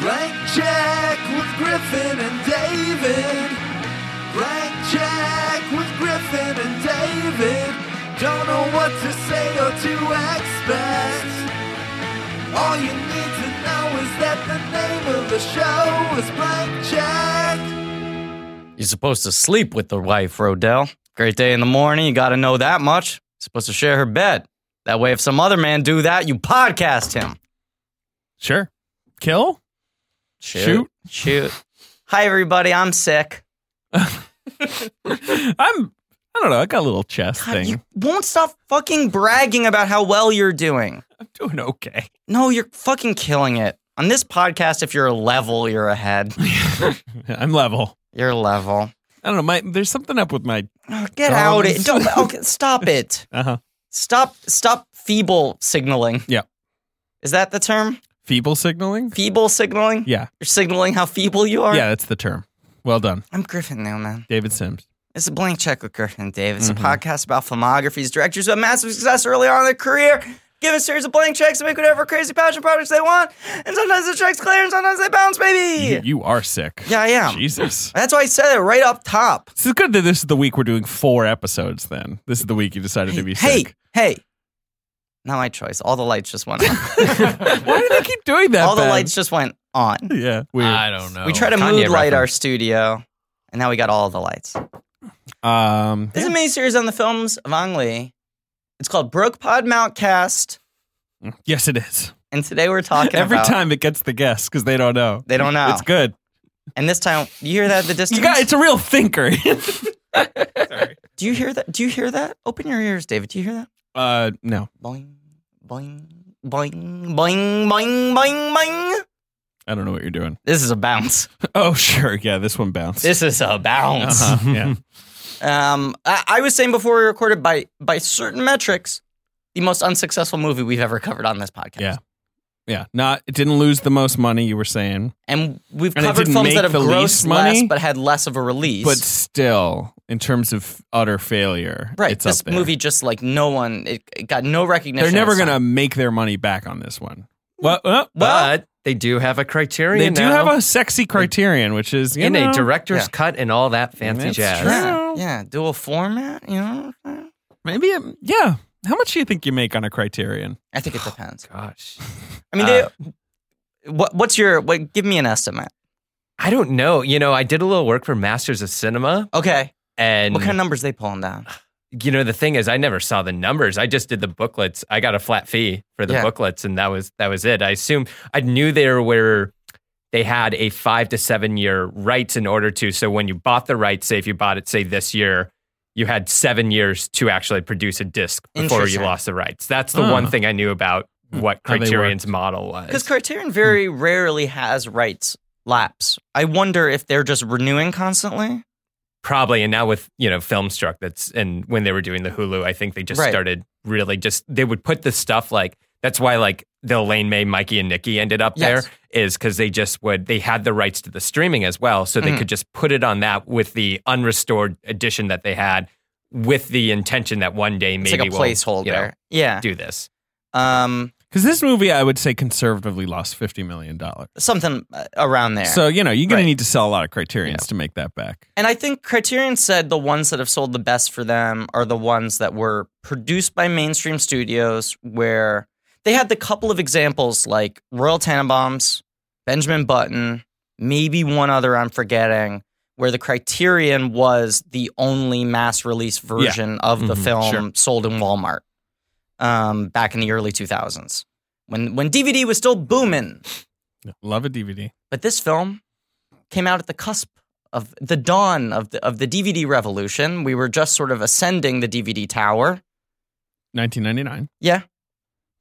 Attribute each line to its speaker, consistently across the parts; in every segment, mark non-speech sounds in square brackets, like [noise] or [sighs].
Speaker 1: Blank check with Griffin and David. Blank check with Griffin and David. Don't know what to say or to expect. All you need to know is that the name of the show is Blank Check.
Speaker 2: You're supposed to sleep with the wife, Rodell. Great day in the morning. You got to know that much. You're supposed to share her bed. That way, if some other man do that, you podcast him.
Speaker 3: Sure.
Speaker 2: [laughs]
Speaker 3: Kill?
Speaker 2: Shoot. Shoot. Hi, everybody. I'm sick.
Speaker 3: I'm. I don't know. I got a little chest
Speaker 2: God,
Speaker 3: thing.
Speaker 2: you won't stop fucking bragging about how well you're doing.
Speaker 3: I'm [laughs] doing okay.
Speaker 2: No, you're fucking killing it. On this podcast, if you're a level, you're [laughs] ahead.
Speaker 3: I'm level.
Speaker 2: You're a level.
Speaker 3: I don't know. My there's something up with my.
Speaker 2: Oh, get out it. [laughs]
Speaker 3: Guns.
Speaker 2: Don't Uh-huh. okay, stop it.
Speaker 3: Uh huh.
Speaker 2: Stop stop feeble signaling.
Speaker 3: Yeah.
Speaker 2: Is that the term?
Speaker 3: Feeble signaling.
Speaker 2: Feeble signaling?
Speaker 3: Yeah.
Speaker 2: You're signaling how feeble you are?
Speaker 3: Yeah, that's the term. Well done,
Speaker 2: I'm Griffin Newman.
Speaker 3: David Sims.
Speaker 2: It's a blank check with Griffin and Dave. It's a
Speaker 3: Mhm.
Speaker 2: podcast about filmographies, directors who have massive success early on in their career, given a series of blank checks to make whatever crazy passion projects they want. And sometimes the checks clear and sometimes they bounce,
Speaker 3: You,
Speaker 2: baby.
Speaker 3: you are sick.
Speaker 2: Yeah, I am.
Speaker 3: Jesus.
Speaker 2: That's why I said it right up top.
Speaker 3: This is good that this is the week we're doing four episodes. Then this is the week you decided to be
Speaker 2: hey,
Speaker 3: sick.
Speaker 2: hey. Not my choice. All the lights just went
Speaker 3: [laughs]
Speaker 2: on.
Speaker 3: Why do they keep doing that?
Speaker 2: All the
Speaker 3: Ben? Oh,
Speaker 2: lights just went on.
Speaker 3: Yeah. Weird.
Speaker 4: I don't know.
Speaker 2: we try to
Speaker 4: Kanye
Speaker 2: mood light our
Speaker 4: reference.
Speaker 2: studio, and now we got all the lights.
Speaker 3: um.
Speaker 2: This is a miniseries on the films of Ang Lee. It's called Broke Pod Mountcast,
Speaker 3: Yes, it is.
Speaker 2: and today we're talking
Speaker 3: Every
Speaker 2: about-
Speaker 3: time it gets the guess because they don't know.
Speaker 2: They don't know.
Speaker 3: It's good.
Speaker 2: And this time, you hear that at the distance?
Speaker 3: You got, it's a real thinker. [laughs]
Speaker 2: Do you hear that? Do you hear that? Open your ears, David. Do you hear that?
Speaker 3: uh, no,
Speaker 2: Boing, boing, boing, boing, boing, boing, boing.
Speaker 3: I don't know what you're doing. [laughs]
Speaker 2: This is a bounce.
Speaker 3: Oh, sure. Yeah, this one bounced.
Speaker 2: This is a bounce. [laughs]
Speaker 3: Uh-huh, yeah.
Speaker 2: Um, I, I was saying before we recorded, by by certain metrics, the most unsuccessful movie we've ever covered on this podcast.
Speaker 3: [laughs] Yeah. Yeah. Not, it didn't lose the most money, you were saying,
Speaker 2: and we've
Speaker 3: And it
Speaker 2: covered
Speaker 3: didn't
Speaker 2: films
Speaker 3: make
Speaker 2: that have
Speaker 3: the
Speaker 2: grossed
Speaker 3: least money?
Speaker 2: less but had less of a release.
Speaker 3: but still, in terms of utter failure,
Speaker 2: right,
Speaker 3: it's
Speaker 2: this
Speaker 3: up there.
Speaker 2: movie just like no one, it, it got no recognition.
Speaker 3: They're never
Speaker 2: It's
Speaker 3: going
Speaker 2: not-
Speaker 3: to make their money back on this
Speaker 2: Mm.
Speaker 3: one. Well, uh,
Speaker 4: But they do have a criterion.
Speaker 3: they do
Speaker 4: now
Speaker 3: have a sexy criterion, which is, you
Speaker 4: in
Speaker 3: know,
Speaker 4: a director's
Speaker 2: Yeah.
Speaker 4: cut and all that fancy
Speaker 3: That's
Speaker 4: jazz.
Speaker 3: true.
Speaker 2: Yeah, yeah, dual format. You know,
Speaker 3: maybe, a, yeah. How much do you think you make on a criterion?
Speaker 2: I think it depends.
Speaker 4: Gosh,
Speaker 2: I mean,
Speaker 4: Uh,
Speaker 2: they, what what's your what? Give me an estimate.
Speaker 4: I don't know. You know, I did a little work for Masters of Cinema,
Speaker 2: Okay,
Speaker 4: and
Speaker 2: what
Speaker 4: Mm.
Speaker 2: kind of numbers they pulling down?
Speaker 4: you know, the thing is, I never saw the numbers. I just did the booklets. I got a flat fee for the
Speaker 2: Yeah.
Speaker 4: booklets, and that was that was it. I assume I knew there were they had a five to seven year rights in order to. So when you bought the rights, say if you bought it, say this year. You had seven years to actually produce a disc before you
Speaker 2: Interesting.
Speaker 4: lost the rights. That's the
Speaker 3: Oh.
Speaker 4: one thing I knew about what
Speaker 3: How they worked.
Speaker 4: Criterion's model was.
Speaker 2: Because Criterion very rarely has rights lapse. I wonder if they're just renewing constantly.
Speaker 4: probably and now with you know filmstruck that's and when they were doing the hulu i think they just
Speaker 2: Right.
Speaker 4: started really just they would put the stuff like that's why like the Elaine May, Mikey, and Nikki ended up
Speaker 2: Yes.
Speaker 4: there is because they just would they had the rights to the streaming as well, so they
Speaker 2: Mhm.
Speaker 4: could just put it on that with the unrestored edition that they had, with the intention that one day
Speaker 2: It's
Speaker 4: maybe
Speaker 2: like a
Speaker 4: we'll
Speaker 2: placeholder.
Speaker 4: you know,
Speaker 2: yeah.
Speaker 4: do this.
Speaker 2: Um,
Speaker 3: Because this movie, I would say, conservatively lost $50 million.
Speaker 2: something uh, around there.
Speaker 3: So, you know, you're going
Speaker 2: Right.
Speaker 3: to need to sell a lot of criterions to make that back.
Speaker 2: And I think Criterion said the ones that have sold the best for them are the ones that were produced by mainstream studios where they had the couple of examples like Royal Tannenbaums, Benjamin Button, maybe one other I'm forgetting, where the Criterion was the only mass release version of the
Speaker 3: Mhm,
Speaker 2: film
Speaker 3: sure.
Speaker 2: sold in Walmart um, back in the early 2000s when, when DVD was still booming.
Speaker 3: Love a DVD.
Speaker 2: But this film came out at the cusp of the dawn of the, of the DVD revolution. We were just sort of ascending the DVD tower.
Speaker 3: 1999.
Speaker 2: Yeah.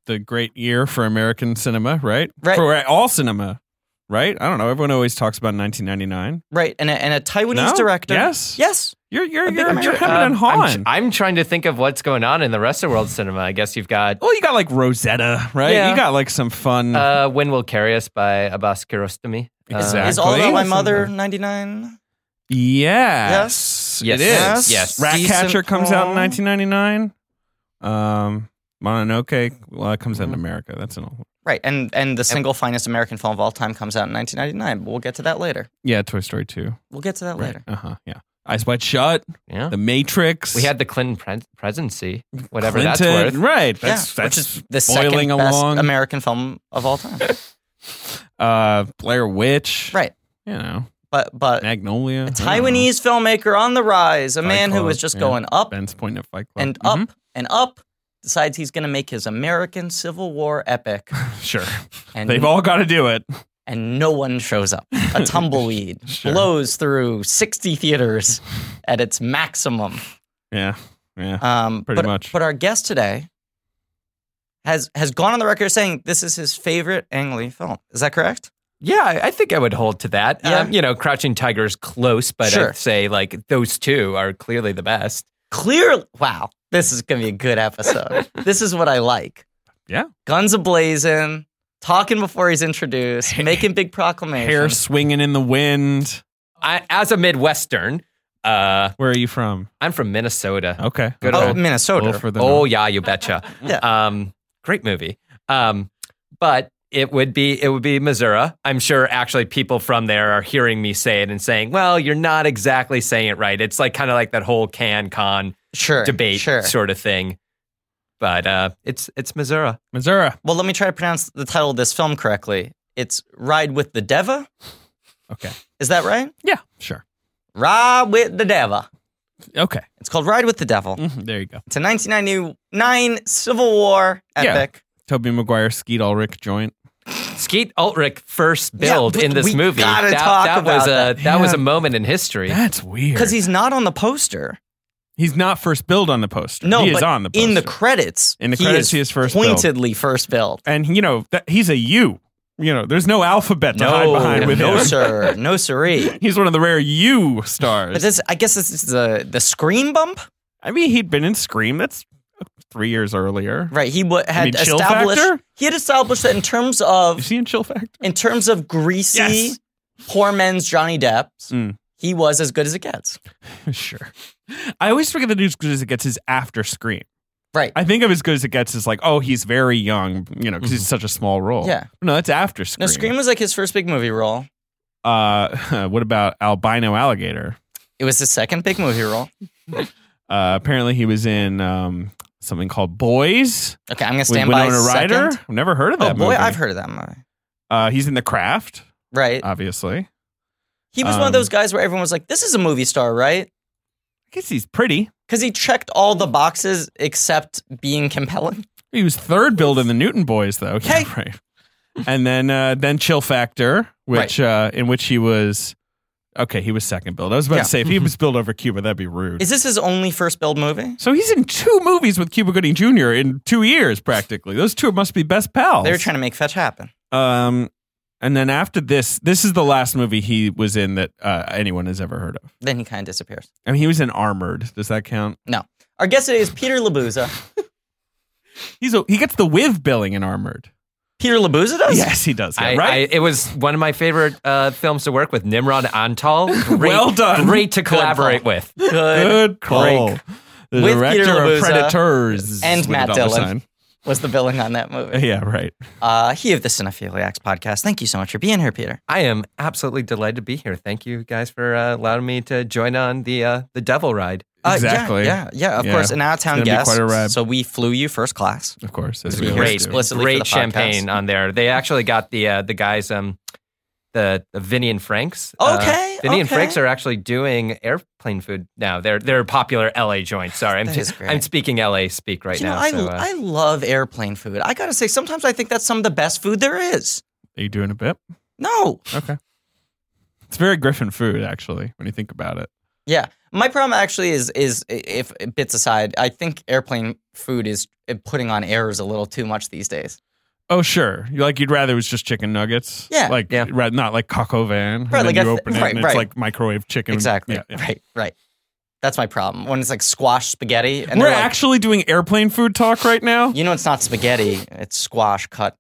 Speaker 3: The great year for American cinema, right?
Speaker 2: Right.
Speaker 3: For uh, all cinema, right? I don't know. Everyone always talks about 1999.
Speaker 2: Right, and a, and a Taiwanese
Speaker 3: No?
Speaker 2: director.
Speaker 3: Yes.
Speaker 2: Yes.
Speaker 3: You're you're
Speaker 2: A big
Speaker 3: you're, you're
Speaker 2: Ameri-
Speaker 3: hemming and
Speaker 4: Um,
Speaker 3: hawing.
Speaker 4: I'm, I'm trying to think of what's going on in the rest of world cinema. I guess you've got
Speaker 3: well, you got like Rosetta, right?
Speaker 4: Yeah.
Speaker 3: You got like some fun.
Speaker 4: uh, "When Will Carry Us" by Abbas Kiarostami. Uh,
Speaker 3: Exactly.
Speaker 2: Is All About My
Speaker 3: Exactly.
Speaker 2: Mother 99?
Speaker 3: yes.
Speaker 2: yes.
Speaker 3: It
Speaker 4: Yes.
Speaker 3: is.
Speaker 4: Yes.
Speaker 3: Ratcatcher
Speaker 2: Decent
Speaker 3: comes out in
Speaker 2: film.
Speaker 4: Mm-hmm.
Speaker 3: 1999. Um, Mononoke well, it comes out in America. That's an old.
Speaker 2: Right, and and the single finest American film of all time comes out in 1999. But we'll get to that later.
Speaker 3: Yeah, Toy Story 2.
Speaker 2: We'll get to that later.
Speaker 3: Uh huh. Yeah. Eyes Wide Shut,
Speaker 4: Yeah.
Speaker 3: The Matrix.
Speaker 4: We had the Clinton pre- presidency, whatever
Speaker 3: Clinton.
Speaker 4: that's worth.
Speaker 3: Right. That's,
Speaker 2: yeah, which
Speaker 3: that's
Speaker 2: is the
Speaker 3: boiling
Speaker 2: second
Speaker 3: along.
Speaker 2: best American film of all
Speaker 3: [laughs]
Speaker 2: time.
Speaker 3: uh, Blair Witch.
Speaker 2: right,
Speaker 3: You know,
Speaker 2: but but a
Speaker 3: Magnolia. I don't know.
Speaker 2: Taiwanese filmmaker on the rise, a
Speaker 3: Fight
Speaker 2: man who
Speaker 3: Club,
Speaker 2: was just
Speaker 3: yeah.
Speaker 2: going up
Speaker 3: Ben's pointing at Fight Club.
Speaker 2: and
Speaker 3: Mhm.
Speaker 2: up and up. Decides he's going to make his American Civil War
Speaker 3: [laughs]
Speaker 2: epic,
Speaker 3: Mm-hmm. Sure.
Speaker 2: and
Speaker 3: They've all got to do it.
Speaker 2: and no one shows up.
Speaker 3: [laughs]
Speaker 2: A tumbleweed blows through 60 theaters at its maximum.
Speaker 3: Yeah. Yeah.
Speaker 2: Um,
Speaker 3: Pretty
Speaker 2: but,
Speaker 3: much.
Speaker 2: But our guest today has has gone on the record saying this is his favorite Ang Lee film. Is that correct?
Speaker 4: Yeah, I I think I would hold to that.
Speaker 2: Yeah.
Speaker 4: Um, you know, Crouching Tiger is close, but
Speaker 2: Sure.
Speaker 4: I'd say like those two are clearly the best.
Speaker 2: Clearly, wow, this is going to be a good
Speaker 3: [laughs]
Speaker 2: episode. this is what I like.
Speaker 3: Yeah.
Speaker 2: guns ablazing, talking before he's introduced, making big
Speaker 3: Hair
Speaker 2: proclamations.
Speaker 3: swinging in the wind.
Speaker 4: I, as a Midwestern, uh,
Speaker 3: Where are you from?
Speaker 4: I'm from Minnesota.
Speaker 3: Okay.
Speaker 4: Good
Speaker 2: Oh,
Speaker 4: old-
Speaker 2: Minnesota.
Speaker 3: Well, for the
Speaker 4: Oh yeah, you betcha.
Speaker 2: [laughs] Yeah.
Speaker 4: Um, great movie. Um, but it would be it would be Missouri. I'm sure actually people from there are hearing me say it and saying, "Well, you're not exactly saying it right." It's like kind of like that whole can con
Speaker 2: sure.
Speaker 4: debate
Speaker 2: Sure.
Speaker 4: sort of thing. But uh, it's it's Missouri.
Speaker 3: Missouri.
Speaker 2: Well, let me try to pronounce the title of this film correctly. It's Ride with the Deva.
Speaker 3: Okay.
Speaker 2: Is that right?
Speaker 3: Yeah. Sure.
Speaker 2: Ride with the Deva.
Speaker 3: Okay.
Speaker 2: It's called Ride with the Devil.
Speaker 3: Mhm, There you go.
Speaker 2: It's a 1999 Civil War
Speaker 3: Yeah.
Speaker 2: epic.
Speaker 3: Toby Maguire, Skeet Ulrich joint.
Speaker 4: Skeet Ulrich first build
Speaker 2: but
Speaker 4: in this
Speaker 2: we
Speaker 4: movie.
Speaker 2: gotta
Speaker 4: that
Speaker 2: talk
Speaker 4: that
Speaker 2: about
Speaker 4: was a
Speaker 2: that.
Speaker 4: that, was
Speaker 3: Yeah.
Speaker 4: a moment in history.
Speaker 3: That's weird.
Speaker 2: Because he's not on the poster.
Speaker 3: He's not first billed on the poster.
Speaker 2: No,
Speaker 3: he
Speaker 2: but
Speaker 3: is on the poster.
Speaker 2: in the credits,
Speaker 3: In the credits, he is first billed.
Speaker 2: pointedly first billed.
Speaker 3: and you know that he's a U. You know, there's no alphabet to hide
Speaker 2: No,
Speaker 3: behind with
Speaker 2: no
Speaker 3: him.
Speaker 2: sir, no siree.
Speaker 3: [laughs] He's one of the rare U stars.
Speaker 2: But this, I guess, this is the the screen bump,
Speaker 3: I mean, he'd been in Scream. That's three years earlier.
Speaker 2: right? He w- had
Speaker 3: mean chill
Speaker 2: established
Speaker 3: factor?
Speaker 2: he had established that in terms of
Speaker 3: Is he in Chill Factor?
Speaker 2: in terms of greasy
Speaker 3: Yes.
Speaker 2: poor men's Johnny Depp,
Speaker 3: Mm.
Speaker 2: he was as good as it gets.
Speaker 3: [laughs] sure. I always forget that as good as it gets is after Scream.
Speaker 2: Right.
Speaker 3: I think of as good as it gets is like, oh, he's very young, you know, because he's such a small role.
Speaker 2: Mm-hmm. Yeah.
Speaker 3: No, that's after Scream.
Speaker 2: no, Scream was like his first big movie role.
Speaker 3: Uh, [laughs] what about Albino Alligator?
Speaker 2: It was his second big movie role.
Speaker 3: Uh, apparently, he was in um, something called Boys.
Speaker 2: Okay, I'm gonna
Speaker 3: with
Speaker 2: stand by.
Speaker 3: Winona Ryder.
Speaker 2: Second.
Speaker 3: I've never heard of
Speaker 2: Oh
Speaker 3: that
Speaker 2: boy,
Speaker 3: movie.
Speaker 2: I've heard of that movie.
Speaker 3: Uh, he's in The Craft,
Speaker 2: Right.
Speaker 3: obviously. I
Speaker 2: He was one
Speaker 3: Uh, Um,
Speaker 2: of those guys where everyone was like, "This is a movie star, right?"
Speaker 3: guess he's pretty.
Speaker 2: Because he checked all the boxes except being compelling.
Speaker 3: He was third billed in the Newton Boys, though. Yeah,
Speaker 2: Okay.
Speaker 3: [laughs] right. And then uh, then Chill Factor, which uh, in which he was okay. He was second billed. I was about
Speaker 2: Yeah.
Speaker 3: to
Speaker 2: [laughs]
Speaker 3: say if he was billed over Cuba, that'd be rude.
Speaker 2: Is this his only first build movie?
Speaker 3: so he's in two movies with Cuba Gooding Jr. in two years, practically. Those two must be best pals.
Speaker 2: They were trying to make fetch happen.
Speaker 3: Um, and then after this, this is the last movie he was in that uh, anyone has ever heard of.
Speaker 2: Then he kind of disappears.
Speaker 3: I mean, he was in Armored. Does that count?
Speaker 2: No. Our guest today is Peter Labuza.
Speaker 3: He's a, he gets the Wiv billing in Armored.
Speaker 2: Peter Labuza does?
Speaker 3: Yes, he does. Yeah,
Speaker 4: I,
Speaker 3: right?
Speaker 4: I, it was one of my favorite uh, films to work with. Nimrod Antal. Great,
Speaker 3: Well done.
Speaker 4: Great to collaborate
Speaker 2: call.
Speaker 4: with.
Speaker 2: Good
Speaker 3: Good call.
Speaker 2: Craig.
Speaker 3: The
Speaker 2: With
Speaker 3: director
Speaker 2: Peter
Speaker 3: of
Speaker 2: Labuza
Speaker 3: Predators
Speaker 2: and
Speaker 3: with a
Speaker 2: Matt
Speaker 3: dollar
Speaker 2: Dillon. was the billing on that movie.
Speaker 3: [laughs] Yeah, right.
Speaker 2: Uh, he of the Cinephiliacs podcast. Thank you so much for being here, Peter.
Speaker 4: I am absolutely delighted to be here. Thank you guys for uh, allowing me to join on the uh, the Devil Ride.
Speaker 2: Uh, yeah,
Speaker 3: Exactly.
Speaker 2: Yeah, yeah, of
Speaker 3: Yeah.
Speaker 2: course, an out of town
Speaker 3: It's gonna be
Speaker 2: guest.
Speaker 3: quite a ride.
Speaker 2: So we flew you first class.
Speaker 3: Of course, as
Speaker 2: It's
Speaker 3: we
Speaker 2: great.
Speaker 3: always do.
Speaker 2: Explicitly for the
Speaker 4: great
Speaker 2: podcast.
Speaker 4: champagne on there. They actually got the uh, the guys um the, the Vinny and Franks. Uh,
Speaker 2: Okay,
Speaker 4: Vinny and
Speaker 2: okay.
Speaker 4: Franks are actually doing airplane food now. They're they're a popular LA joint. Sorry, I'm
Speaker 2: That is great.
Speaker 4: I'm speaking LA speak right
Speaker 2: you know,
Speaker 4: now.
Speaker 2: I,
Speaker 4: so, uh,
Speaker 2: I love airplane food. I gotta say, sometimes I think that's some of the best food there is.
Speaker 3: Are you doing a bit?
Speaker 2: No.
Speaker 3: Okay. It's very Griffin food, actually, when you think about it.
Speaker 2: Yeah. My problem actually is is if bits aside, I think airplane food is uh, putting on airs a little too much these days.
Speaker 3: Oh, sure. You like you'd rather it was just chicken nuggets.
Speaker 2: Yeah.
Speaker 3: Like
Speaker 4: Yeah.
Speaker 3: ra- not like coco van.
Speaker 2: Right,
Speaker 3: and
Speaker 2: like
Speaker 3: then
Speaker 2: I
Speaker 3: you
Speaker 2: th-
Speaker 3: open it
Speaker 2: right,
Speaker 3: and
Speaker 2: right.
Speaker 3: it's like microwave chicken.
Speaker 2: Exactly.
Speaker 3: Yeah, yeah.
Speaker 2: Right, right. That's my problem. When it's like squash spaghetti and
Speaker 3: We're
Speaker 2: they're like,
Speaker 3: actually doing airplane food talk right now.
Speaker 2: you know it's not spaghetti, it's squash cut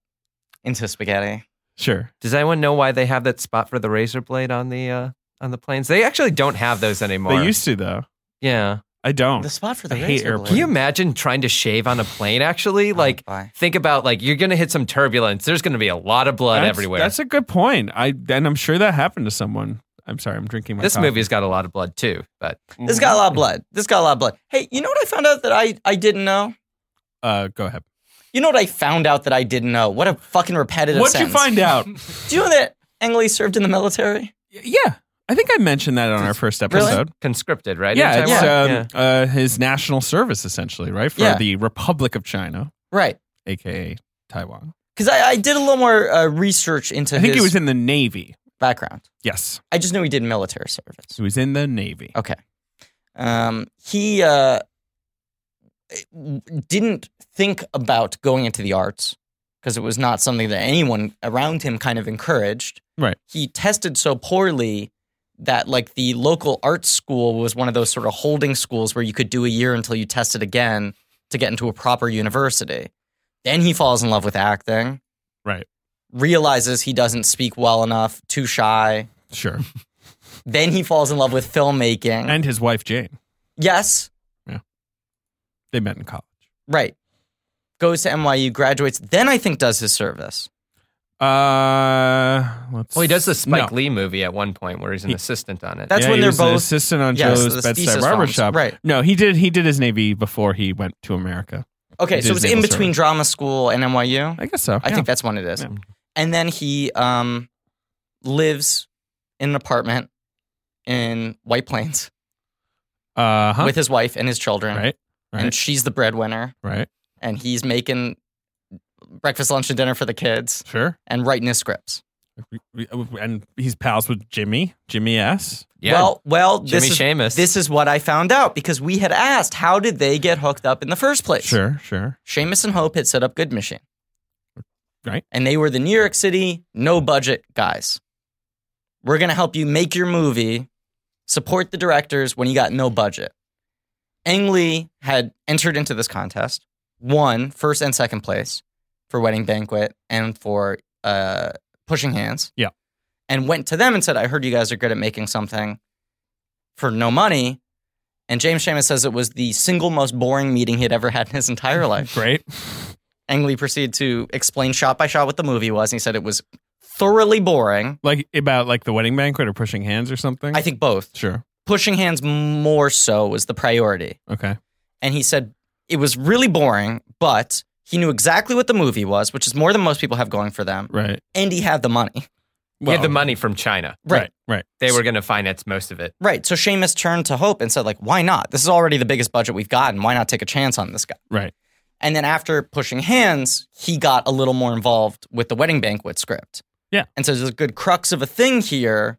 Speaker 2: into spaghetti.
Speaker 3: Sure.
Speaker 4: does anyone know why they have that spot for the razor blade on the uh, on the planes? They actually don't have those anymore.
Speaker 3: They used to though.
Speaker 4: yeah.
Speaker 3: I don't.
Speaker 2: The spot for the
Speaker 3: I hate
Speaker 2: razor
Speaker 3: airplanes.
Speaker 2: blade.
Speaker 4: Can you imagine trying to shave on a plane? Actually,
Speaker 3: Oh,
Speaker 2: Oh.
Speaker 4: like
Speaker 2: bye.
Speaker 4: think about like you're gonna hit some turbulence. There's gonna be a lot of blood
Speaker 3: that's,
Speaker 4: everywhere.
Speaker 3: That's a good point. I and I'm sure that happened to someone. I'm sorry, I'm drinking my
Speaker 4: this
Speaker 3: coffee.
Speaker 4: movie's got a lot of blood too, but
Speaker 2: This got a
Speaker 3: Mm-hmm.
Speaker 2: lot of blood. This got a lot of blood. Hey, you know what I found out that I, I didn't know?
Speaker 3: Uh, go ahead.
Speaker 2: You know what I found out that I didn't know? What a fucking repetitive
Speaker 3: What'd
Speaker 2: sentence.
Speaker 3: you
Speaker 2: [laughs]
Speaker 3: find out?
Speaker 2: Do you know that Ang Lee served in the military?
Speaker 3: yeah, I think I mentioned that on our first
Speaker 2: Really?
Speaker 3: episode.
Speaker 4: conscripted, right?
Speaker 3: Yeah,
Speaker 4: In
Speaker 3: it's
Speaker 4: Taiwan?
Speaker 3: um, Uh, his national service essentially, right, for
Speaker 2: Yeah.
Speaker 3: the Republic of China,
Speaker 2: Right.
Speaker 3: aka Taiwan.
Speaker 2: Because I, I did a little more uh, research into
Speaker 3: I think
Speaker 2: his
Speaker 3: he was in the Navy.
Speaker 2: background.
Speaker 3: Yes,
Speaker 2: I just knew he did military service.
Speaker 3: he was in the Navy.
Speaker 2: Okay. Um, he uh, didn't think about going into the arts because it was not something that anyone around him kind of encouraged.
Speaker 3: Right.
Speaker 2: He tested so poorly that like the local art school was one of those sort of holding schools where you could do a year until you tested again to get into a proper university. Then he falls in love with acting.
Speaker 3: Right.
Speaker 2: Realizes he doesn't speak well enough, too shy. [laughs]
Speaker 3: Sure.
Speaker 2: Then he falls in love with filmmaking.
Speaker 3: and his wife Jane.
Speaker 2: yes,
Speaker 3: They met in college.
Speaker 2: right. Goes to NYU, graduates, then I think does his service.
Speaker 3: Uh, let's.
Speaker 4: Well, he does the Spike
Speaker 3: no.
Speaker 4: Lee movie at one point where he's an
Speaker 3: He-
Speaker 4: assistant on it.
Speaker 2: That's
Speaker 3: Yeah,
Speaker 2: when
Speaker 3: he
Speaker 2: they're
Speaker 3: was an
Speaker 2: both-
Speaker 3: assistant on
Speaker 2: Yes,
Speaker 3: Joe's
Speaker 2: the
Speaker 3: bedside
Speaker 2: thesis
Speaker 3: barber
Speaker 2: films,
Speaker 3: shop.
Speaker 2: right.
Speaker 3: No, he did. He did his Navy before he went to America.
Speaker 2: Okay,
Speaker 3: He did
Speaker 2: so it's
Speaker 3: his
Speaker 2: in
Speaker 3: naval
Speaker 2: between
Speaker 3: service.
Speaker 2: drama school and NYU.
Speaker 3: I guess so.
Speaker 2: I think that's when it is.
Speaker 3: Yeah.
Speaker 2: And then he um, lives in an apartment in White Plains
Speaker 3: Uh huh.
Speaker 2: with his wife and his children.
Speaker 3: Right.
Speaker 2: And
Speaker 3: right.
Speaker 2: she's the breadwinner,
Speaker 3: Right.
Speaker 2: and he's making breakfast, lunch, and dinner for the kids
Speaker 3: Sure.
Speaker 2: and writing his scripts.
Speaker 3: And he's pals with Jimmy. Jimmy S.
Speaker 4: yeah.
Speaker 2: Well, well, this
Speaker 4: Jimmy
Speaker 2: is,
Speaker 4: Sheamus.
Speaker 2: this is what I found out because we had asked how did they get hooked up in the first place.
Speaker 3: Sure. Sure.
Speaker 2: Seamus and Hope had set up Good Machine.
Speaker 3: Right.
Speaker 2: And they were the New York City no budget guys. We're going to help you make your movie, support the directors when you got no budget. Ang Lee had entered into this contest, won first and second place for Wedding Banquet and for uh, Pushing Hands.
Speaker 3: Yeah.
Speaker 2: And went to them and said, I heard you guys are good at making something for no money. And James Seamus says it was the single most boring meeting he'd ever had in his entire life.
Speaker 3: Great.
Speaker 2: Ang Lee proceeded to explain shot by shot what the movie was, and he said it was thoroughly boring.
Speaker 3: Like about like the wedding banquet or pushing hands or something.
Speaker 2: I think both.
Speaker 3: Sure.
Speaker 2: Pushing hands more so was the priority.
Speaker 3: Okay.
Speaker 2: And he said it was really boring, but he knew exactly what the movie was, which is more than most people have going for them,
Speaker 3: Right.
Speaker 2: and he had the money.
Speaker 4: he had the money from China.
Speaker 3: Right. Right.
Speaker 4: They were going to finance most of it.
Speaker 2: Right. So Seamus turned to Hope and said, like, why not? This is already the biggest budget we've gotten. Why not take a chance on this guy?
Speaker 3: Right.
Speaker 2: And then after pushing hands, he got a little more involved with the wedding banquet script.
Speaker 3: Yeah.
Speaker 2: And so there's a good crux of a thing here.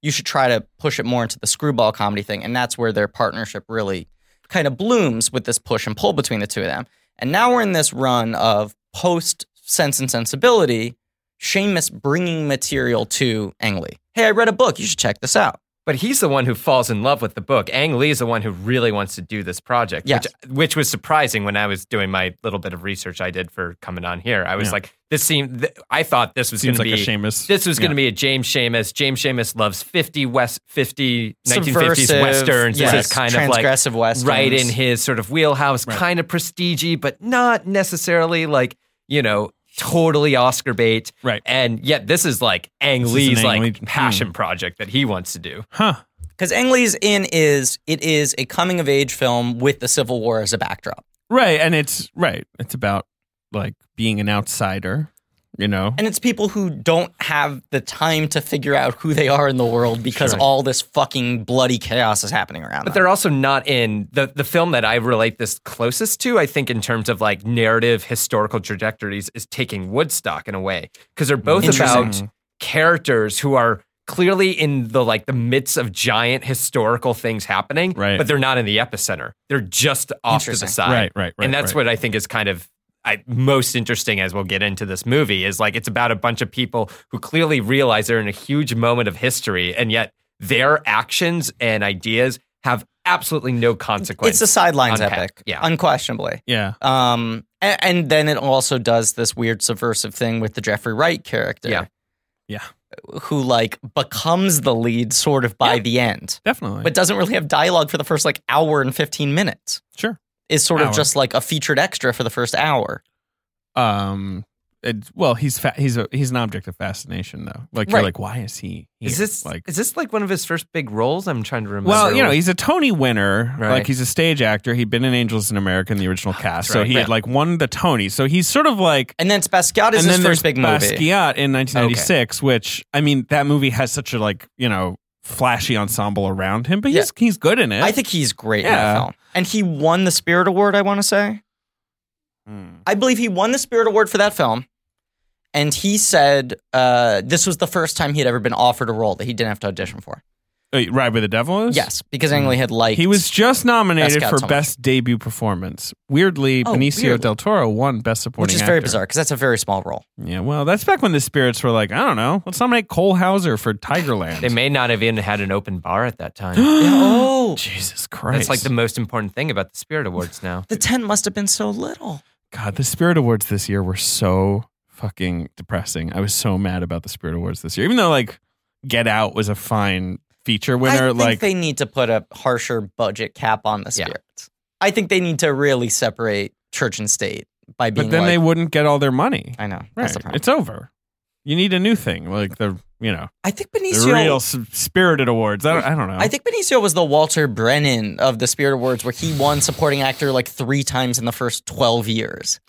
Speaker 2: You should try to push it more into the screwball comedy thing. And that's where their partnership really kind of blooms with this push and pull between the two of them. And now we're in this run of post sense and sensibility, Seamus bringing material to Ang Lee. Hey, I read a book. You should check this out.
Speaker 4: But he's the one who falls in love with the book. Ang Lee is the one who really wants to do this project,
Speaker 2: Yes.
Speaker 4: which, which was surprising when I was doing my little bit of research I did for coming on here. I was
Speaker 3: Yeah.
Speaker 4: like, this seemed, th- I thought this was going
Speaker 3: Seems
Speaker 4: to
Speaker 3: like
Speaker 4: be
Speaker 3: a Seamus.
Speaker 4: This was going
Speaker 3: Yeah.
Speaker 4: to be a James Seamus. James Seamus loves 50 West 50 1950s
Speaker 2: Subversive,
Speaker 4: westerns. This
Speaker 2: yes,
Speaker 4: is kind of like
Speaker 2: transgressive westerns.
Speaker 4: right in his sort of wheelhouse,
Speaker 3: Right.
Speaker 4: kind of prestige but not necessarily like, you know, totally Oscar bait.
Speaker 3: Right.
Speaker 4: And yet this is like Ang
Speaker 3: This is
Speaker 4: Lee's
Speaker 3: an Ang
Speaker 4: like
Speaker 3: Lee- Hmm.
Speaker 4: passion project that he wants to do.
Speaker 3: Huh.
Speaker 2: Because Ang Lee's In is it is a coming of age film with the Civil War as a backdrop,
Speaker 3: Right. And it's right. It's about like being an outsider. You know.
Speaker 2: and it's people who don't have the time to figure out who they are in the world because
Speaker 3: Sure.
Speaker 2: all this fucking bloody chaos is happening around
Speaker 4: But
Speaker 2: them.
Speaker 4: they're also not in the, the film that I relate this closest to, I think, in terms of like narrative historical trajectories, is taking Woodstock in a way. Because they're both about
Speaker 2: Interesting.
Speaker 4: characters who are clearly in the like the midst of giant historical things happening,
Speaker 3: Right.
Speaker 4: but they're not in the epicenter. They're just off to the
Speaker 2: Interesting.
Speaker 4: side.
Speaker 3: Right, right, right,
Speaker 4: And that's
Speaker 3: right.
Speaker 4: what I think is kind of I, most interesting as we'll get into this movie is like it's about a bunch of people who clearly realize they're in a huge moment of history and yet their actions and ideas have absolutely no consequence.
Speaker 2: It's a sidelines
Speaker 4: Unpack,
Speaker 2: epic,
Speaker 4: yeah.
Speaker 2: unquestionably.
Speaker 3: Yeah.
Speaker 2: Um, and, and then it also does this weird subversive thing with the Jeffrey Wright character.
Speaker 4: Yeah.
Speaker 3: Yeah.
Speaker 2: who like becomes the lead sort of by
Speaker 3: Yeah.
Speaker 2: the end,
Speaker 3: Definitely.
Speaker 2: but doesn't really have dialogue for the first like hour and 15 minutes.
Speaker 3: sure.
Speaker 2: Is sort
Speaker 3: Hour.
Speaker 2: of just like a featured extra for the first hour.
Speaker 3: Um. it- well, he's fa- he's a, he's an object of fascination though. Like you're
Speaker 2: Right.
Speaker 3: like, why is he? Here?
Speaker 4: Is this
Speaker 3: like?
Speaker 4: like is this like one of his first big roles? I'm trying to remember.
Speaker 3: well, you know, he's a Tony winner.
Speaker 4: Right.
Speaker 3: Like he's a stage actor. He'd been in Angels in America in the original cast, so
Speaker 4: right.
Speaker 3: he
Speaker 2: Yeah.
Speaker 3: had like won the Tony. So he's sort of like.
Speaker 2: And then it's Basquiat is his
Speaker 3: and then there's
Speaker 2: first big
Speaker 3: Basquiat
Speaker 2: movie.
Speaker 3: in 1996, which I mean, that movie has such a like you know flashy ensemble around him, but he's he's good in it.
Speaker 2: I think he's great in that
Speaker 3: Yeah.
Speaker 2: film. And he won the Spirit Award, I want to say.
Speaker 3: Hmm.
Speaker 2: I believe he won the Spirit Award for that film. And he said uh, this was the first time he had ever been offered a role that he didn't have to audition for.
Speaker 3: Wait, Uh, Ride with the Devil is
Speaker 2: Yes, because Angley had liked.
Speaker 3: Hmm. He was just nominated
Speaker 2: Basquiat
Speaker 3: for
Speaker 2: so much.
Speaker 3: Best Debut Performance. Weirdly,
Speaker 2: Oh,
Speaker 3: Benicio
Speaker 2: weirdly.
Speaker 3: del Toro won Best Supporting
Speaker 2: which is very
Speaker 3: Actor.
Speaker 2: bizarre because that's a very small
Speaker 3: [gasps]
Speaker 2: role.
Speaker 3: Yeah, well, that's back when the spirits were like, I don't know, let's nominate Cole Hauser for
Speaker 2: [laughs]
Speaker 3: Tigerland.
Speaker 4: they may not have even had an open bar at that time.
Speaker 2: oh,
Speaker 3: Jesus Christ!
Speaker 4: That's like the most important thing about the Spirit Awards now.
Speaker 2: the tent must have been so little.
Speaker 3: God. The Spirit Awards this year were so fucking depressing. I was so mad about the Spirit Awards this year, even though like Get Out was a fine feature
Speaker 2: I
Speaker 3: winner.
Speaker 2: think
Speaker 3: like
Speaker 2: they need to put a harsher budget cap on the
Speaker 4: Yeah.
Speaker 2: Spirit. I think they need to really separate church and state by being.
Speaker 3: but then
Speaker 2: like,
Speaker 3: they wouldn't get all their money.
Speaker 2: I know that's
Speaker 3: Right,
Speaker 2: the problem.
Speaker 3: it's over. You need a new thing, like the you know
Speaker 2: I think
Speaker 3: the
Speaker 2: Benicio.
Speaker 3: real s- Spirited Awards. I don't, I don't know.
Speaker 2: I think Benicio was the Walter Brennan of the Spirit Awards, where he won supporting actor like three times in the first twelve years.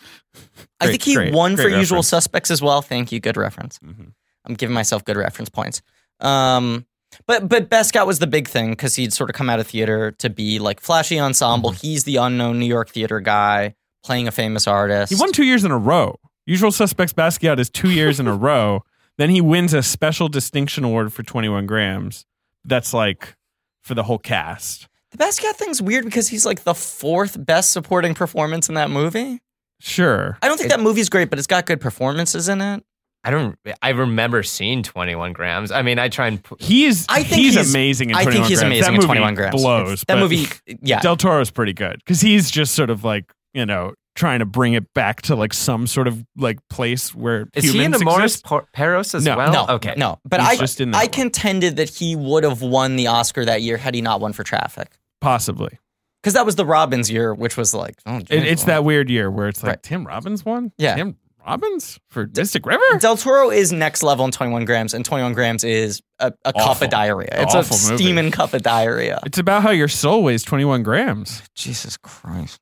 Speaker 2: I
Speaker 3: Great,
Speaker 2: think he
Speaker 3: great,
Speaker 2: won for
Speaker 3: great
Speaker 2: Usual
Speaker 3: reference.
Speaker 2: Suspects as well. Thank you, good reference.
Speaker 3: Mhm.
Speaker 2: I'm giving myself good reference points. Um, but but Bescott was the big thing because he'd sort of come out of theater to be like flashy ensemble.
Speaker 3: Mm-hmm.
Speaker 2: He's the unknown New York theater guy playing a famous artist.
Speaker 3: He won two years in a row. Usual Suspects Basquiat is two
Speaker 2: [laughs]
Speaker 3: years in a row. Then he wins a special distinction award for 21 grams. That's like for the whole cast.
Speaker 2: the Bescott thing's weird because he's like the fourth best supporting performance in that movie.
Speaker 3: Sure.
Speaker 2: I don't think
Speaker 4: It-
Speaker 2: that movie's great, but it's got good performances in it.
Speaker 4: I don't. I remember seeing 21 grams. I mean, I try and. Put,
Speaker 3: He's
Speaker 2: I think
Speaker 3: he's,
Speaker 2: he's-
Speaker 3: amazing in
Speaker 2: I
Speaker 3: 21
Speaker 2: think he's
Speaker 3: grams.
Speaker 2: amazing
Speaker 3: that
Speaker 2: in
Speaker 3: movie
Speaker 2: 21 grams.
Speaker 3: Blows.
Speaker 2: that
Speaker 3: but [laughs]
Speaker 2: movie, yeah.
Speaker 3: Del Toro's pretty good because he's just sort of like, you know, trying to bring it back to like some sort of like place where
Speaker 4: is he in
Speaker 3: humans
Speaker 4: the Morris
Speaker 3: exist.
Speaker 4: Por- Peros as
Speaker 3: No.
Speaker 4: well?
Speaker 2: no,
Speaker 4: Okay.
Speaker 2: no. But
Speaker 3: He's
Speaker 2: I,
Speaker 3: just in that
Speaker 2: I
Speaker 3: one.
Speaker 2: contended that he would have won the Oscar that year had he not won for Traffic,
Speaker 3: Possibly.
Speaker 2: because that was the Robbins year, which was like, oh,
Speaker 3: It, it's
Speaker 2: geez.
Speaker 3: that weird year where it's like
Speaker 2: Right.
Speaker 3: Tim Robbins won?
Speaker 2: Yeah.
Speaker 3: Tim Robbins for Mystic River?
Speaker 2: Del Toro is next level in 21 grams, and 21 grams is a, a cup
Speaker 3: Awful.
Speaker 2: of diarrhea. It's a
Speaker 3: Awful movie.
Speaker 2: steaming cup of diarrhea.
Speaker 3: It's about how your soul weighs 21 grams.
Speaker 2: Jesus Christ.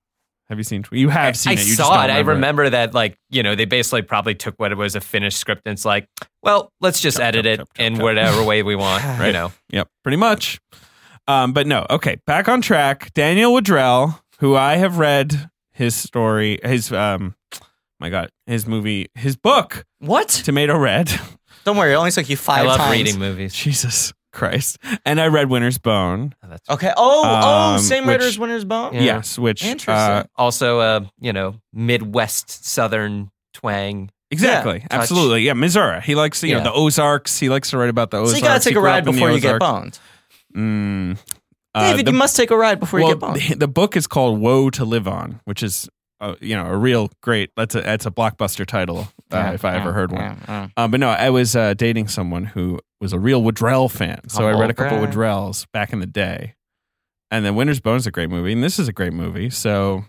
Speaker 3: Have you seen? You have seen
Speaker 4: I
Speaker 3: it. You just
Speaker 4: saw
Speaker 3: don't
Speaker 4: it. I remember that, like, you know, they basically probably took what it was a finished script and it's like, well, let's just
Speaker 3: Chop,
Speaker 4: edit
Speaker 3: chop,
Speaker 4: it
Speaker 3: chop, chop,
Speaker 4: in
Speaker 3: chop.
Speaker 4: whatever way we want, right? You know,
Speaker 3: Yep, pretty much. Um, but no, okay, back on track. Daniel Woodrell, who I have read his story, his um, my God, his movie, his book,
Speaker 2: What?
Speaker 3: Tomato Red. [laughs]
Speaker 2: Don't worry, it only took you
Speaker 4: I
Speaker 2: five
Speaker 4: love
Speaker 2: times.
Speaker 4: reading movies.
Speaker 3: Jesus Christ! And I read Winter's Bone.
Speaker 4: Oh, that's
Speaker 2: Okay. Oh, oh,
Speaker 3: Um,
Speaker 2: same writer
Speaker 3: which-
Speaker 2: as Winter's Bone?
Speaker 4: Yeah.
Speaker 3: Yes, which
Speaker 2: Interesting.
Speaker 3: uh,
Speaker 4: also a you know Midwest Southern twang.
Speaker 3: exactly,
Speaker 4: touch.
Speaker 3: absolutely, yeah. Missouri. He likes you
Speaker 4: Yeah.
Speaker 3: know the Ozarks. He likes to write about the Ozarks.
Speaker 2: so you gotta take
Speaker 3: He
Speaker 2: a
Speaker 3: grew
Speaker 2: ride
Speaker 3: up in the
Speaker 2: before you get
Speaker 3: Ozarks.
Speaker 2: boned.
Speaker 3: Mm. Uh,
Speaker 2: David,
Speaker 3: the-
Speaker 2: you must take a ride before you get boned.
Speaker 3: the- The book is called "Woe to Live On," which is uh, you know a real great. That's a that's a blockbuster title uh, if I ever heard one. [laughs] Um, but no, I was uh, dating someone who was a real Woodrell fan, so
Speaker 2: Oh,
Speaker 3: I read a couple
Speaker 2: Alright.
Speaker 3: Woodrells back in the day. And then Winter's Bone is a great movie, and this is a great movie. So,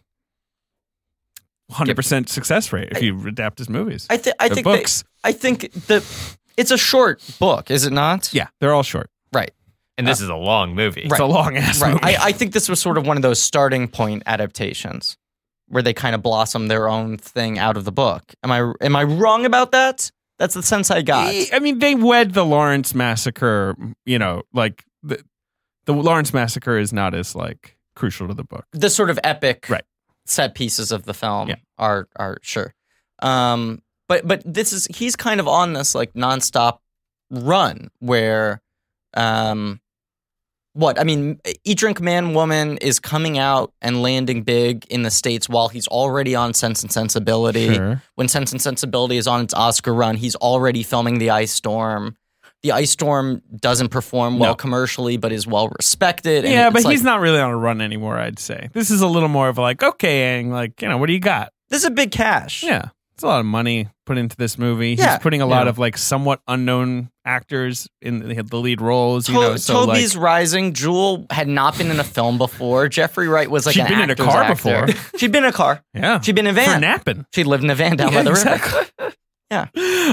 Speaker 3: hundred percent success rate if you adapt his movies.
Speaker 2: I, th- I
Speaker 3: The
Speaker 2: think they-
Speaker 3: books,
Speaker 2: I think the it's a short book, is it not?
Speaker 3: yeah, they're all short.
Speaker 4: And this is a long movie.
Speaker 3: It's a long ass
Speaker 2: Right.
Speaker 3: movie.
Speaker 2: I, I think this was sort of one of those starting point adaptations where they kind of blossom their own thing out of the book. Am I am I wrong about that? That's the sense I got.
Speaker 3: I- I mean, they wed the Lawrence Massacre. You know, like the, the Lawrence Massacre is not as like crucial to the book.
Speaker 2: The sort of epic
Speaker 3: Right.
Speaker 2: set pieces of the film
Speaker 3: Yeah.
Speaker 2: are are sure. Um but but this is he's kind of on this like nonstop run where um what I mean, Eat Drink Man Woman is coming out and landing big in the states while he's already on Sense and Sensibility. when Sense and Sensibility is on its Oscar run, he's already filming The Ice Storm. The Ice Storm doesn't perform well
Speaker 3: No.
Speaker 2: commercially, but is well respected. and
Speaker 3: Yeah,
Speaker 2: it's
Speaker 3: but
Speaker 2: like-
Speaker 3: he's not really on a run anymore. I'd say this is a little more of like, okay, and like you know, what do you got?
Speaker 2: This is a big cash.
Speaker 3: Yeah, it's a lot of money put into this movie.
Speaker 2: Yeah.
Speaker 3: He's putting a lot
Speaker 4: Yeah.
Speaker 3: of like somewhat unknown actors in the, the lead roles. You
Speaker 2: To-
Speaker 3: know, so like
Speaker 2: Toby's rising. Jewel had not been in a film before. Jeffrey Wright was like
Speaker 3: She'd
Speaker 2: an
Speaker 3: been in a
Speaker 2: actor's
Speaker 3: car
Speaker 2: actor. [laughs] She'd been in a car.
Speaker 3: yeah,
Speaker 2: She'd been in a
Speaker 3: for
Speaker 2: van.
Speaker 3: napping.
Speaker 2: she lived in a van down
Speaker 3: Yeah,
Speaker 2: by the river.
Speaker 3: exactly.
Speaker 2: [laughs] Yeah.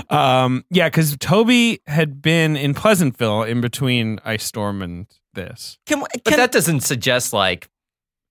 Speaker 3: Um, yeah, because Toby had been in Pleasantville in between Ice Storm and this.
Speaker 2: Can, we-
Speaker 4: But
Speaker 2: can-
Speaker 4: that doesn't suggest like,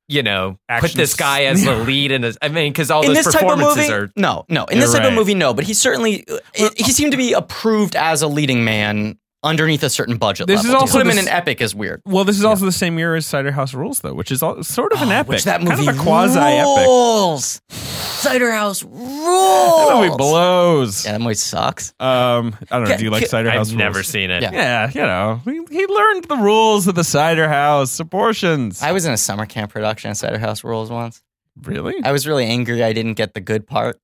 Speaker 4: you know, put
Speaker 3: Action
Speaker 4: this guy as [laughs] the lead and as, I mean, because all
Speaker 2: in
Speaker 4: those
Speaker 2: this type of
Speaker 4: performances
Speaker 2: movie,
Speaker 4: are.
Speaker 2: no, no. In this
Speaker 3: You're
Speaker 2: type of
Speaker 3: right.
Speaker 2: movie, no. But he certainly he- he seemed to be approved as a leading man underneath a certain budget.
Speaker 3: This
Speaker 2: level.
Speaker 3: is
Speaker 2: to
Speaker 3: also
Speaker 2: put him
Speaker 3: this-
Speaker 2: in an epic is [gasps] weird.
Speaker 3: Well, this is also the same year as Cider House Rules, though, which is all, sort of an epic,
Speaker 2: Oh, Which that movie
Speaker 3: kind of a quasi epic.
Speaker 2: rules. Cider [laughs] House rules.
Speaker 3: That movie blows.
Speaker 2: Yeah, that movie sucks.
Speaker 3: Um, I don't know.
Speaker 2: Ca-
Speaker 3: Do you like
Speaker 2: ca-
Speaker 3: Cider House?
Speaker 4: I've never
Speaker 3: Rules?
Speaker 4: seen it.
Speaker 2: Yeah.
Speaker 3: Yeah, you know, he, he learned the rules of the cider house, abortions.
Speaker 2: I was in a summer camp production of Cider House Rules once.
Speaker 3: really?
Speaker 2: [laughs] I was really angry I didn't get the good part.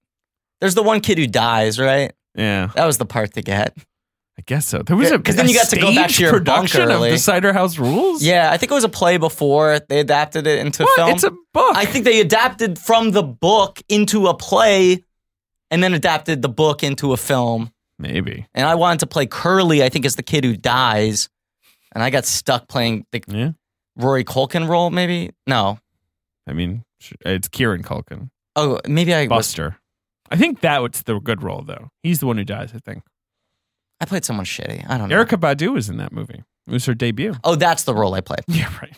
Speaker 2: There's the one kid who dies, right?
Speaker 3: yeah,
Speaker 2: That was the part to get.
Speaker 3: I guess so. There was
Speaker 2: Yeah,
Speaker 3: a
Speaker 2: 'cause then
Speaker 3: a
Speaker 2: you got to go back to
Speaker 3: staged
Speaker 2: your
Speaker 3: production
Speaker 2: bunker
Speaker 3: of
Speaker 2: early.
Speaker 3: the cider house rules.
Speaker 2: Yeah, I think it was a play before they adapted it into
Speaker 3: What?
Speaker 2: film.
Speaker 3: it's a book.
Speaker 2: I think they adapted from the book into a play and then adapted the book into a film.
Speaker 3: Maybe.
Speaker 2: And I wanted to play Curly, I think, is the kid who dies. And I got stuck playing the
Speaker 3: Yeah.
Speaker 2: Rory Culkin role, maybe? No.
Speaker 3: I mean, sh- it's Kieran Culkin,
Speaker 2: Oh, maybe I was.
Speaker 3: Buster. I think that was the good role, though. He's the one who dies. I think
Speaker 2: I played someone shitty. I don't know.
Speaker 3: Erica Badu was in that movie. It was her debut.
Speaker 2: Oh, that's the role I played.
Speaker 3: [laughs] Yeah, right.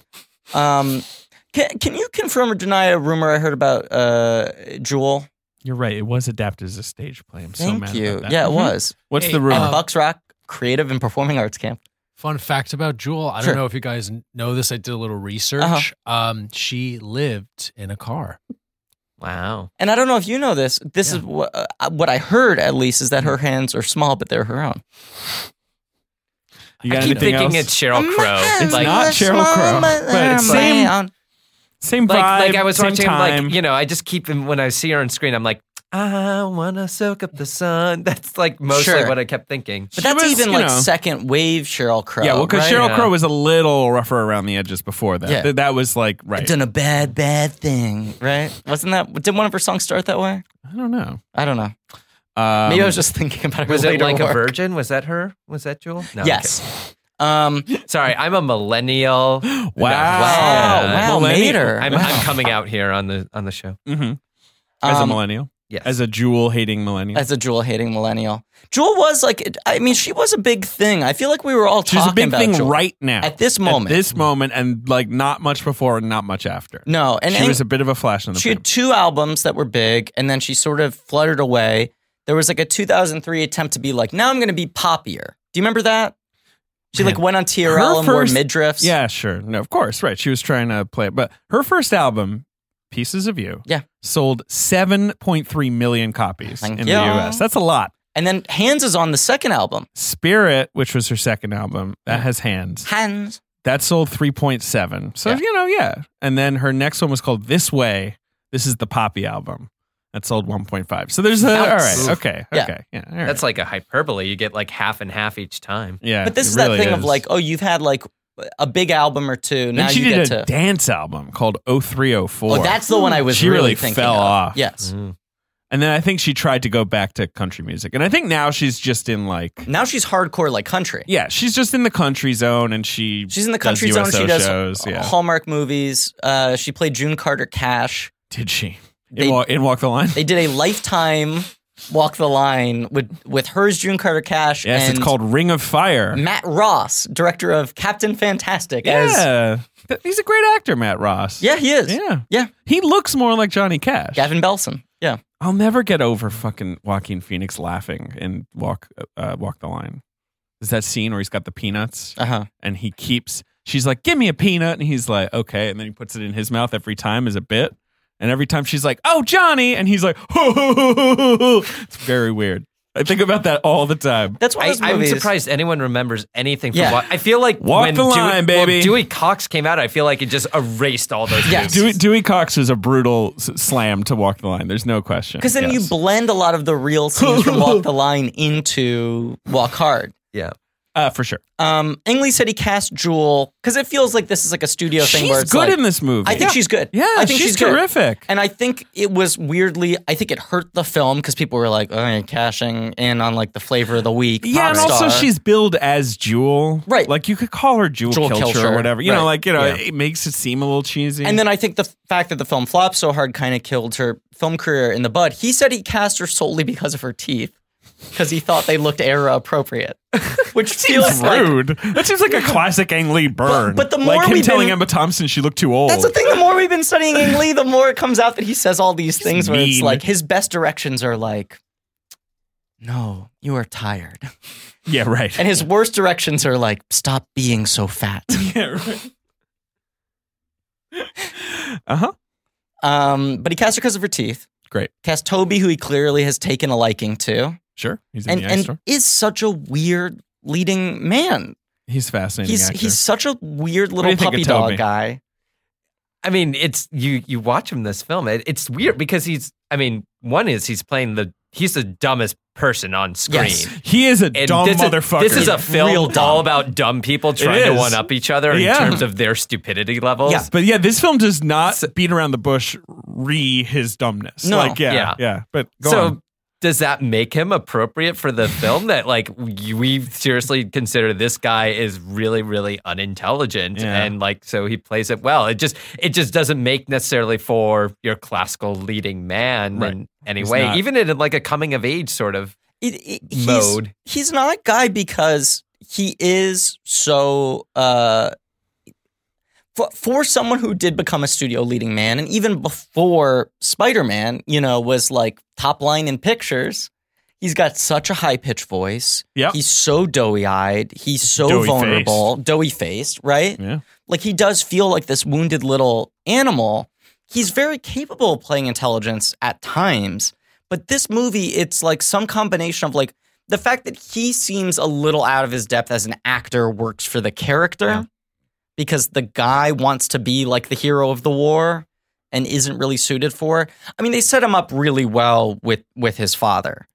Speaker 2: Um, can, can you confirm or deny a rumor I heard about uh, Jewel?
Speaker 3: You're right. It was adapted as a stage play. I'm so
Speaker 2: Thank
Speaker 3: mad
Speaker 2: you.
Speaker 3: about that.
Speaker 2: Yeah, it
Speaker 3: Mhm.
Speaker 2: was.
Speaker 3: What's
Speaker 5: Hey,
Speaker 3: the rumor?
Speaker 2: At
Speaker 5: uh,
Speaker 2: Bucks Rock Creative and Performing Arts Camp.
Speaker 5: Fun fact about Jewel. I
Speaker 2: Sure.
Speaker 5: don't know if you guys n- know this. I did a little research. Um, she lived in a car.
Speaker 4: Wow.
Speaker 2: And I don't know if you know this. This
Speaker 5: Yeah.
Speaker 2: is what uh, what I heard at least is that
Speaker 3: Mm-hmm.
Speaker 2: her hands are small, but they're her own.
Speaker 3: you
Speaker 4: I
Speaker 3: got
Speaker 4: keep
Speaker 3: anything
Speaker 4: thinking
Speaker 3: else?
Speaker 4: it's
Speaker 2: Mm-hmm.
Speaker 4: Cheryl Crow.
Speaker 3: It's
Speaker 4: like,
Speaker 3: not Sheryl Crow, but it's same same vibe.
Speaker 4: like, like I was
Speaker 3: same
Speaker 4: watching,
Speaker 3: time.
Speaker 4: like, you know, I just keep, when I see her on screen, I'm like, I wanna soak up the sun. [laughs] That's like mostly
Speaker 2: Sure.
Speaker 4: what I kept thinking.
Speaker 2: But
Speaker 3: She
Speaker 2: that's
Speaker 3: was,
Speaker 2: even
Speaker 3: you
Speaker 2: like
Speaker 3: know-
Speaker 2: second wave Cheryl Crow.
Speaker 3: yeah, well, because
Speaker 2: right?
Speaker 3: Cheryl
Speaker 4: Yeah.
Speaker 3: Crow was a little rougher around the edges before that.
Speaker 2: Yeah.
Speaker 3: Th- That was like
Speaker 2: I've
Speaker 3: right.
Speaker 2: done a bad, bad thing, right? Wasn't that? Did one of her songs start that way?
Speaker 3: I don't know.
Speaker 2: I don't know.
Speaker 3: Um,
Speaker 2: Maybe I was just thinking about her
Speaker 4: Was it
Speaker 2: later
Speaker 4: like a
Speaker 2: work.
Speaker 4: virgin? Was that her? Was that Jewel? No, I'm
Speaker 2: Yes. Um,
Speaker 4: kidding. Sorry, I'm
Speaker 2: [gasps]
Speaker 4: a millennial. [gasps]
Speaker 3: Um, wow,
Speaker 2: wow,
Speaker 4: Yeah.
Speaker 2: wow,
Speaker 3: Millennial.
Speaker 2: later.
Speaker 4: I'm,
Speaker 2: wow.
Speaker 4: I'm coming out here on the on the show.
Speaker 3: Mhm. As a
Speaker 2: Um,
Speaker 3: millennial,
Speaker 4: Yes.
Speaker 3: as a jewel hating millennial,
Speaker 2: as a Jewel hating millennial. Jewel was like, I mean, she was a big thing. I feel like we were all
Speaker 3: she's
Speaker 2: talking
Speaker 3: a big
Speaker 2: about
Speaker 3: thing
Speaker 2: Jewel.
Speaker 3: right now
Speaker 2: at this moment.
Speaker 3: At this moment, and like not much before and not much after.
Speaker 2: no, and
Speaker 3: she
Speaker 2: and-
Speaker 3: was a bit of a flash in the
Speaker 2: she
Speaker 3: pan.
Speaker 2: had two albums that were big and then she sort of fluttered away there was like a 2003 attempt to be like now i'm going to be poppier do you remember that she like went on trl
Speaker 3: Her
Speaker 2: and wore
Speaker 3: first-
Speaker 2: midriffs
Speaker 3: Yeah, sure. No, of course, right. She was trying to play it, but her first album, "Pieces of You,"
Speaker 2: Yeah.
Speaker 3: sold 7.3 million copies
Speaker 2: Thank
Speaker 3: in
Speaker 2: you.
Speaker 3: the U.S. That's a lot.
Speaker 2: and then hands is on the second album
Speaker 3: Spirit, which was her second album, that has hands.
Speaker 2: hands
Speaker 3: That sold 3.7. So,
Speaker 2: Yeah.
Speaker 3: you know, yeah. And then her next one was called This Way. This is the Poppy album. That sold 1.5. So there's a, all
Speaker 2: Ouch.
Speaker 3: right. Okay.
Speaker 2: Yeah.
Speaker 3: Okay. Yeah. all right.
Speaker 4: That's like a hyperbole. You get like half and half each time.
Speaker 3: yeah.
Speaker 2: but this
Speaker 3: it
Speaker 2: is
Speaker 3: really
Speaker 2: that thing of
Speaker 3: is.
Speaker 2: like oh you've had like a big album or two
Speaker 3: Then
Speaker 2: now
Speaker 3: she
Speaker 2: you
Speaker 3: did
Speaker 2: get
Speaker 3: a
Speaker 2: to
Speaker 3: dance album called 0304.
Speaker 2: oh that's the one i was
Speaker 3: She really
Speaker 2: thinking
Speaker 3: fell
Speaker 2: of.
Speaker 3: off.
Speaker 4: Mm.
Speaker 2: yes
Speaker 3: And then I think she tried to go back to country music. And I think now she's just in like,
Speaker 2: now she's hardcore like country
Speaker 3: yeah, she's just in the country zone and she
Speaker 2: she's in the
Speaker 3: does
Speaker 2: country zone
Speaker 3: USO
Speaker 2: she does
Speaker 3: shows. Yeah.
Speaker 2: hallmark movies uh, she played june carter cash
Speaker 3: Did she? In,
Speaker 2: They-
Speaker 3: walk, in Walk
Speaker 2: [laughs]
Speaker 3: the Line?
Speaker 2: They did a lifetime walk the line with with hers June Carter Cash
Speaker 3: yes,
Speaker 2: and
Speaker 3: it's called Ring of Fire.
Speaker 2: Matt Ross, director of Captain Fantastic. As,
Speaker 3: Yeah. Th- He's a great actor, Matt Ross.
Speaker 2: yeah, he is.
Speaker 3: Yeah.
Speaker 2: Yeah.
Speaker 3: He looks more like Johnny Cash.
Speaker 2: Gavin Belson. Yeah.
Speaker 3: I'll never get over fucking Joaquin Phoenix laughing in Walk uh, Walk the Line. Is that scene where he's got the peanuts
Speaker 2: Uh huh.
Speaker 3: and he keeps she's like, "Give me a peanut." And he's like, "Okay." And then he puts it in his mouth every time as a bit. And every time she's like, "Oh, Johnny." And he's like, [laughs] "Ho ho ho ho, ho." ho." It's very weird. I think about that all the time.
Speaker 2: That's one of
Speaker 4: I,
Speaker 2: those
Speaker 4: I'm
Speaker 2: movies.
Speaker 4: surprised anyone remembers anything from
Speaker 2: Yeah.
Speaker 4: Walk. I feel like
Speaker 3: Walk
Speaker 4: when
Speaker 3: the line,
Speaker 4: Dewey, well,
Speaker 3: baby.
Speaker 4: Dewey Cox came out, I feel like it just erased all those.
Speaker 2: Yeah.
Speaker 4: movies.
Speaker 3: Dewey, Dewey Cox is a brutal s- slam to Walk the Line. There's no question.
Speaker 2: Because then you
Speaker 3: Yes. [laughs]
Speaker 2: blend a lot of the real scenes from Walk the Line into Walk Hard.
Speaker 4: yeah.
Speaker 3: Uh, for sure.
Speaker 2: Um, Ingley said he cast Jewel because it feels like this is like a studio thing. Where
Speaker 3: She's
Speaker 2: it's
Speaker 3: good
Speaker 2: like-
Speaker 3: in this movie.
Speaker 2: I think she's good.
Speaker 3: Yeah,
Speaker 2: I think
Speaker 3: she's,
Speaker 2: she's, good.
Speaker 3: terrific.
Speaker 2: And I think it was weirdly, I think it hurt the film because people were like, oh, you're cashing in on like the flavor of the week.
Speaker 3: yeah,
Speaker 2: pop
Speaker 3: and also
Speaker 2: star."
Speaker 3: she's billed as Jewel.
Speaker 2: Right.
Speaker 3: Like you could call her Jewel,
Speaker 2: Jewel
Speaker 3: Kilcher,
Speaker 2: Kilcher,
Speaker 3: or whatever. You
Speaker 2: right.
Speaker 3: know, like, you know,
Speaker 4: Yeah.
Speaker 3: it makes it seem a little cheesy.
Speaker 2: And then I think the f- fact that the film flopped so hard kind of killed her film career in the bud. He said he cast her solely because of her teeth, because he thought they looked era appropriate,
Speaker 3: [laughs]
Speaker 2: which feels like
Speaker 3: rude. that seems like a classic Ang Lee burn.
Speaker 2: but the more
Speaker 3: like him
Speaker 2: we've
Speaker 3: telling
Speaker 2: been-
Speaker 3: Emma Thompson she looked too old.
Speaker 2: That's the thing. The more we've been studying Ang Lee, the more it comes out that he says all these things where it's
Speaker 3: mean.
Speaker 2: like his best directions are like, no, you are tired.
Speaker 3: Yeah, right. [laughs]
Speaker 2: And his worst directions are like, stop being so fat.
Speaker 3: yeah, [laughs] right. uh huh.
Speaker 2: Um, but he cast her because of her teeth.
Speaker 3: Great.
Speaker 2: Cast Toby, who he clearly has taken a liking to,
Speaker 3: Sure. He's in
Speaker 2: and,
Speaker 3: the ice
Speaker 2: and
Speaker 3: storm.
Speaker 2: is such a weird leading man.
Speaker 3: He's fascinating.
Speaker 2: He's
Speaker 3: actor.
Speaker 2: he's such a weird
Speaker 3: do
Speaker 2: little
Speaker 3: you think
Speaker 2: puppy
Speaker 3: of
Speaker 2: dog
Speaker 3: Toby?
Speaker 2: guy.
Speaker 4: I mean, it's you. You watch him this film. It, it's weird because he's. I mean, one is he's playing the. He's the dumbest person on screen.
Speaker 2: Yes.
Speaker 3: he is a
Speaker 4: And
Speaker 3: dumb
Speaker 4: this is,
Speaker 3: motherfucker.
Speaker 4: This is a
Speaker 2: Real
Speaker 4: film
Speaker 2: dumb.
Speaker 4: all about dumb people trying to
Speaker 3: is.
Speaker 4: one up each other in
Speaker 3: Yeah.
Speaker 4: terms of their stupidity levels.
Speaker 2: Yeah.
Speaker 3: But yeah, this film does not beat around the bush re his dumbness.
Speaker 2: No.
Speaker 3: Like, yeah,
Speaker 4: Yeah.
Speaker 3: yeah. But go
Speaker 4: so
Speaker 3: on.
Speaker 4: does that make him appropriate for the film that like we seriously consider this guy is really really unintelligent
Speaker 3: Yeah.
Speaker 4: and like so he plays it well it just it just doesn't make necessarily for your classical leading man
Speaker 3: Right.
Speaker 4: in any
Speaker 3: He's
Speaker 4: way
Speaker 3: not-
Speaker 4: even in like a coming of age sort of
Speaker 2: It, it- he's,
Speaker 4: Mode.
Speaker 2: He's not a guy because he is so. Uh, for, for someone who did become a studio leading man, and even before Spider Man, you know, was like top line in pictures, he's got such a high pitched voice.
Speaker 3: Yep.
Speaker 2: He's so doughy eyed. He's so
Speaker 3: Doughy-faced.
Speaker 2: vulnerable, doughy faced, right?
Speaker 3: Yeah.
Speaker 2: Like he does feel like this wounded little animal. He's very capable of playing intelligence at times, but this movie, it's like some combination of like the fact that he seems a little out of his depth as an actor works for the character because the guy wants to be like the hero of the war and isn't really suited for. it. I mean, they set him up really well with with his father,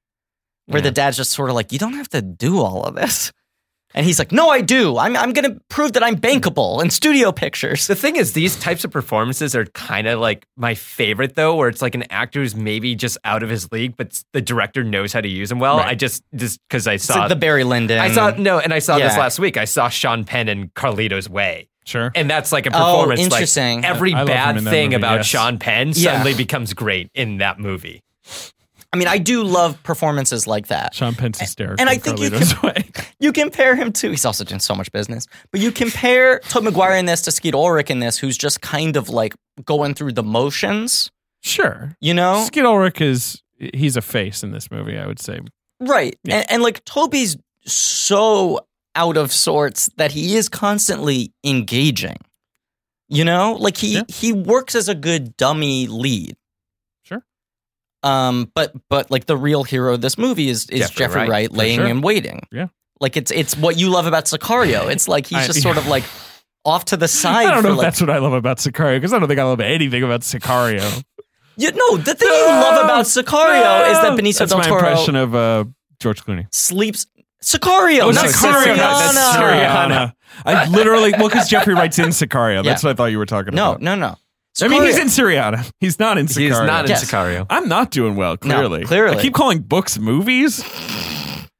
Speaker 2: where the dad's just sort of like, "You don't have to do all of this," and he's like, "No, I do. I'm I'm going to prove that I'm bankable in studio pictures."
Speaker 4: The thing is, these types of performances are kind of like my favorite, though, where it's like an actor who's maybe just out of his league, but the director knows how to use him well.
Speaker 2: Right.
Speaker 4: I just just because I
Speaker 2: It's
Speaker 4: saw
Speaker 2: like the Barry Lyndon.
Speaker 4: I saw no, and I saw this
Speaker 2: Yeah.
Speaker 4: last week. I saw Sean Penn in Carlito's Way,
Speaker 3: Sure.
Speaker 4: and that's like a
Speaker 2: Oh,
Speaker 4: performance. like,
Speaker 2: interesting.
Speaker 4: every
Speaker 3: I love him
Speaker 4: bad
Speaker 3: in that
Speaker 4: thing
Speaker 3: movie,
Speaker 4: about
Speaker 3: yes.
Speaker 4: Sean Penn
Speaker 2: Yeah.
Speaker 4: suddenly becomes great in that movie.
Speaker 2: I mean, I do love performances like that.
Speaker 3: Sean Penn's hysterical.
Speaker 2: and I
Speaker 3: in
Speaker 2: think you
Speaker 3: Carlito's Way.
Speaker 2: You compare him to he's also doing so much business, but you compare Todd McGuire in this to Skeet Ulrich in this, who's just kind of like going through the motions,
Speaker 3: [laughs] Sure.
Speaker 2: you know?
Speaker 3: Skid Ulrich is he's a face in this movie, I would say.
Speaker 2: Right.
Speaker 3: Yeah.
Speaker 2: And, and like Toby's so out of sorts that he is constantly engaging. You know? Like he
Speaker 3: Yeah.
Speaker 2: he works as a good dummy lead.
Speaker 3: Sure.
Speaker 2: Um but but like the real hero of this movie is is Jeffrey,
Speaker 4: Jeffrey
Speaker 2: Wright,
Speaker 4: Wright,
Speaker 3: for
Speaker 2: laying
Speaker 3: sure.
Speaker 2: and waiting.
Speaker 3: Yeah.
Speaker 2: Like it's it's what you love about
Speaker 3: [laughs]
Speaker 2: Sicario. It's like he's
Speaker 3: I-
Speaker 2: just sort of like off to the side
Speaker 3: I don't
Speaker 2: for
Speaker 3: know if
Speaker 2: like
Speaker 3: that's what I love about Sicario because I don't think I love anything about Sicario.
Speaker 2: you know, the thing you love about Sicario is that Benicio
Speaker 3: That's
Speaker 2: del
Speaker 3: my
Speaker 2: Toro
Speaker 3: impression of uh, George Clooney.
Speaker 2: sleeps Sicario,
Speaker 3: Oh,
Speaker 2: not
Speaker 3: Sicario,
Speaker 4: that's
Speaker 2: Siciliano.
Speaker 4: Siciliano.
Speaker 3: Sicariana.
Speaker 2: [laughs]
Speaker 3: I literally well because Jeffrey Wright's in Sicario. That's what I thought you were talking
Speaker 2: No,
Speaker 3: about.
Speaker 2: no, no.
Speaker 3: I mean he's
Speaker 2: Sicario.
Speaker 3: in Syriana. He's not in Sicario.
Speaker 4: He's not in
Speaker 2: Yes.
Speaker 4: Sicario.
Speaker 3: I'm not doing well.
Speaker 2: No,
Speaker 3: Clearly,
Speaker 2: clearly.
Speaker 3: I keep calling books movies.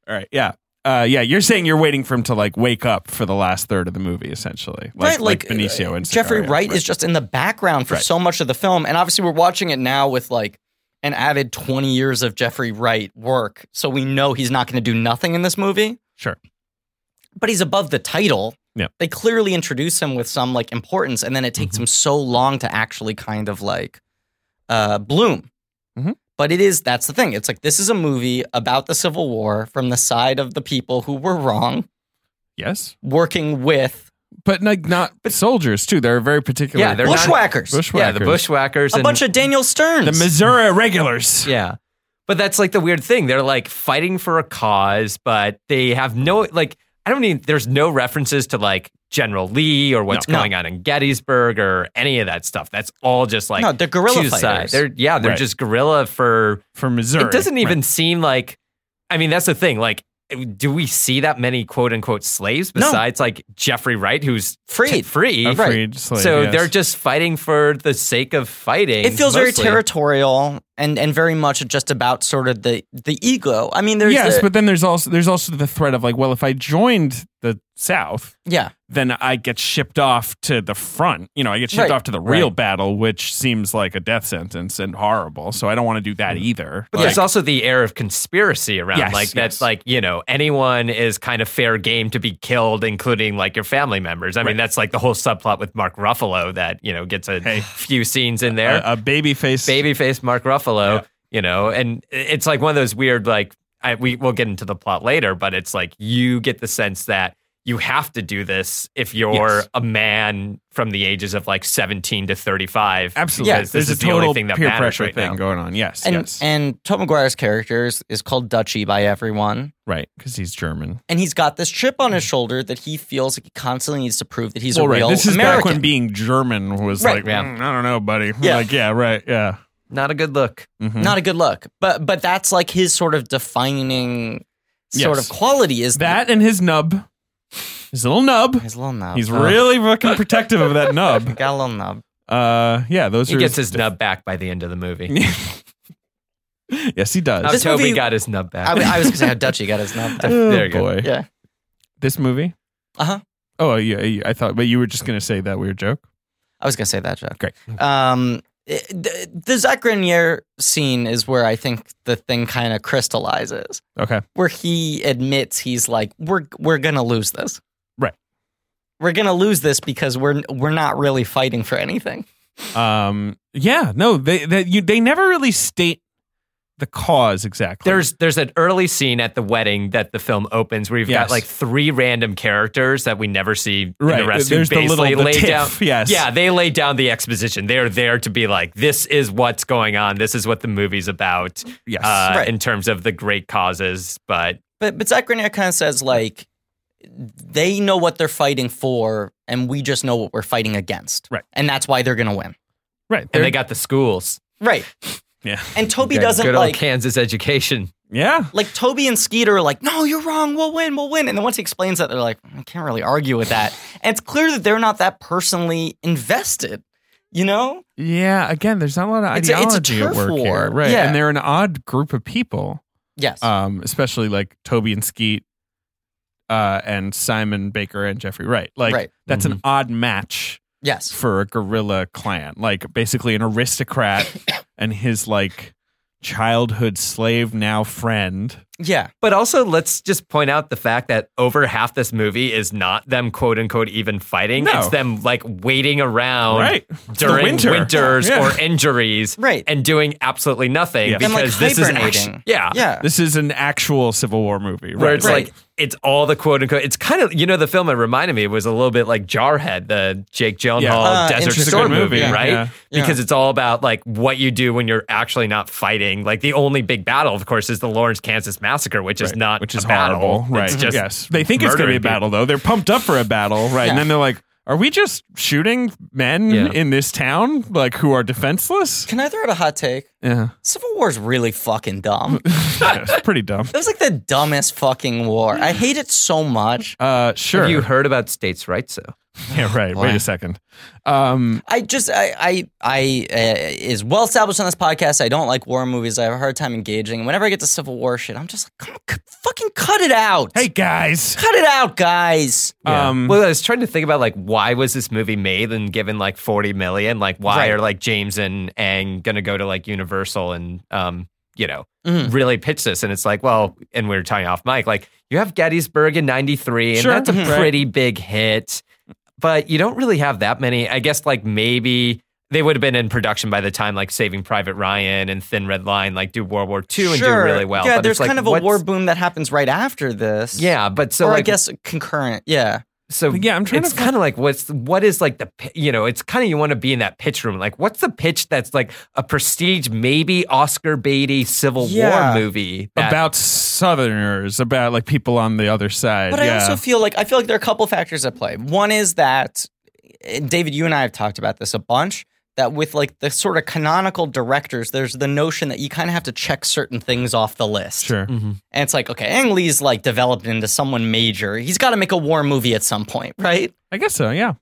Speaker 3: All right, yeah. Uh, yeah, you're saying you're waiting for him to like wake up for the last third of the movie, essentially, like,
Speaker 2: Right, like,
Speaker 3: Benicio and
Speaker 2: Jeffrey
Speaker 3: Sicario.
Speaker 2: Wright is just in the background for
Speaker 3: Right.
Speaker 2: so much of the film, and obviously we're watching it now with like an added twenty years of Jeffrey Wright work, so we know he's not going to do nothing in this movie.
Speaker 3: Sure.
Speaker 2: but he's above the title.
Speaker 3: Yeah.
Speaker 2: they clearly introduce him with some like importance, and then it takes him so long to actually kind of like uh, bloom.
Speaker 3: Mhm.
Speaker 2: But it is that's the thing. It's like this is a movie about the Civil War from the side of the people who were wrong,
Speaker 3: yes,
Speaker 2: working with
Speaker 3: but like not soldiers too. They're very particular.
Speaker 4: Yeah, they're not-
Speaker 2: bushwhackers.
Speaker 4: Yeah,
Speaker 3: bushwhackers.
Speaker 4: the bushwhackers.
Speaker 2: a
Speaker 4: and,
Speaker 2: bunch of Daniel Stearns.
Speaker 3: the Missouri regulars.
Speaker 4: Yeah. But that's like the weird thing. They're like fighting for a cause, but they have no like I don't even there's no references to like General Lee or what's
Speaker 2: No.
Speaker 4: going on in Gettysburg or any of that stuff. That's all just like
Speaker 2: no, they're guerrilla
Speaker 4: choose
Speaker 2: fighters.
Speaker 4: side. They're yeah, they're
Speaker 3: Right.
Speaker 4: just guerrilla for
Speaker 3: from Missouri.
Speaker 4: it doesn't
Speaker 3: Right.
Speaker 4: even seem like I mean, that's the thing. Like do we see that many quote unquote slaves
Speaker 2: No.
Speaker 4: besides like Jeffrey Wright, who's
Speaker 2: Freed.
Speaker 4: t- free?
Speaker 3: A
Speaker 2: Right.
Speaker 3: freed slave,
Speaker 4: So
Speaker 3: yes.
Speaker 4: they're just fighting for the sake of fighting.
Speaker 2: It feels very
Speaker 4: mostly.
Speaker 2: territorial and, and very much just about sort of the, the ego. I mean, there's
Speaker 3: yes,
Speaker 2: the-
Speaker 3: but then there's also there's also the threat of like, well, if I joined the South,
Speaker 2: yeah,
Speaker 3: then I get shipped off to the front. You know, I get
Speaker 2: Right.
Speaker 3: shipped off to the real
Speaker 2: Right.
Speaker 3: battle, which seems like a death sentence and horrible. So I don't want to do that either.
Speaker 4: Mm. But
Speaker 3: Like,
Speaker 4: there's also the air of conspiracy around,
Speaker 3: Yes,
Speaker 4: like that's
Speaker 3: yes.
Speaker 4: like you know anyone is kind of fair game to be killed, including like your family members. I mean, that's like the whole subplot with Mark Ruffalo that you know gets a
Speaker 3: Hey. Uh,
Speaker 4: few scenes in there.
Speaker 3: a, a baby face.
Speaker 4: babyface Mark Ruffalo, you know, and it's like one of those weird like I, we we'll get into the plot later, but it's like you get the sense that you have to do this if you're
Speaker 3: Yes.
Speaker 4: a man from the ages of like 17 to 35.
Speaker 3: Absolutely.
Speaker 4: because
Speaker 3: There's
Speaker 4: this
Speaker 3: a
Speaker 4: is the only
Speaker 3: total
Speaker 4: thing that
Speaker 3: peer
Speaker 4: matters
Speaker 3: pressure
Speaker 4: right
Speaker 3: thing
Speaker 4: now.
Speaker 3: going on. Yes.
Speaker 2: and
Speaker 3: yes.
Speaker 2: and Tom McGuire's character is, is called Dutchy by everyone,
Speaker 3: right. Because he's German.
Speaker 2: and he's got this chip on his shoulder that he feels like he constantly needs to prove that he's
Speaker 3: Well,
Speaker 2: a
Speaker 3: right.
Speaker 2: real
Speaker 3: This is
Speaker 2: American.
Speaker 3: back when being German was
Speaker 2: Right.
Speaker 3: like,
Speaker 4: Yeah.
Speaker 3: "Mm, I don't know, buddy. [laughs]
Speaker 2: Yeah.
Speaker 3: Like, yeah, right. Yeah.
Speaker 4: Not a good look.
Speaker 3: Mhm.
Speaker 2: Not a good look, but but that's like his sort of defining sort
Speaker 3: Yes.
Speaker 2: of quality is
Speaker 3: that and his nub. His little nub.
Speaker 2: His little nub.
Speaker 3: He's
Speaker 2: Ugh,
Speaker 3: really fucking protective of that nub.
Speaker 2: got a little nub.
Speaker 3: Uh, yeah, those
Speaker 4: He
Speaker 3: are
Speaker 4: gets his nub back by the end of the
Speaker 3: [laughs]
Speaker 4: movie.
Speaker 3: yes, he does.
Speaker 4: How
Speaker 2: This
Speaker 4: Toby
Speaker 2: movie-
Speaker 4: got his nub back.
Speaker 2: I, w- I was gonna say how Dutchy got his
Speaker 3: [laughs]
Speaker 2: nub.
Speaker 3: Oh,
Speaker 4: there you go.
Speaker 3: boy.
Speaker 2: Yeah.
Speaker 3: This movie?
Speaker 2: Uh-huh.
Speaker 3: Oh, yeah, yeah, I thought, but you were just going to say that weird joke?
Speaker 2: I was gonna say that joke.
Speaker 3: Great.
Speaker 2: Um, it- the, the Zach Grenier scene is where I think the thing kind of crystallizes,
Speaker 3: Okay.
Speaker 2: where he admits he's like, "We're we're gonna lose this,
Speaker 3: Right.
Speaker 2: We're gonna lose this because we're we're not really fighting for anything."
Speaker 3: Um, yeah, no, they, that you, they never really state the cause exactly.
Speaker 4: [laughs] There's there's an early scene at the wedding that the film opens where you've
Speaker 3: Yes.
Speaker 4: got like three random characters that we never see in the rest
Speaker 3: There's
Speaker 4: who
Speaker 3: the little
Speaker 4: basically
Speaker 3: the
Speaker 4: lay
Speaker 3: tiff,
Speaker 4: down
Speaker 3: Yes.
Speaker 4: Yeah, they lay down the exposition. They're there to be like, this is what's going on. This is what the movie's about
Speaker 3: Yes.
Speaker 4: uh,
Speaker 2: Right.
Speaker 4: in terms of the great causes. But
Speaker 2: But but Zach Grenier kind of says like, they know what they're fighting for, and we just know what we're fighting against,
Speaker 3: Right.
Speaker 2: And that's why they're gonna win,
Speaker 3: right.
Speaker 4: and
Speaker 3: They're-
Speaker 4: they got the schools.
Speaker 2: right?
Speaker 3: yeah.
Speaker 2: And Toby
Speaker 4: Yeah,
Speaker 2: doesn't
Speaker 4: good
Speaker 2: like
Speaker 4: old Kansas education.
Speaker 3: Yeah.
Speaker 2: like Toby and Skeeter are like, no, you're wrong. We'll win. We'll win. And then once he explains that, they're like, I can't really argue with that. And it's clear that they're not that personally invested. You know,
Speaker 3: Yeah. Again, there's not a lot of
Speaker 2: It's a- it's a
Speaker 3: ideology at
Speaker 2: turf
Speaker 3: work
Speaker 2: war.
Speaker 3: here. Right.
Speaker 2: Yeah.
Speaker 3: And they're an odd group of people.
Speaker 2: yes,
Speaker 3: um, especially like Toby and Skeet, uh, and Simon Baker and Jeffrey Wright. Like
Speaker 2: Right.
Speaker 3: that's
Speaker 4: Mm-hmm.
Speaker 3: an odd match
Speaker 2: yes,
Speaker 3: for a gorilla clan. Like basically an [coughs] aristocrat and his like childhood slave now friend.
Speaker 2: yeah,
Speaker 4: But also, let's just point out the fact that over half this movie is not them, quote unquote, even fighting.
Speaker 3: No.
Speaker 4: It's them like waiting around
Speaker 3: Right. the
Speaker 4: during
Speaker 3: winter.
Speaker 4: [laughs] winters
Speaker 3: Yeah.
Speaker 4: or injuries
Speaker 2: right.
Speaker 4: and doing absolutely nothing
Speaker 3: Yes.
Speaker 2: And, like,
Speaker 4: because this is
Speaker 2: hibernating.
Speaker 4: action. Yeah.
Speaker 2: yeah,
Speaker 3: uh, This is an actual Civil War movie,
Speaker 4: where
Speaker 3: right?
Speaker 4: it's
Speaker 2: Right.
Speaker 4: like it's all the quote unquote. It's kind of you know the film it reminded me was a little bit like Jarhead, the Jake Gyllenhaal
Speaker 3: Yeah.
Speaker 2: Uh,
Speaker 4: Desert
Speaker 2: interesting.
Speaker 4: Storm
Speaker 3: Ah, Good
Speaker 4: movie,
Speaker 3: movie,
Speaker 4: right?
Speaker 3: yeah.
Speaker 2: Yeah.
Speaker 4: Because it's all about like what you do when you're actually not fighting. Like the only big battle, of course, is the Lawrence, Kansas massacre, which is
Speaker 3: Right.
Speaker 4: not
Speaker 3: which is
Speaker 4: a battle.
Speaker 3: horrible, right?
Speaker 4: It's just
Speaker 3: yes, they think it's going to be a
Speaker 4: murdering
Speaker 3: battle though. They're pumped up for a battle, right?
Speaker 2: Yeah.
Speaker 3: And then they're like, "Are we just shooting men
Speaker 4: Yeah.
Speaker 3: in this town, like who are defenseless?"
Speaker 2: Can I throw out a hot take?
Speaker 3: Yeah,
Speaker 2: Civil War is really fucking dumb. It
Speaker 3: Yeah, it's pretty dumb.
Speaker 2: was like the dumbest fucking war. I hate it so much.
Speaker 3: Uh, sure.
Speaker 4: Have you heard about states' rights though?
Speaker 3: [laughs] Yeah, right. Wait
Speaker 2: Boy.
Speaker 3: a second. Um,
Speaker 2: I just I I, I uh, is well established on this podcast. I don't like war movies. I have a hard time engaging. Whenever I get to Civil War shit, I'm just like, come on, c- fucking cut it out.
Speaker 3: hey guys.
Speaker 2: cut it out, guys.
Speaker 3: Um,
Speaker 4: well, I was trying to think about like why was this movie made and given like forty million? Like why
Speaker 2: Right.
Speaker 4: are like James and Ang gonna go to like Universal and um you know
Speaker 2: Mhm.
Speaker 4: really pitch this? And it's like well, and we were talking off mic like you have Gettysburg in '93 and
Speaker 3: Sure.
Speaker 4: that's
Speaker 2: Mm-hmm.
Speaker 3: Mhm.
Speaker 4: a pretty big hit, but you don't really have that many. I guess like maybe. They would have been in production by the time like Saving Private Ryan and Thin Red Line like do World War II and do really well.
Speaker 2: Yeah,
Speaker 4: But
Speaker 2: there's
Speaker 4: it's like,
Speaker 2: kind of a
Speaker 4: what's-
Speaker 2: war boom that happens right after this.
Speaker 4: Yeah, but so
Speaker 2: or I
Speaker 4: like
Speaker 2: guess concurrent. Yeah,
Speaker 4: so
Speaker 3: Yeah, I'm trying
Speaker 4: it's
Speaker 3: to
Speaker 4: kind of like what's what is like the pi- you know it's kind of you want to be in that pitch room like what's the pitch that's like a prestige maybe Oscar Beatty Civil
Speaker 2: Yeah.
Speaker 4: War movie that-
Speaker 3: About Southerners, about like people on the other side.
Speaker 2: but I
Speaker 3: yeah.
Speaker 2: also feel like I feel like there are a couple factors at play. One is that and David, you and I have talked about this a bunch. that with like the sort of canonical directors, there's the notion that you kind of have to check certain things off the list.
Speaker 3: Sure.
Speaker 2: And it's like, okay, Ang Lee's like developed into someone major. He's got to make a war movie at some point, right?
Speaker 3: I guess so. Yeah.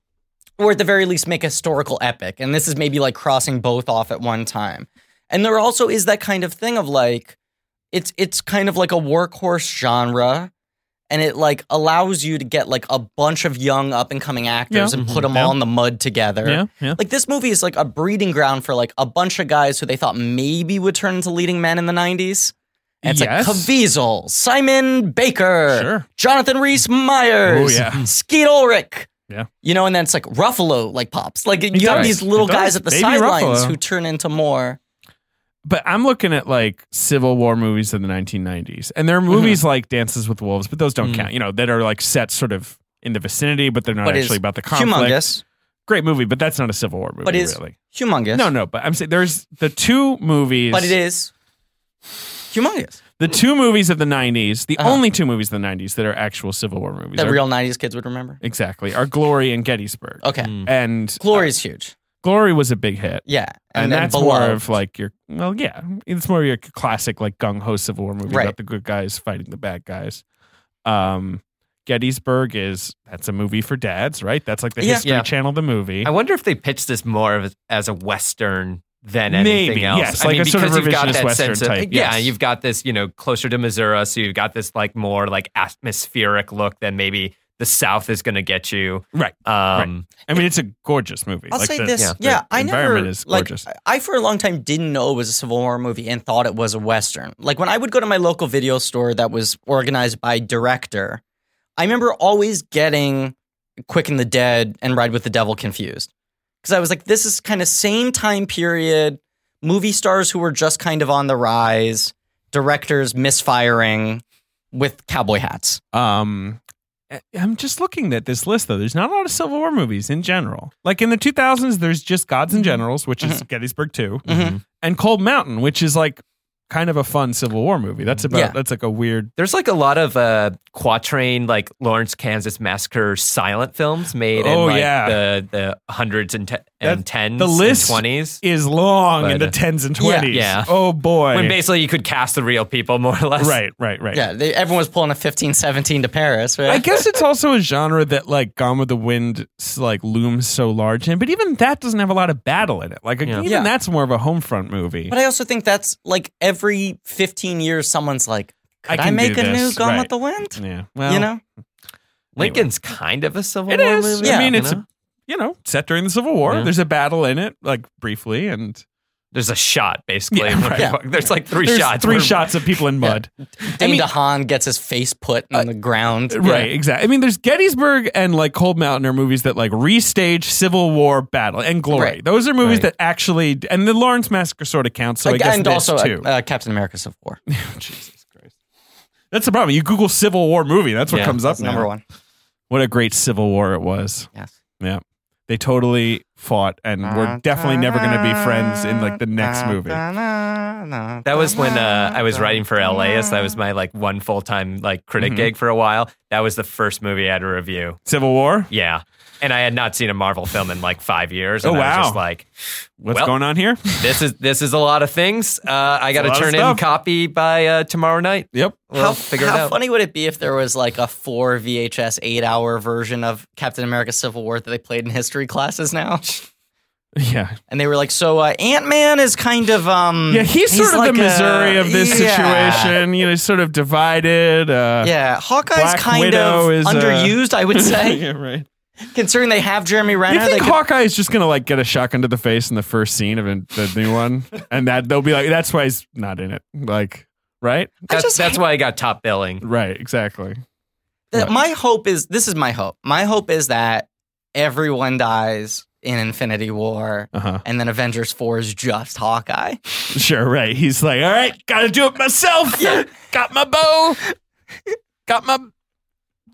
Speaker 2: or at the very least make a historical epic. And this is maybe like crossing both off at one time. And there also is that kind of thing of like it's it's kind of like a workhorse genre and it like allows you to get like a bunch of young up and coming actors
Speaker 3: Yeah.
Speaker 2: and put them all in the mud together.
Speaker 3: Yeah. Yeah.
Speaker 2: Like this movie is like a breeding ground for like a bunch of guys who they thought maybe would turn into leading men in the 90s. And it's
Speaker 3: Yes.
Speaker 2: like Caviezel, Simon Baker,
Speaker 3: Sure.
Speaker 2: Jonathan Rhys Myers,
Speaker 3: Oh, yeah.
Speaker 2: Skeet Ulrich.
Speaker 3: Yeah.
Speaker 2: You know, and then it's like Ruffalo like pops. Like you have
Speaker 3: does.
Speaker 2: these little
Speaker 3: He does.
Speaker 2: guys at the
Speaker 3: Baby
Speaker 2: sidelines
Speaker 3: Ruffalo.
Speaker 2: who turn into more.
Speaker 3: But I'm looking at like Civil War movies in the 1990s, and
Speaker 2: Mm-hmm.
Speaker 3: there are movies like Dances with Wolves, but those don't
Speaker 2: Mm.
Speaker 3: count. You know, that are like set sort of in the vicinity, but they're not
Speaker 2: But is
Speaker 3: actually about the conflict.
Speaker 2: Humongous.
Speaker 3: Great movie, but that's not a Civil War movie,
Speaker 2: But is
Speaker 3: really.
Speaker 2: humongous.
Speaker 3: No, no. But I'm saying there's the two movies.
Speaker 2: But it is humongous.
Speaker 3: the two movies of the 90s, the
Speaker 2: Uh-huh.
Speaker 3: only two movies of the 90s that are actual Civil War movies.
Speaker 2: That
Speaker 3: are-
Speaker 2: real 90s kids would remember.
Speaker 3: exactly. Are Glory and Gettysburg.
Speaker 2: Okay.
Speaker 3: And
Speaker 2: Glory's huge.
Speaker 3: Glory was a big hit.
Speaker 2: Yeah.
Speaker 3: And,
Speaker 2: then
Speaker 3: that's more
Speaker 2: Beloved.
Speaker 3: of like your well, yeah, it's more your classic like gung ho Civil War movie
Speaker 2: Right.
Speaker 3: about the good guys fighting the bad guys. Um, Gettysburg is that's a movie for dads, right? That's like the
Speaker 2: Yeah.
Speaker 3: History
Speaker 4: Yeah.
Speaker 3: Channel the movie.
Speaker 4: I wonder if they pitched this more of, as a Western than
Speaker 3: Maybe,
Speaker 4: anything else.
Speaker 3: yes,
Speaker 4: I
Speaker 3: like
Speaker 4: mean,
Speaker 3: a sort of
Speaker 4: because you've got
Speaker 3: revisionist
Speaker 4: that
Speaker 3: Western
Speaker 4: sense of,
Speaker 3: type,
Speaker 4: yeah,
Speaker 3: yes.
Speaker 4: you've got this, you know, closer to Missouri, so you've got this like more like atmospheric look than maybe the South is going to get you.
Speaker 3: right.
Speaker 4: Um,
Speaker 3: I mean, it's a gorgeous movie.
Speaker 2: I'll
Speaker 3: Like,
Speaker 2: say
Speaker 3: the-
Speaker 2: this.
Speaker 4: yeah,
Speaker 2: Yeah,
Speaker 3: the
Speaker 2: I never
Speaker 3: environment is
Speaker 2: like
Speaker 3: gorgeous.
Speaker 2: I- I for a long time didn't know it was a Civil War movie and thought it was a western. Like when I would go to my local video store that was organized by director, I remember always getting Quick and the Dead and Ride with the Devil confused. Cuz I was like this is kind of same time period, movie stars who were just kind of on the rise, directors misfiring with cowboy hats.
Speaker 3: Um, I- I'm just looking at this list though. There's not a lot of Civil War movies in general. Like in the 2000s, there's just Gods
Speaker 2: Mm-hmm.
Speaker 3: and Generals, which is Gettysburg too,
Speaker 2: Mhm.
Speaker 3: and Cold Mountain, which is like kind of a fun Civil War movie. That's about
Speaker 2: Yeah.
Speaker 3: that's like a weird
Speaker 4: There's like a lot of uh, quatrain, like Lawrence, Kansas massacre silent films made in
Speaker 3: Oh,
Speaker 4: like
Speaker 3: yeah.
Speaker 4: the, the hundreds and, te- and
Speaker 3: That-
Speaker 4: tens
Speaker 3: the list-
Speaker 4: and 20s.
Speaker 3: is long in
Speaker 4: But,
Speaker 3: the
Speaker 4: uh,
Speaker 3: tens and
Speaker 2: yeah,
Speaker 3: twenties.
Speaker 4: yeah.
Speaker 3: Oh boy.
Speaker 4: when basically you could cast the real people more or less.
Speaker 3: right, right, right.
Speaker 2: Yeah, they, everyone was pulling a 1517 to Paris, right?
Speaker 3: I guess it's also a genre that like Gone with the Wind s- like looms so large in, but even that doesn't have a lot of battle in it. Like even
Speaker 2: Yeah.
Speaker 3: that's more of a home front movie.
Speaker 2: But I also think that's like every 15 years, someone's like,
Speaker 3: I
Speaker 2: could I,
Speaker 3: can
Speaker 2: make
Speaker 3: do
Speaker 2: a new
Speaker 3: this,"
Speaker 2: Gone
Speaker 3: right.
Speaker 2: with the Wind?
Speaker 3: yeah. Well,
Speaker 2: uh, you know?
Speaker 4: Lincoln's kind of a Civil
Speaker 3: it
Speaker 4: War
Speaker 3: is.
Speaker 4: movie.
Speaker 2: Yeah.
Speaker 3: I mean,
Speaker 4: you
Speaker 3: it's
Speaker 4: know?
Speaker 3: a, you know set during the Civil War.
Speaker 4: Yeah.
Speaker 3: There's a battle in it, like briefly, and
Speaker 4: there's a shot basically.
Speaker 3: Yeah, right.
Speaker 2: Yeah.
Speaker 4: [laughs] There's like three
Speaker 3: there's
Speaker 4: shots.
Speaker 3: three
Speaker 4: where-
Speaker 3: shots of
Speaker 4: [laughs]
Speaker 3: people in mud.
Speaker 2: Dane
Speaker 3: mean-
Speaker 2: DeHaan gets his face put on the ground.
Speaker 3: uh, Right, exactly. I mean, there's Gettysburg and like Cold Mountain are movies that like restage Civil War battle and glory.
Speaker 2: Right.
Speaker 3: Those are movies that
Speaker 4: Right.
Speaker 3: actually, and the Lawrence Massacre sort of counts. So I
Speaker 2: Like,
Speaker 3: guess
Speaker 2: and
Speaker 3: this
Speaker 2: also
Speaker 3: too.
Speaker 2: uh, uh, Captain America Civil
Speaker 3: [laughs]
Speaker 2: War.
Speaker 3: Jesus Christ, that's the problem. You Google Civil War movie, that's what
Speaker 4: Yeah,
Speaker 3: comes up.
Speaker 2: That's number
Speaker 3: now.
Speaker 2: one.
Speaker 3: What a great Civil War it was.
Speaker 2: Yes.
Speaker 3: Yeah, they totally fought, and we're definitely never going to be friends in like the next movie.
Speaker 4: That was when uh, I was writing for LAS. That was my like one full time like critic
Speaker 3: Mhm.
Speaker 4: gig for a while. That was the first movie I had to review.
Speaker 3: Civil War.
Speaker 4: Yeah. And I had not seen a Marvel film in like five years.
Speaker 3: Oh,
Speaker 4: And I was
Speaker 3: wow.
Speaker 4: just like,
Speaker 3: What's
Speaker 4: Well-
Speaker 3: going on here?
Speaker 4: this is this is a lot of things. Uh, I got
Speaker 3: a
Speaker 4: to
Speaker 3: lot of
Speaker 4: turn in
Speaker 3: stuff.
Speaker 4: copy by uh, tomorrow night.
Speaker 3: Yep.
Speaker 4: We'll
Speaker 2: how
Speaker 4: figure
Speaker 2: how
Speaker 4: it out.
Speaker 2: funny would it be if there was like a four VHS, eight hour version of Captain America Civil War that they played in history classes now?
Speaker 3: Yeah.
Speaker 2: And they were like, so uh, Ant Man is kind of. um
Speaker 3: Yeah, he's, sort of
Speaker 2: like
Speaker 3: the Missouri
Speaker 2: a-
Speaker 3: of this
Speaker 2: yeah.
Speaker 3: situation. You know, he's sort of divided. Uh,
Speaker 2: Yeah, Hawkeye's
Speaker 3: Black
Speaker 2: kind
Speaker 3: Widow
Speaker 2: of
Speaker 3: is, uh,
Speaker 2: underused, I would say, [laughs]
Speaker 3: [laughs] yeah, right.
Speaker 2: considering they have Jeremy
Speaker 3: You
Speaker 2: Renner.
Speaker 3: think
Speaker 2: they could-
Speaker 3: Hawkeye is just gonna like get a shotgun to the face in the first scene of the
Speaker 2: [laughs]
Speaker 3: new one, and that they'll be like, "That's why he's not in it." Like, right,
Speaker 2: I
Speaker 4: That's,
Speaker 2: just
Speaker 4: that's why I got top billing.
Speaker 3: right, exactly.
Speaker 2: that my hope is this is my hope. My hope is that everyone dies in Infinity War,
Speaker 3: Uh huh.
Speaker 2: and then Avengers Four is just Hawkeye.
Speaker 3: Sure, right. He's like, "All right, gotta do it myself.
Speaker 2: Yeah.
Speaker 3: Got my bow. Got my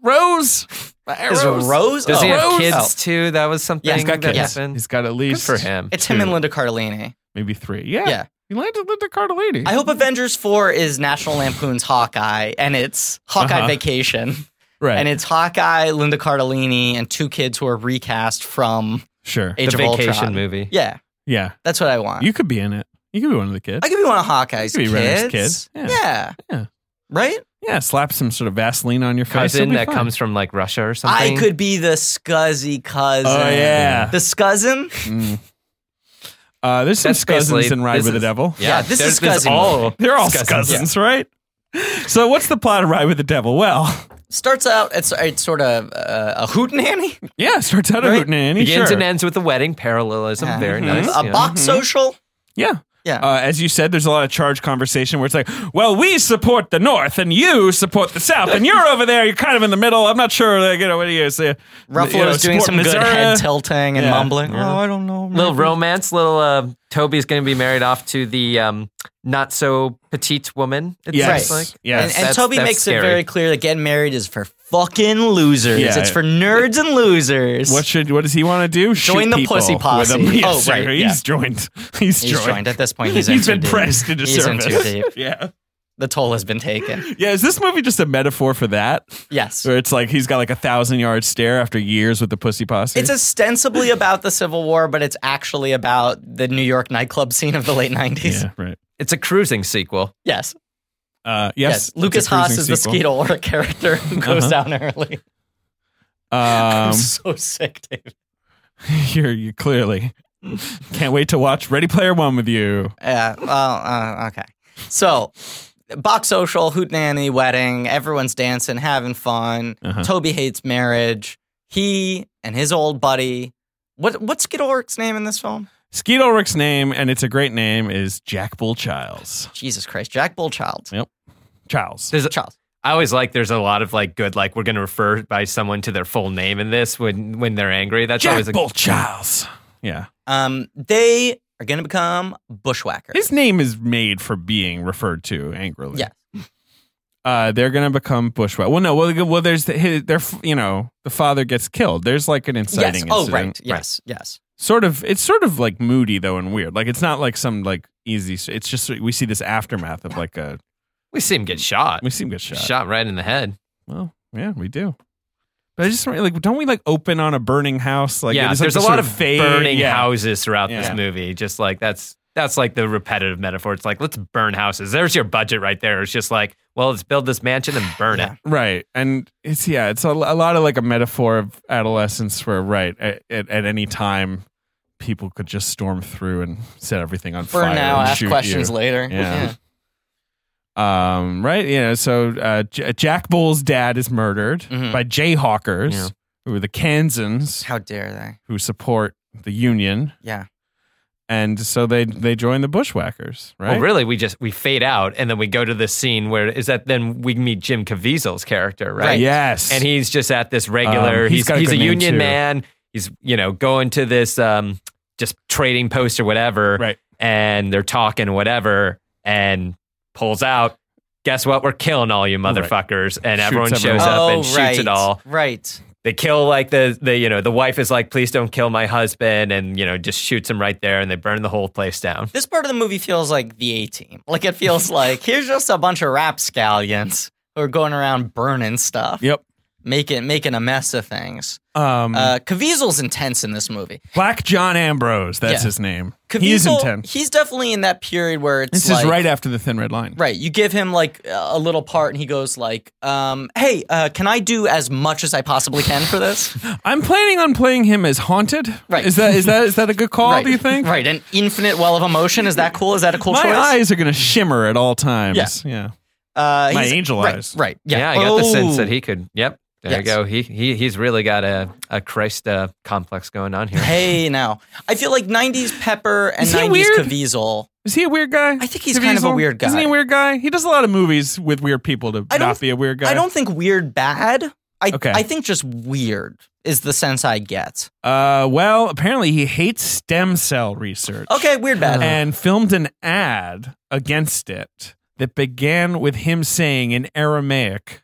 Speaker 3: rose. My
Speaker 2: Is
Speaker 3: arrows.
Speaker 2: it Rose?
Speaker 4: Does
Speaker 2: Oh.
Speaker 4: he have
Speaker 2: Rose?
Speaker 4: kids
Speaker 2: Oh.
Speaker 4: too? That was something
Speaker 2: Yeah, he's
Speaker 3: got
Speaker 4: that
Speaker 3: kids.
Speaker 4: happened.
Speaker 3: He's got at least
Speaker 4: Good for him.
Speaker 2: It's him and
Speaker 3: Two.
Speaker 2: Linda Cardellini.
Speaker 3: maybe three. Yeah,
Speaker 2: Yeah.
Speaker 3: He landed Linda Cardellini.
Speaker 2: I hope Avengers Four is National Lampoon's Hawkeye, and it's Hawkeye
Speaker 3: Uh-huh.
Speaker 2: Vacation,
Speaker 3: right.
Speaker 2: and it's Hawkeye, Linda Cardellini, and two kids who are recast from
Speaker 3: sure.
Speaker 2: Age
Speaker 4: the
Speaker 2: of
Speaker 4: vacation
Speaker 2: Ultron.
Speaker 4: movie.
Speaker 2: Yeah,
Speaker 3: Yeah,
Speaker 2: That's what I want.
Speaker 3: you could be in it. You could be one of the kids.
Speaker 2: I could be one of Hawkeye's
Speaker 3: You could be Renner's
Speaker 2: kids.
Speaker 3: kid.
Speaker 2: Yeah.
Speaker 3: Yeah.
Speaker 2: Right?
Speaker 3: yeah, slap some sort of Vaseline on your face.
Speaker 4: cousin
Speaker 3: It'll be
Speaker 4: that
Speaker 3: fun.
Speaker 4: comes from like Russia or something.
Speaker 2: I could be the scuzzy cousin.
Speaker 3: Oh yeah.
Speaker 2: The scuzzin?
Speaker 3: Mm. Uh, there's some
Speaker 4: That's basically-
Speaker 3: cousins in Ride
Speaker 4: this
Speaker 3: with the
Speaker 4: is-
Speaker 3: Devil.
Speaker 2: Yeah, this
Speaker 4: there's-
Speaker 2: is
Speaker 4: there's
Speaker 2: cousin
Speaker 4: all
Speaker 3: They're all
Speaker 4: Cousins,
Speaker 3: cousins, right? So what's the plot of Ride with the Devil? Well, [laughs]
Speaker 2: Starts out, it's, it's sort of uh, a hootenanny.
Speaker 3: yeah, it starts out
Speaker 2: Right.
Speaker 3: a hootenanny.
Speaker 4: begins
Speaker 3: sure.
Speaker 4: and ends with the wedding parallelism.
Speaker 2: Yeah. Mm-hmm.
Speaker 4: Very
Speaker 3: Mhm.
Speaker 4: nice.
Speaker 2: A
Speaker 4: yeah.
Speaker 2: box social.
Speaker 3: Yeah.
Speaker 2: Yeah.
Speaker 3: Uh, as you said, there's a lot of charge conversation where it's like, well, we support the North and you support the South, and you're over there, you're kind of in the middle. I'm not sure, like, you know, what do you say?
Speaker 2: Ruffalo
Speaker 3: you know,
Speaker 2: is doing
Speaker 3: support
Speaker 2: some good
Speaker 3: Missouri.
Speaker 2: head tilting and
Speaker 3: Yeah.
Speaker 2: mumbling.
Speaker 3: Yeah.
Speaker 2: Oh, I don't know.
Speaker 4: Little romance. Little uh, Toby's going to be married off to the um, not so petite woman. It
Speaker 3: Yes.
Speaker 4: sounds like.
Speaker 3: Yes.
Speaker 2: and, and
Speaker 4: That's-
Speaker 2: Toby
Speaker 4: that's
Speaker 2: makes it
Speaker 4: scary.
Speaker 2: very clear that getting married is for fucking losers.
Speaker 3: Yeah.
Speaker 2: It's for nerds and losers.
Speaker 3: What should? What does he want to do?
Speaker 2: Join
Speaker 3: Shoot
Speaker 2: the
Speaker 3: people
Speaker 2: pussy
Speaker 3: with a-
Speaker 2: posse.
Speaker 3: [laughs] yes,
Speaker 2: Oh,
Speaker 3: sir.
Speaker 2: right,
Speaker 3: He's
Speaker 2: yeah.
Speaker 3: joined. [laughs] He's,
Speaker 2: He's joined. At this [laughs] point, he's,
Speaker 3: He's
Speaker 2: in
Speaker 3: been
Speaker 2: too deep.
Speaker 3: pressed into
Speaker 2: He's in
Speaker 3: service.
Speaker 2: too deep.
Speaker 3: [laughs] Yeah.
Speaker 2: The toll has been [laughs] taken.
Speaker 3: Yeah. Is this movie just a metaphor for that?
Speaker 2: Yes.
Speaker 3: Where it's like he's got like a thousand yard stare after years with the pussy posse.
Speaker 2: It's ostensibly about the Civil War, but it's actually about the New York nightclub scene of the late 90s.
Speaker 3: yeah, right.
Speaker 4: It's a cruising sequel.
Speaker 2: Yes.
Speaker 3: Uh,
Speaker 2: Yes.
Speaker 3: yes,
Speaker 2: Lucas Haas is the Skeet Ulrich character [laughs] who goes down early.
Speaker 3: the
Speaker 2: I'm [laughs]
Speaker 3: Um, [laughs]
Speaker 2: so sick, Dave.
Speaker 3: you're
Speaker 2: [laughs]
Speaker 3: you clearly can't wait to watch Ready Player One with you.
Speaker 2: Yeah. Well, uh, okay. So, box social, hootenanny, wedding, everyone's dancing, having fun.
Speaker 3: Uh-huh.
Speaker 2: Toby hates marriage. He and his old buddy. What what's Skid Ulrich's name in this film?
Speaker 3: Skeet Ulrich's name, and it's a great name, is Jack Bull Childs.
Speaker 2: Jesus Christ, Jack Bullchild.
Speaker 3: Childs.
Speaker 4: There's a,
Speaker 2: Charles.
Speaker 4: I always like there's a lot of like good like we're going to refer by someone to their full name in this when when they're angry. That's
Speaker 3: Jack
Speaker 4: always a,
Speaker 3: Bull Childs. Yeah,
Speaker 2: Um, they are gonna become bushwhackers.
Speaker 3: his name is made for being referred to angrily.
Speaker 2: Yeah.
Speaker 3: Uh, they're gonna become bushwhack. Well, no. Well, well, there's the, his, their, f- you know, the father gets killed. There's like an
Speaker 2: yes.
Speaker 3: inciting.
Speaker 2: Oh,
Speaker 3: incident.
Speaker 2: right. Yes. Yes.
Speaker 3: sort of it's sort of like moody though and weird like it's not like some like easy it's just we see this aftermath of like a
Speaker 4: we see him get shot.
Speaker 3: we see him get shot,
Speaker 4: Shot right in the head.
Speaker 3: well yeah we do but i just like don't we like open on a burning house like
Speaker 4: yeah,
Speaker 3: it is, like,
Speaker 4: there's
Speaker 3: this
Speaker 4: a lot
Speaker 3: sort
Speaker 4: of
Speaker 3: fade-
Speaker 4: burning
Speaker 3: yeah.
Speaker 4: houses throughout this
Speaker 3: Yeah.
Speaker 4: movie. Just like that's that's like the repetitive metaphor. It's like let's burn houses. There's your budget right there. It's just like well, let's build this mansion
Speaker 3: [sighs]
Speaker 4: and burn
Speaker 2: Yeah.
Speaker 4: it.
Speaker 3: right and it's yeah it's a, a lot of like a metaphor of adolescence where right at, at, at any time people could just storm through and set everything on
Speaker 2: For
Speaker 3: fire
Speaker 2: now,
Speaker 3: and
Speaker 2: ask
Speaker 3: [laughs] shoot
Speaker 2: questions
Speaker 3: you.
Speaker 2: later.
Speaker 3: Yeah. Um, right? You know, so uh, J- Jack Bull's dad is murdered
Speaker 2: Mhm.
Speaker 3: by Jayhawkers,
Speaker 4: Yeah.
Speaker 3: who are the Kansans
Speaker 2: How dare they?
Speaker 3: who support the Union,
Speaker 2: Yeah.
Speaker 3: and so they they join the Bushwhackers,
Speaker 2: Oh,
Speaker 3: right?
Speaker 4: Well, really, we just we fade out and then we go to this scene where is that? Then we meet Jim Caviezel's character, right?
Speaker 2: Right.
Speaker 3: Yes,
Speaker 4: And he's just at this regular.
Speaker 3: Um, he's
Speaker 4: he's
Speaker 3: got a
Speaker 4: he's,
Speaker 3: good
Speaker 4: a
Speaker 3: name,
Speaker 4: union
Speaker 3: too.
Speaker 4: man. He's you know going to this um just trading post or whatever,
Speaker 3: right.
Speaker 4: and they're talking whatever, and pulls out. Guess what? We're killing all you motherfuckers, and
Speaker 3: Shoots
Speaker 4: everyone shows
Speaker 3: everyone.
Speaker 4: up and
Speaker 2: Oh,
Speaker 4: shoots
Speaker 2: right.
Speaker 4: it all
Speaker 2: Right.
Speaker 4: they kill like the the you know the wife is like please don't kill my husband and you know just shoots him right there and they burn the whole place down
Speaker 2: This part of the movie feels like the A team. Like it
Speaker 3: [laughs]
Speaker 2: feels like here's just a bunch of rapscallions who are going around burning stuff,
Speaker 3: Yep.
Speaker 2: making making a mess of things.
Speaker 3: Um,
Speaker 2: Uh, Caviezel's intense in this movie.
Speaker 3: Black John Ambrose, that's
Speaker 2: yeah.
Speaker 3: his name.
Speaker 2: Caviezel,
Speaker 3: he is intense.
Speaker 2: He's definitely in that period where it's
Speaker 3: This
Speaker 2: like,
Speaker 3: is right after the Thin Red Line.
Speaker 2: Right, you give him like a little part, and he goes like, um, "Hey, uh, can I do as much as I possibly can for
Speaker 3: [laughs]
Speaker 2: this?"
Speaker 3: I'm planning on playing him as haunted.
Speaker 2: Right.
Speaker 3: Is that is that is that a
Speaker 2: [laughs]
Speaker 3: good call?
Speaker 2: right.
Speaker 3: Do you think?
Speaker 2: Right, an infinite well of emotion. Is that cool? Is that a cool
Speaker 3: My
Speaker 2: choice?
Speaker 3: eyes are going to shimmer at all times. Yeah.
Speaker 2: uh,
Speaker 3: My
Speaker 2: he's-
Speaker 3: angel
Speaker 2: right,
Speaker 3: eyes.
Speaker 2: Right. Yeah.
Speaker 4: i got the sense
Speaker 2: Oh.
Speaker 4: that he could yep there
Speaker 2: Yes.
Speaker 4: you go he, he he's really got a, a christ uh, complex going
Speaker 3: [laughs]
Speaker 4: on here
Speaker 2: Oh, Hey, now I feel like '90s Pepper and
Speaker 3: Is he
Speaker 2: '90s
Speaker 3: weird?
Speaker 2: Caviezel.
Speaker 3: Is he a weird guy?
Speaker 2: I think he's kind of a weird guy.
Speaker 3: Isn't he a weird guy? He does a lot of movies with weird people to
Speaker 2: I don't-
Speaker 3: not be a weird guy.
Speaker 2: I don't think weird bad. I
Speaker 3: Okay.
Speaker 2: I think just weird is the sense I get.
Speaker 3: Uh, well, apparently he hates stem cell research.
Speaker 2: Okay, weird bad.
Speaker 3: And filmed an ad against it that began with him saying in Aramaic,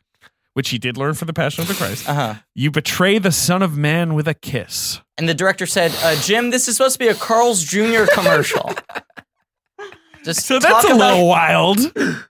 Speaker 3: which he did learn from the Passion of the Christ,
Speaker 2: Uh huh.
Speaker 3: "You betray the Son of Man with a kiss."
Speaker 2: And the director said, uh, "Jim, this is supposed to be a Carl's Jr.
Speaker 3: [laughs]
Speaker 2: commercial." Just
Speaker 3: So that's
Speaker 2: talk
Speaker 3: a
Speaker 2: about,
Speaker 3: little wild.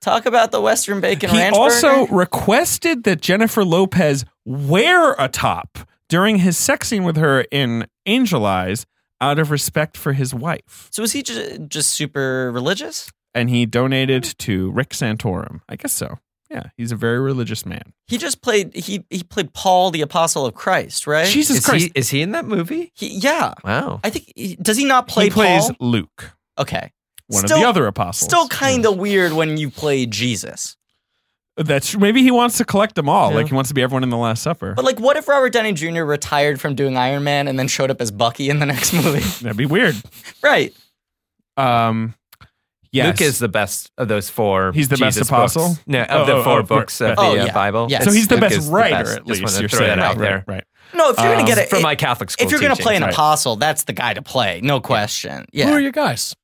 Speaker 2: Talk about the Western Bacon
Speaker 3: He
Speaker 2: Ranch.
Speaker 3: also
Speaker 2: burger.
Speaker 3: requested that Jennifer Lopez wear a top during his sex scene with her in Angel Eyes out of respect for his wife.
Speaker 2: So is he ju- just super religious?
Speaker 3: And he donated to Rick Santorum. I guess so. Yeah, he's a very religious man.
Speaker 2: He just played he he played Paul the apostle of Christ, right?
Speaker 3: Jesus
Speaker 4: Is
Speaker 3: Christ.
Speaker 4: he is he in that movie?
Speaker 2: He- yeah.
Speaker 4: Wow.
Speaker 2: I think he- does he not play
Speaker 3: he plays
Speaker 2: Paul?
Speaker 3: Luke,
Speaker 2: Okay.
Speaker 3: one
Speaker 2: Still-
Speaker 3: of the other apostles.
Speaker 2: Still kind of weird when you play Jesus.
Speaker 3: That's maybe he wants to collect them all.
Speaker 4: Yeah.
Speaker 3: Like he wants to be everyone in the Last Supper.
Speaker 2: But like what if Robert Downey Jr. retired from doing Iron Man and then showed up as Bucky in the next [laughs] movie?
Speaker 3: That'd be weird.
Speaker 2: right.
Speaker 3: Um, yes.
Speaker 4: Luke is the best of those four.
Speaker 3: He's the best
Speaker 4: Jesus
Speaker 3: apostle?
Speaker 4: books. No,
Speaker 3: Oh,
Speaker 4: of the
Speaker 3: oh,
Speaker 4: four
Speaker 3: oh,
Speaker 4: books
Speaker 3: right.
Speaker 4: of the
Speaker 2: Oh,
Speaker 4: uh,
Speaker 2: yeah.
Speaker 4: Bible.
Speaker 2: Yes.
Speaker 3: so he's the
Speaker 4: Luke
Speaker 3: best
Speaker 4: is the
Speaker 3: writer
Speaker 4: best.
Speaker 3: at
Speaker 4: Just
Speaker 3: least.
Speaker 4: wanted to
Speaker 3: You're
Speaker 4: throw
Speaker 3: saying
Speaker 4: that out
Speaker 3: right,
Speaker 4: there.
Speaker 3: right?
Speaker 2: No, if you're
Speaker 3: Um,
Speaker 2: gonna get it
Speaker 4: From my Catholic school
Speaker 2: if you're gonna
Speaker 4: teaching,
Speaker 2: play an
Speaker 4: right.
Speaker 2: apostle, that's the guy to play. No question. Yeah.
Speaker 5: Who are your guys?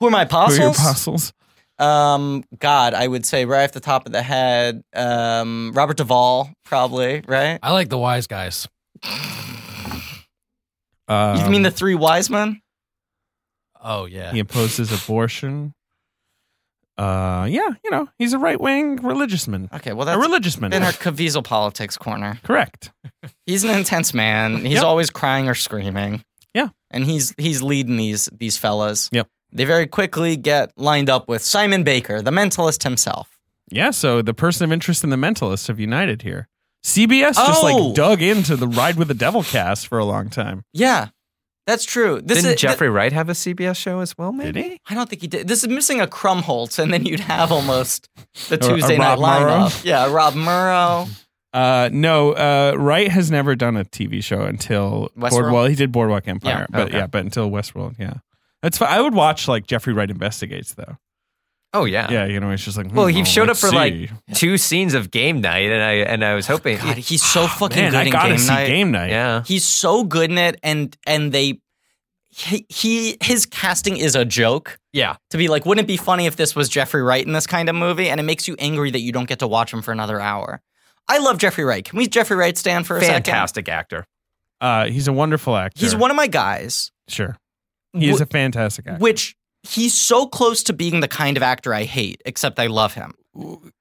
Speaker 2: Who are my
Speaker 3: Who are
Speaker 2: apostles?
Speaker 3: your apostles?
Speaker 2: Um, God, I would say right off the top of the head, um, Robert Duvall, probably, right?
Speaker 5: I like the wise guys.
Speaker 3: Um,
Speaker 2: you mean the three wise men?
Speaker 5: Oh yeah.
Speaker 3: he opposes abortion? Uh, yeah, you know, he's a right wing religious man.
Speaker 2: Okay, well,
Speaker 3: A
Speaker 2: that's
Speaker 3: religious man.
Speaker 2: been our Caviezel politics corner.
Speaker 3: Correct.
Speaker 2: He's an intense man. He's
Speaker 3: Yep.
Speaker 2: always crying or screaming.
Speaker 3: Yeah.
Speaker 2: and he's he's leading these these fellas.
Speaker 3: Yep.
Speaker 2: They very quickly get lined up with Simon Baker, the mentalist himself.
Speaker 3: Yeah, so the person of interest and the mentalist have united here. CBS just
Speaker 2: Oh.
Speaker 3: like dug into the Ride with the Devil cast for a long time.
Speaker 2: Yeah, that's true. This
Speaker 4: Didn't
Speaker 2: is,
Speaker 4: Jeffrey Wright have a CBS show as well? Maybe.
Speaker 3: he?
Speaker 2: I don't think he did. This is missing a Krumholtz, and then you'd have almost the
Speaker 3: [laughs] Or a
Speaker 2: Tuesday night
Speaker 3: Rob Murrow.
Speaker 2: lineup. Yeah, Rob
Speaker 3: [laughs]
Speaker 2: Murrow.
Speaker 3: Uh, no, uh, Wright has never done a TV show until
Speaker 2: Westworld?
Speaker 3: Boardwalk. He did Boardwalk Empire,
Speaker 2: Yeah.
Speaker 3: but
Speaker 4: Okay.
Speaker 3: yeah, but until Westworld, yeah. That's fine. I would watch like Jeffrey Wright investigates though.
Speaker 4: Oh yeah.
Speaker 3: Yeah, you know, it's just like
Speaker 4: Well,
Speaker 3: hmm,
Speaker 4: he showed up
Speaker 3: let's
Speaker 4: for
Speaker 3: see.
Speaker 4: like two scenes of game night, and I and I was hoping.
Speaker 2: God, he's so fucking
Speaker 3: ah, man,
Speaker 2: good
Speaker 3: I
Speaker 2: in
Speaker 3: gotta
Speaker 2: game
Speaker 3: see
Speaker 2: night.
Speaker 3: game night.
Speaker 4: yeah.
Speaker 2: He's so good in it, and and they he, he his casting is a joke.
Speaker 4: Yeah.
Speaker 2: To be like, wouldn't it be funny if this was Jeffrey Wright in this kind of movie? And it makes you angry that you don't get to watch him for another hour. I love Jeffrey Wright. Can we Jeffrey Wright stand for a second?
Speaker 4: Fantastic actor.
Speaker 3: Uh, he's a wonderful actor.
Speaker 2: He's one of my guys,
Speaker 3: sure. He is
Speaker 2: wh-
Speaker 3: a fantastic actor.
Speaker 2: which he's so close to being the kind of actor I hate, except I love
Speaker 3: [laughs]
Speaker 2: him.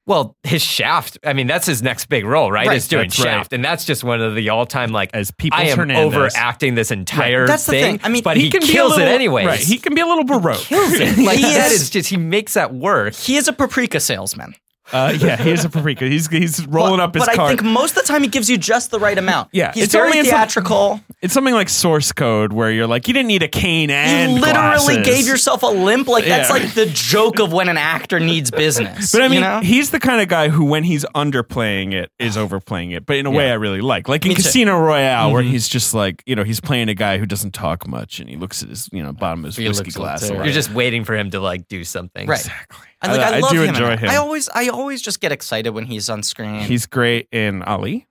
Speaker 4: Well, his Shaft. I mean, that's his next big role, right?
Speaker 2: Right.
Speaker 4: Is doing
Speaker 3: That's right.
Speaker 4: Shaft, and that's just one of the all-time like.
Speaker 3: As people,
Speaker 4: I am
Speaker 3: Hernandez.
Speaker 4: overacting this entire
Speaker 2: That's the thing. I mean,
Speaker 4: but he,
Speaker 3: can be a
Speaker 4: kills it
Speaker 3: little-
Speaker 4: anyways.
Speaker 3: Right, he can be a little baroque.
Speaker 2: Kills it. [laughs] Like,
Speaker 4: [laughs] like
Speaker 2: he
Speaker 4: that
Speaker 2: is-
Speaker 4: is just he makes that work.
Speaker 2: He is a paprika salesman.
Speaker 3: Uh, yeah, he is a paprika. He's he's rolling
Speaker 2: but,
Speaker 3: up his
Speaker 2: But I
Speaker 3: cart.
Speaker 2: think most of the time he gives you just the right amount.
Speaker 3: Yeah,
Speaker 2: he's
Speaker 3: it's
Speaker 2: very
Speaker 3: only in some-
Speaker 2: theatrical.
Speaker 3: it's something like source code where you're like, you didn't need a cane and
Speaker 2: you literally
Speaker 3: glasses.
Speaker 2: gave yourself a limp. Like that's
Speaker 3: Yeah.
Speaker 2: like the joke of when an actor needs business.
Speaker 3: [laughs] But I
Speaker 2: you
Speaker 3: mean,
Speaker 2: know?
Speaker 3: he's the kind of guy who, when he's underplaying it, is overplaying it, but in a way I really like. Like in
Speaker 2: Me too. Mm-hmm.
Speaker 3: Casino Royale, where he's just like, you know, he's playing a guy who doesn't talk much and he looks at his, you know, bottom of his
Speaker 2: He
Speaker 3: whiskey
Speaker 2: looks
Speaker 3: glass.
Speaker 2: up
Speaker 3: a
Speaker 2: to
Speaker 3: lot.
Speaker 2: it.
Speaker 4: You're just waiting for him to like do something.
Speaker 2: right.
Speaker 3: Exactly.
Speaker 2: And like, I,
Speaker 3: I
Speaker 2: love
Speaker 3: do
Speaker 2: him in
Speaker 3: enjoy
Speaker 2: it.
Speaker 3: him.
Speaker 2: I always, I always just get excited when he's on screen.
Speaker 3: He's great in Ali.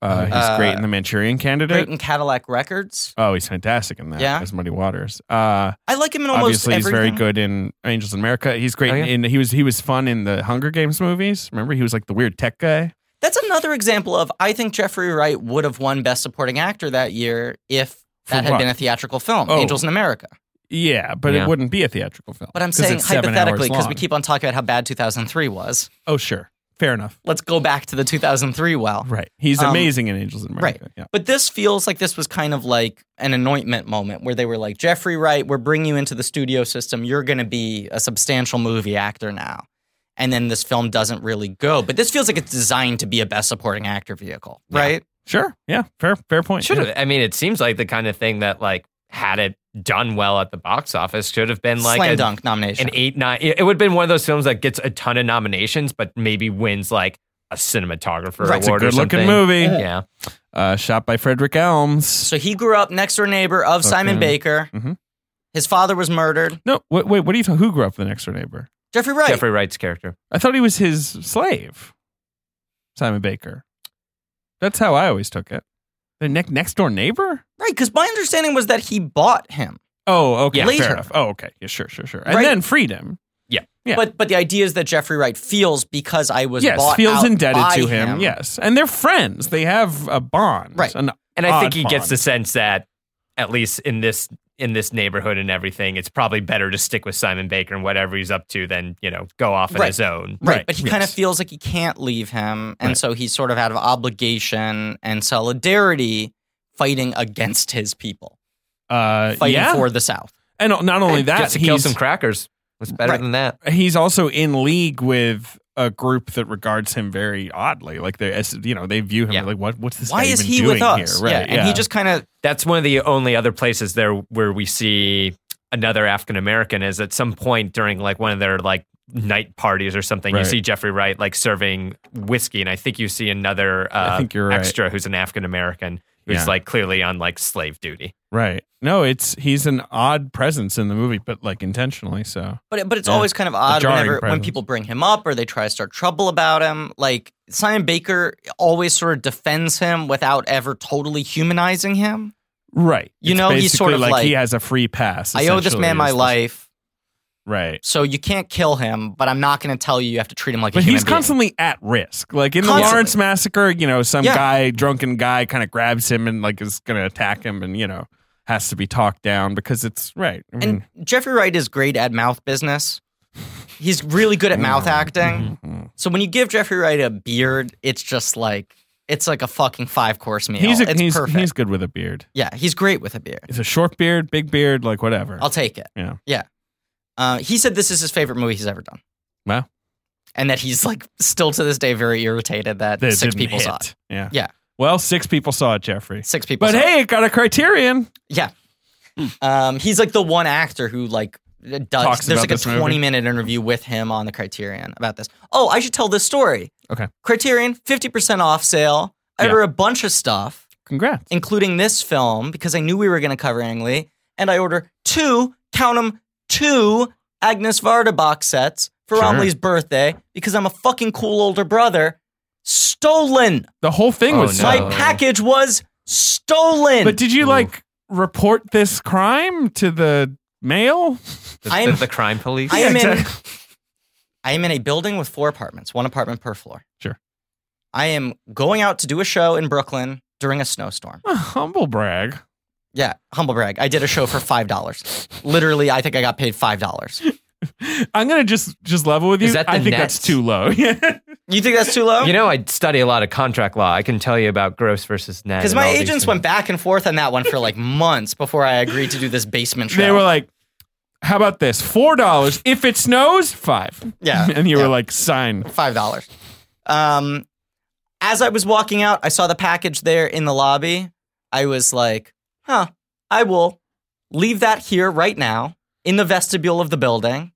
Speaker 3: Uh, he's
Speaker 2: Uh,
Speaker 3: great in The Manchurian
Speaker 2: great
Speaker 3: Candidate.
Speaker 2: in Cadillac Records.
Speaker 3: Oh, he's fantastic in that.
Speaker 2: Yeah.
Speaker 3: as Muddy Waters. Uh,
Speaker 2: I like him in almost
Speaker 3: obviously, he's
Speaker 2: everything.
Speaker 3: very good in Angels in America. He's great
Speaker 4: Oh, yeah.
Speaker 3: in. He was he was fun in the Hunger Games movies. Remember, he was like the weird tech guy.
Speaker 2: That's another example of I think Jeffrey Wright would have won Best Supporting Actor that year if
Speaker 3: For
Speaker 2: that had
Speaker 3: what?
Speaker 2: been a theatrical film,
Speaker 3: Oh.
Speaker 2: Angels in America.
Speaker 3: Yeah, but
Speaker 4: Yeah.
Speaker 3: it wouldn't be a theatrical film.
Speaker 2: But I'm
Speaker 3: 'cause
Speaker 2: saying
Speaker 3: it's seven
Speaker 2: hypothetically
Speaker 3: hours
Speaker 2: because we
Speaker 3: long.
Speaker 2: keep on talking about how bad 2003 was.
Speaker 3: Oh, sure, fair enough.
Speaker 2: Let's go back to the 2003 well.
Speaker 3: Right, he's
Speaker 2: Um,
Speaker 3: amazing in Angels in America. Yeah.
Speaker 2: But this feels like this was kind of like an anointment moment where they were like, Jeffrey Wright, we're bringing you into the studio system. You're going to be a substantial movie actor now. And then this film doesn't really go. But this feels like it's designed to be a best supporting actor vehicle, right?
Speaker 3: Sure. Yeah. Fair. Fair point.
Speaker 4: Should
Speaker 3: yeah.
Speaker 4: have. I mean, it seems like the kind of thing that like had it done well at the box office should have been like
Speaker 2: Slam
Speaker 4: a-
Speaker 2: dunk nomination.
Speaker 4: an eight nine. It would have been one of those films that gets a ton of nominations, but maybe wins like a cinematographer
Speaker 2: Right.
Speaker 3: It's a
Speaker 4: award or something.
Speaker 3: good-looking movie.
Speaker 4: Yeah.
Speaker 3: Uh, shot by Frederick Elms.
Speaker 2: so he grew up next door neighbor of Simon
Speaker 3: Okay.
Speaker 2: Baker.
Speaker 3: Mhm.
Speaker 2: His father was murdered.
Speaker 3: No. Wait. Wait. What do you? Talk, who grew up the next door neighbor?
Speaker 2: Jeffrey Wright.
Speaker 4: Jeffrey Wright's character.
Speaker 3: I thought he was his slave, Simon Baker. That's how I always took it. The ne- next door neighbor.
Speaker 2: Right. Because my understanding was that he bought him.
Speaker 3: Oh. Okay.
Speaker 2: Yeah. Later.
Speaker 3: Fair enough. Oh. Okay. Yeah. Sure. Sure. Sure. And
Speaker 2: Right.
Speaker 3: then freedom. Yeah.
Speaker 2: But but the idea is that Jeffrey Wright feels because I was
Speaker 3: Yes.
Speaker 2: bought
Speaker 3: Feels
Speaker 2: out
Speaker 3: indebted
Speaker 2: by
Speaker 3: to him. Yes. And they're friends. They have a bond.
Speaker 2: Right.
Speaker 3: An
Speaker 4: And I think
Speaker 3: Odd
Speaker 4: he gets
Speaker 3: bond.
Speaker 4: the sense that at least in this in this neighborhood and everything, it's probably better to stick with Simon Baker and whatever he's up to than, you know, go off on
Speaker 2: Right.
Speaker 4: his own.
Speaker 2: Right.
Speaker 3: Right,
Speaker 2: But he
Speaker 3: yes.
Speaker 2: kind of feels like he can't leave him. And
Speaker 3: Right.
Speaker 2: so he's sort of out of obligation and solidarity fighting against his people.
Speaker 3: Uh,
Speaker 2: fighting
Speaker 3: yeah.
Speaker 2: for the South.
Speaker 3: and not only that,
Speaker 4: Just to kill
Speaker 3: he's-
Speaker 4: some crackers was better
Speaker 2: Right.
Speaker 4: than that.
Speaker 3: he's also in league with a group that regards him very oddly. Like they, as you know, they view him
Speaker 4: Yeah.
Speaker 3: like, what? What's this?
Speaker 2: Why
Speaker 3: guy
Speaker 2: is
Speaker 3: even
Speaker 2: he
Speaker 3: doing
Speaker 2: with us?
Speaker 3: Here? Right?
Speaker 2: yeah, and he just kind of
Speaker 4: That's one of the only other places there where we see another African American is at some point during like one of their like night parties or something. You
Speaker 3: Right.
Speaker 4: see Jeffrey Wright like serving whiskey, and I think you see another
Speaker 3: I
Speaker 4: uh,
Speaker 3: think you're right.
Speaker 4: extra who's an African American who's
Speaker 3: Yeah.
Speaker 4: like clearly on like slave duty.
Speaker 3: right. No, it's he's an odd presence in the movie, but like intentionally. So
Speaker 2: But it- but it's
Speaker 3: Yeah.
Speaker 2: always kind of odd
Speaker 3: jarring
Speaker 2: whenever when
Speaker 3: presence.
Speaker 2: people bring him up or they try to start trouble about him. Like Simon Baker always sort of defends him without ever totally humanizing him.
Speaker 3: right,
Speaker 2: You
Speaker 3: It's
Speaker 2: know, he's sort
Speaker 3: basically
Speaker 2: of like,
Speaker 3: he has a free pass.
Speaker 2: I owe this man
Speaker 3: essentially,
Speaker 2: my
Speaker 3: is the-
Speaker 2: life,
Speaker 3: Right.
Speaker 2: so you can't kill him, but I'm not going to tell you you have to treat him like a
Speaker 3: But
Speaker 2: human
Speaker 3: he's
Speaker 2: being.
Speaker 3: constantly at risk. Like in
Speaker 2: Constantly.
Speaker 3: the Lawrence massacre, you know, some
Speaker 2: Yeah.
Speaker 3: guy, drunken guy, kind of grabs him and like is going to attack him, and you know, has to be talked down because it's right. I mean,
Speaker 2: And Jeffrey Wright is great at mouth business. He's really good at mouth acting.
Speaker 3: mhm.
Speaker 2: So when you give Jeffrey Wright a beard, it's just like it's like a fucking five course meal.
Speaker 3: he's a,
Speaker 2: it's
Speaker 3: he's,
Speaker 2: perfect.
Speaker 3: he's good with a beard.
Speaker 2: yeah, he's great with a beard.
Speaker 3: It's a short beard, big beard, like whatever.
Speaker 2: I'll take it.
Speaker 3: Yeah.
Speaker 2: Yeah. Uh, he said this is his favorite movie he's ever done.
Speaker 3: Wow.
Speaker 2: And that he's like still to this day very irritated that,
Speaker 3: That it
Speaker 2: six
Speaker 3: didn't
Speaker 2: people
Speaker 3: hit.
Speaker 2: saw it.
Speaker 3: Yeah.
Speaker 2: Yeah.
Speaker 3: Well, six people saw it, Jeffrey.
Speaker 2: Six people
Speaker 3: But
Speaker 2: saw it.
Speaker 3: hey, it got a criterion.
Speaker 2: Yeah. Um, he's like the one actor who like uh, does
Speaker 3: Talks
Speaker 2: there's
Speaker 3: about
Speaker 2: like a
Speaker 3: this movie.
Speaker 2: 20 minute interview with him on the Criterion about this. Oh, I should tell this story.
Speaker 3: Okay.
Speaker 2: Criterion, 50% off sale. I
Speaker 3: Yeah.
Speaker 2: ordered a bunch of stuff,
Speaker 3: Congrats.
Speaker 2: including this film, because I knew we were gonna cover Ang Lee, and I order two, count 'em, two Agnes Varda box sets for
Speaker 3: Sure.
Speaker 2: Romley's birthday because I'm a fucking cool older brother. Stolen.
Speaker 3: The whole thing
Speaker 4: Oh,
Speaker 3: was
Speaker 4: no.
Speaker 2: My
Speaker 3: stolen.
Speaker 2: package was stolen.
Speaker 3: But did you like report this crime to the mail? [laughs]
Speaker 4: The,
Speaker 2: I'm-
Speaker 4: the, the crime police.
Speaker 2: I
Speaker 4: [laughs]
Speaker 2: am in.
Speaker 3: exactly.
Speaker 2: I am in a building with four apartments, one apartment per floor.
Speaker 3: Sure.
Speaker 2: I am going out to do a show in Brooklyn during a snowstorm.
Speaker 3: A humble brag.
Speaker 2: Yeah, humble brag. I did a show for five dollars. Literally, I think I got paid five dollars.
Speaker 3: I'm gonna just just level with you.
Speaker 4: Is that the
Speaker 3: I think
Speaker 4: nets?
Speaker 3: that's too low. [laughs] Yeah.
Speaker 2: You think that's too low?
Speaker 4: you know, I study a lot of contract law. I can tell you about gross versus net.
Speaker 2: because
Speaker 4: and
Speaker 2: my
Speaker 4: all these
Speaker 2: agents
Speaker 4: things.
Speaker 2: went back and forth on that one for like months before I agreed to do this basement show.
Speaker 3: they were like, "How about this? Four dollars if it snows. Five.
Speaker 2: Yeah,
Speaker 3: [laughs] and you
Speaker 2: yeah.
Speaker 3: were like, "Sign."
Speaker 2: five dollars. Um, as I was walking out, I saw the package there in the lobby. I was like, "Huh, I will leave that here right now in the vestibule of the building,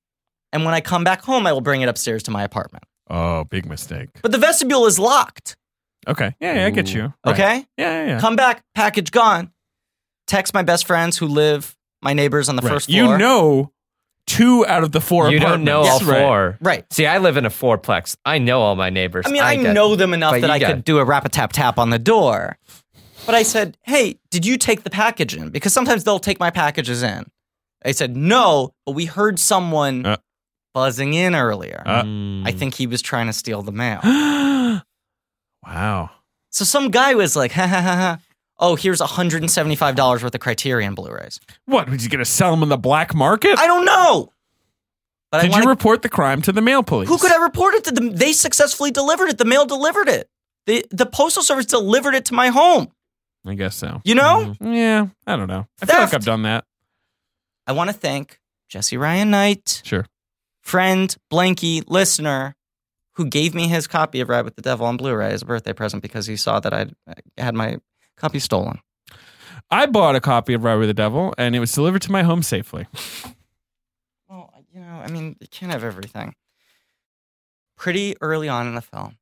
Speaker 2: and when I come back home, I will bring it upstairs to my apartment."
Speaker 3: Oh, big mistake.
Speaker 2: But the vestibule is locked.
Speaker 3: Okay. Yeah, yeah I get you. Right.
Speaker 2: Okay,
Speaker 3: Yeah, yeah, yeah.
Speaker 2: come back, package gone. Text my best friends who live my neighbors on the
Speaker 3: Right.
Speaker 2: first floor.
Speaker 3: You know, two out of the four.
Speaker 4: You don't know all
Speaker 3: apartments. Right.
Speaker 4: four.
Speaker 2: right?
Speaker 4: See, I live in a fourplex. I know all my neighbors.
Speaker 2: I mean, I,
Speaker 4: get-
Speaker 2: know them enough
Speaker 4: But
Speaker 2: that
Speaker 4: you
Speaker 2: I
Speaker 4: get
Speaker 2: could
Speaker 4: it.
Speaker 2: do a rap a tap tap on the door. But I said, hey, did you take the package in? Because sometimes they'll take my packages in. They said, no, but we heard someone
Speaker 3: Uh.
Speaker 2: buzzing in earlier.
Speaker 3: Uh.
Speaker 4: Hmm.
Speaker 2: I think he was trying to steal the mail. [gasps]
Speaker 3: [gasps] wow.
Speaker 2: so some guy was like, ha ha ha ha. Oh, here's $175 worth of Criterion Blu rays.
Speaker 3: What was he going to sell them in the black market?
Speaker 2: I don't know. But I
Speaker 3: Did
Speaker 2: wanna,
Speaker 3: you report the crime to the mail police?
Speaker 2: Who could I report it to? The, they successfully delivered it. The mail delivered it. The, the Postal Service delivered it to my home.
Speaker 3: I guess so. Mm-hmm.
Speaker 2: You know?
Speaker 3: Yeah, I don't know. I feel like
Speaker 2: Theft.
Speaker 3: I've done that.
Speaker 2: I want to thank Jesse Ryan Knight,
Speaker 3: Sure.
Speaker 2: friend, blanky, listener, who gave me his copy of Ride with the Devil on Blu-ray as a birthday present because he saw that I'd, I had my copy stolen.
Speaker 3: I bought a copy of Ride with the Devil, and it was delivered to my home safely.
Speaker 2: Well, you know, I mean, you can't have everything. Pretty early on in the film,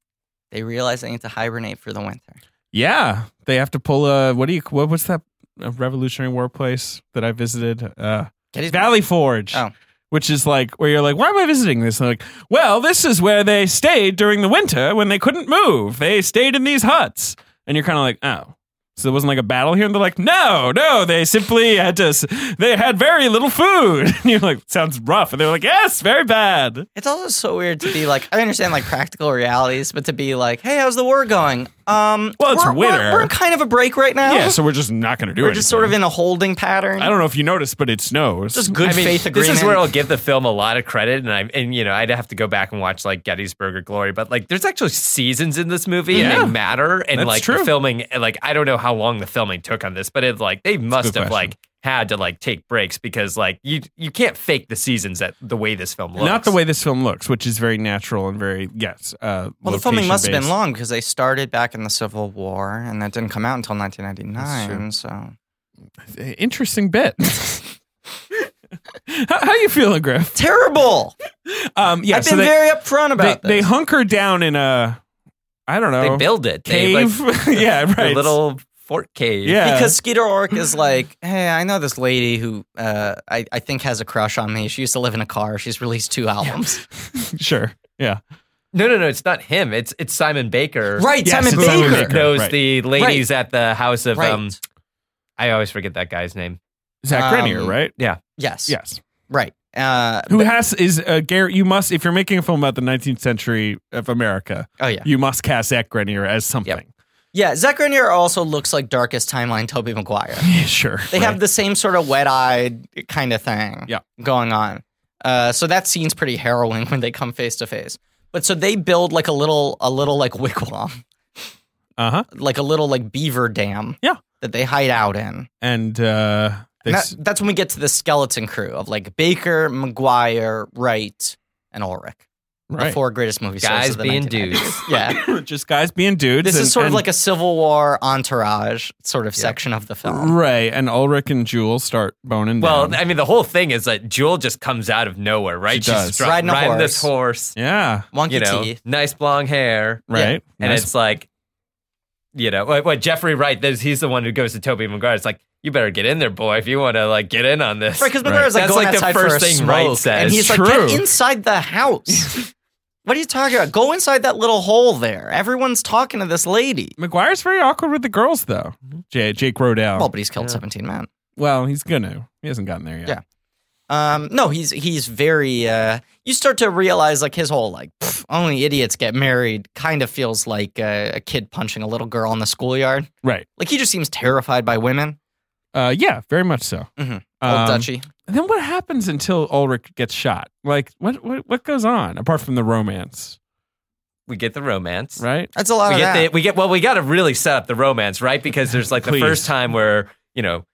Speaker 2: they realize they need to hibernate for the winter.
Speaker 3: Yeah, they have to pull a what do you what was that a Revolutionary War place that I visited? Uh, Valley Forge.
Speaker 2: Oh.
Speaker 3: Which is like where you're like, why am I visiting this? And they're like, well, this is where they stayed during the winter when they couldn't move. They stayed in these huts, and you're kind of like, oh, so there wasn't like a battle here. And they're like, no, no, they simply had to. s- They had very little food. [laughs] And you're like, sounds rough. And they're like, yes, very bad.
Speaker 2: It's also so weird to be like, I understand like practical realities, but to be like, hey, how's the war going? Um,
Speaker 3: Well, it's
Speaker 2: we're, we're-
Speaker 3: winter.
Speaker 2: We're, in kind of a break right now.
Speaker 3: Yeah, so we're just not going to do it.
Speaker 2: we're just sort of in a holding pattern.
Speaker 3: I don't know if you noticed, but it snows.
Speaker 2: just good
Speaker 4: I mean,
Speaker 2: faith agreement.
Speaker 4: This is where I'll give the film a lot of credit, and I and you know I'd have to go back and watch like Gettysburg or Glory, but like there's actually seasons in this movie,
Speaker 3: Yeah.
Speaker 4: and they matter, and
Speaker 3: That's
Speaker 4: like
Speaker 3: true.
Speaker 4: the filming, like I don't know how long the filming took on this, but it like they must
Speaker 3: good
Speaker 4: have
Speaker 3: question.
Speaker 4: like had to like take breaks because like you you can't fake the seasons that the way this film looks.
Speaker 3: Not the way this film looks, which is very natural and very yes. Uh,
Speaker 2: Well, the filming must have been
Speaker 3: location-based.
Speaker 2: long because they started back in the Civil War, and that didn't come out until 1999. So
Speaker 3: Interesting bit. [laughs] how, how you feeling, Griff?
Speaker 2: terrible.
Speaker 3: Um, yeah,
Speaker 2: I've
Speaker 3: so
Speaker 2: been
Speaker 3: they,
Speaker 2: very upfront
Speaker 3: they,
Speaker 2: about
Speaker 3: they
Speaker 2: this.
Speaker 3: hunker down in a, I don't know,
Speaker 4: they build it. They
Speaker 3: cave. [laughs]
Speaker 2: [laughs]
Speaker 4: like
Speaker 3: yeah,
Speaker 4: their
Speaker 3: right.
Speaker 4: little fort cave.
Speaker 3: yeah,
Speaker 2: because Skeeter Ork is like, [laughs] hey, I know this lady who uh, I, I think has a crush on me. She used to live in a car. She's released two albums.
Speaker 3: sure, yeah,
Speaker 4: No, no, no. It's not him. It's it's Simon Baker.
Speaker 2: Right,
Speaker 3: Yes,
Speaker 2: Simon
Speaker 3: it's Simon
Speaker 2: Baker.
Speaker 4: Who
Speaker 3: Baker.
Speaker 4: knows
Speaker 3: right.
Speaker 4: the ladies at the house of
Speaker 2: Right.
Speaker 4: um. I always forget that guy's name.
Speaker 3: Zach
Speaker 2: Um,
Speaker 3: Grenier, right?
Speaker 2: Yes.
Speaker 3: Yes,
Speaker 2: Right. Uh,
Speaker 3: who has is uh, Garrett? You must, if you're making a film about the 19th century of America,
Speaker 2: oh yeah.
Speaker 3: you must cast Zach Grenier as [laughs] something.
Speaker 2: Yeah. Zach Grenier also looks like darkest timeline Toby Maguire.
Speaker 3: sure,
Speaker 2: They have the same sort of wet eyed kind of thing
Speaker 3: Yeah.
Speaker 2: going on. Uh, so that scene's pretty harrowing [laughs] when they come face to face. But so they build like a little, a little like wigwam,
Speaker 3: uh huh,
Speaker 2: like a little like beaver dam.
Speaker 3: Yeah.
Speaker 2: That they hide out in.
Speaker 3: and uh, they,
Speaker 2: And
Speaker 3: s-
Speaker 2: that- that's when we get to the skeleton crew of like Baker, Maguire, Wright, and Ulrich. The
Speaker 3: right.
Speaker 2: four greatest movie stars.
Speaker 4: Guys
Speaker 2: of the
Speaker 4: being
Speaker 2: 1990s.
Speaker 4: dudes.
Speaker 2: [laughs] Yeah.
Speaker 4: [laughs]
Speaker 3: [coughs] just guys being dudes.
Speaker 2: This
Speaker 3: and-
Speaker 2: is sort of
Speaker 3: and-
Speaker 2: like a Civil War entourage sort of
Speaker 4: Yeah.
Speaker 2: section of the film.
Speaker 3: Right, and Ulrich and Jewel start boning.
Speaker 4: Well,
Speaker 3: down.
Speaker 4: I mean, the whole thing is that Jewel just comes out of nowhere, right?
Speaker 3: She does.
Speaker 4: dri-
Speaker 2: Riding a
Speaker 4: this horse,
Speaker 3: yeah,
Speaker 2: Wonky
Speaker 4: you know,
Speaker 2: teeth.
Speaker 4: nice blonde hair,
Speaker 3: right.
Speaker 4: and
Speaker 3: Nice.
Speaker 4: it's like, you know, what, what Jeffrey Wright? There's, he's the one who goes to Toby McGuire. It's like, you better get in there, boy, if you want to like get in on this.
Speaker 2: Right, because McGuire's like
Speaker 4: That's
Speaker 2: going
Speaker 4: like the
Speaker 2: outside
Speaker 4: first
Speaker 2: for a
Speaker 4: thing
Speaker 2: smoke,
Speaker 4: Wright says.
Speaker 2: and he's
Speaker 3: True.
Speaker 2: like, "Get inside the house." [laughs] what are you talking about? Go inside that little hole there. Everyone's talking to this lady.
Speaker 3: McGuire's very awkward with the girls, though. J- Jake
Speaker 4: Oh,
Speaker 3: Rodell.
Speaker 2: Well,
Speaker 3: Well,
Speaker 2: but he's killed seventeen men.
Speaker 3: he's gonna. He hasn't gotten there yet.
Speaker 2: Yeah. Um, no, he's he's very. Uh, you start to realize like his whole like "Pff, only idiots get married kind of feels like uh, a kid punching a little girl in the schoolyard.
Speaker 3: Right.
Speaker 2: Like he just seems terrified by women.
Speaker 3: Uh, yeah, very much so.
Speaker 2: Mhm. Old
Speaker 3: Um,
Speaker 2: Dutchy.
Speaker 3: and then what happens until Ulrich gets shot? Like, what, what what goes on apart from the romance,
Speaker 4: we get the romance,
Speaker 3: right?
Speaker 2: That's a lot
Speaker 4: we
Speaker 2: of
Speaker 4: get
Speaker 2: Oh, that.
Speaker 4: the, we get well we got to really set up the romance right because there's like the
Speaker 3: Please.
Speaker 4: first time where you know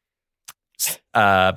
Speaker 4: uh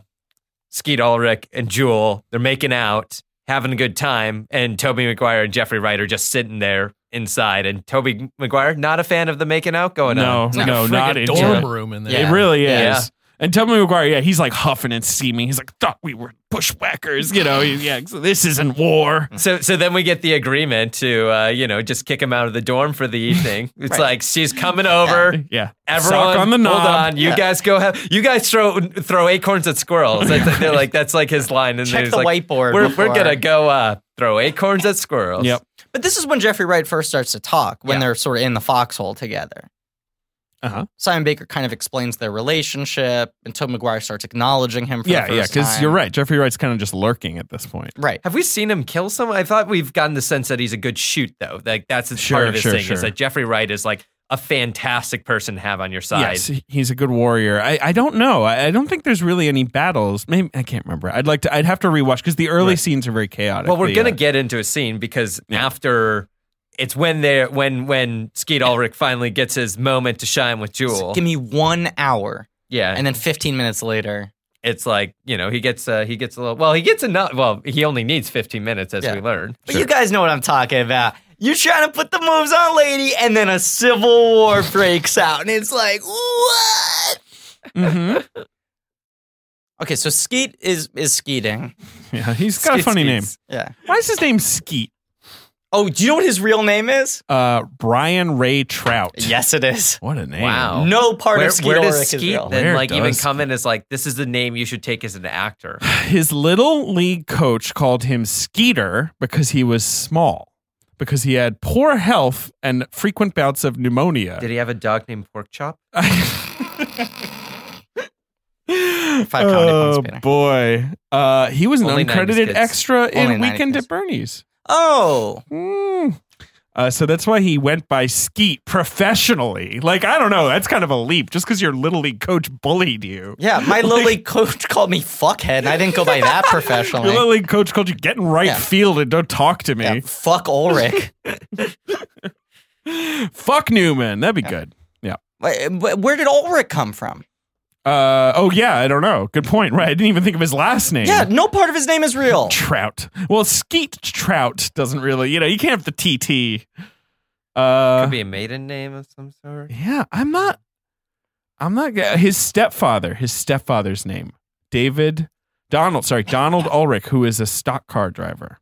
Speaker 4: skeet ulrich and jewel they're making out having a good time and toby mcguire and jeffrey wright are just sitting there inside and toby mcguire not a fan of the making out going
Speaker 3: no,
Speaker 4: on
Speaker 3: no,
Speaker 5: Friggin'
Speaker 3: not into
Speaker 5: dorm
Speaker 3: it.
Speaker 5: room in there.
Speaker 2: Yeah.
Speaker 3: It really is.
Speaker 4: Yeah.
Speaker 3: And Tommy McGuire, yeah, he's like huffing and steaming. He's like, thought we were bushwhackers, you know? he- Yeah, so this isn't war.
Speaker 4: so so then we get the agreement to uh you know just kick him out of the dorm for the
Speaker 2: [laughs]
Speaker 4: evening it's
Speaker 2: Right.
Speaker 4: like she's coming over
Speaker 3: [laughs] Yeah,
Speaker 4: Everyone,
Speaker 3: Sock on the knob.
Speaker 4: hold on. You
Speaker 2: Yeah.
Speaker 4: guys go. Have, you guys throw throw acorns at squirrels. That's, They're like that's like his line. And
Speaker 2: Check
Speaker 4: he's
Speaker 2: the
Speaker 4: like,
Speaker 2: whiteboard.
Speaker 4: We're,
Speaker 2: before-
Speaker 4: we're gonna go uh, throw acorns at squirrels.
Speaker 3: Yep.
Speaker 2: But this is when Jeffrey Wright first starts to talk when
Speaker 4: Yeah.
Speaker 2: they're sort of in the foxhole together.
Speaker 3: Uh-huh.
Speaker 2: Simon Baker kind of explains their relationship, and Tobe McGuire starts acknowledging him. For
Speaker 3: Yeah,
Speaker 2: the
Speaker 3: yeah,
Speaker 2: first
Speaker 3: because
Speaker 2: time.
Speaker 3: you're right. Jeffrey Wright's kind of just lurking at this point.
Speaker 2: Right.
Speaker 4: Have we seen him kill someone? I thought we've gotten the sense that he's a good shoot, though. Like that's the
Speaker 3: Sure,
Speaker 4: part of his
Speaker 3: sure,
Speaker 4: thing
Speaker 3: sure.
Speaker 4: is that Jeffrey Wright is like a fantastic person to have on your side.
Speaker 3: Yes, he- he's a good warrior. I, I don't know. I, I don't think there's really any battles. Maybe I can't remember. I'd like to. I'd have to rewatch because the early
Speaker 4: Right.
Speaker 3: scenes are very chaotic.
Speaker 4: Well, we're
Speaker 3: The,
Speaker 4: gonna
Speaker 3: uh,
Speaker 4: get into a scene because after it's when they when when Skeet Ulrich finally gets his moment to shine with Jewel.
Speaker 2: Give me one hour,
Speaker 4: Yeah,
Speaker 2: and then 15 minutes later,
Speaker 4: it's like you know he gets uh, he gets a little. Well, he gets enough. Well, he only needs 15 minutes as
Speaker 2: Yeah.
Speaker 4: we learned.
Speaker 2: But you guys know what I'm talking about. You're trying to put the moves on, lady, and then a civil war breaks out, and it's like, what?
Speaker 4: [laughs]
Speaker 3: mhm.
Speaker 2: Okay, so Skeet is is skeeting.
Speaker 3: Yeah, he's got a
Speaker 4: Skeet
Speaker 3: funny name.
Speaker 4: Skeets.
Speaker 2: Yeah.
Speaker 3: Why is his name Skeet?
Speaker 2: Oh, do you know what his real name is?
Speaker 3: Uh, Brian Ray Trout.
Speaker 2: Yes, it is.
Speaker 3: What a name.
Speaker 4: Wow. Oh.
Speaker 2: No part
Speaker 4: where,
Speaker 2: of Skeet
Speaker 4: where does
Speaker 2: Ulrich is
Speaker 4: Skeet
Speaker 2: real.
Speaker 4: then
Speaker 3: Where
Speaker 4: like even
Speaker 3: does
Speaker 4: come in as like this is the name you should take as
Speaker 3: [sighs]
Speaker 4: an actor?
Speaker 3: [sighs] His little league coach called him Skeeter because he was small, because he had poor health and frequent bouts of pneumonia.
Speaker 4: Did he have a dog named Porkchop?
Speaker 2: Five comedy
Speaker 3: oh
Speaker 2: points, Peter.
Speaker 3: boy, uh, he was an
Speaker 4: Only 90s
Speaker 3: uncredited
Speaker 4: kids.
Speaker 3: extra
Speaker 2: Only
Speaker 3: in
Speaker 2: 90s
Speaker 3: Weekend
Speaker 2: kids.
Speaker 3: at Bernie's.
Speaker 2: Oh,
Speaker 3: Mm. Uh, so that's why he went by Skeet professionally. Like I don't know, that's kind of a leap. Just because your little league coach bullied you,
Speaker 2: yeah. My little league coach called me fuckhead, and I didn't go by that
Speaker 3: your little
Speaker 2: professionally.
Speaker 3: league coach called you get in right
Speaker 2: Yeah.
Speaker 3: field and don't talk to me.
Speaker 2: Yeah, fuck Ulrich.
Speaker 3: [laughs] Fuck Newman, that'd be good.
Speaker 2: Wait, wh- Where did Ulrich come from?
Speaker 3: Uh, oh yeah, I don't know. Good point. Right, I didn't even think of his last name.
Speaker 2: Yeah, no part of his name is real.
Speaker 3: Trout. Well, Skeet Trout doesn't really. You know, you can't have the TT. Uh,
Speaker 4: Could be a maiden name of some sort.
Speaker 3: yeah, I'm not. I'm not. g- His stepfather. His stepfather's name, David Donald. Sorry, Donald Ulrich, who is a stock car driver.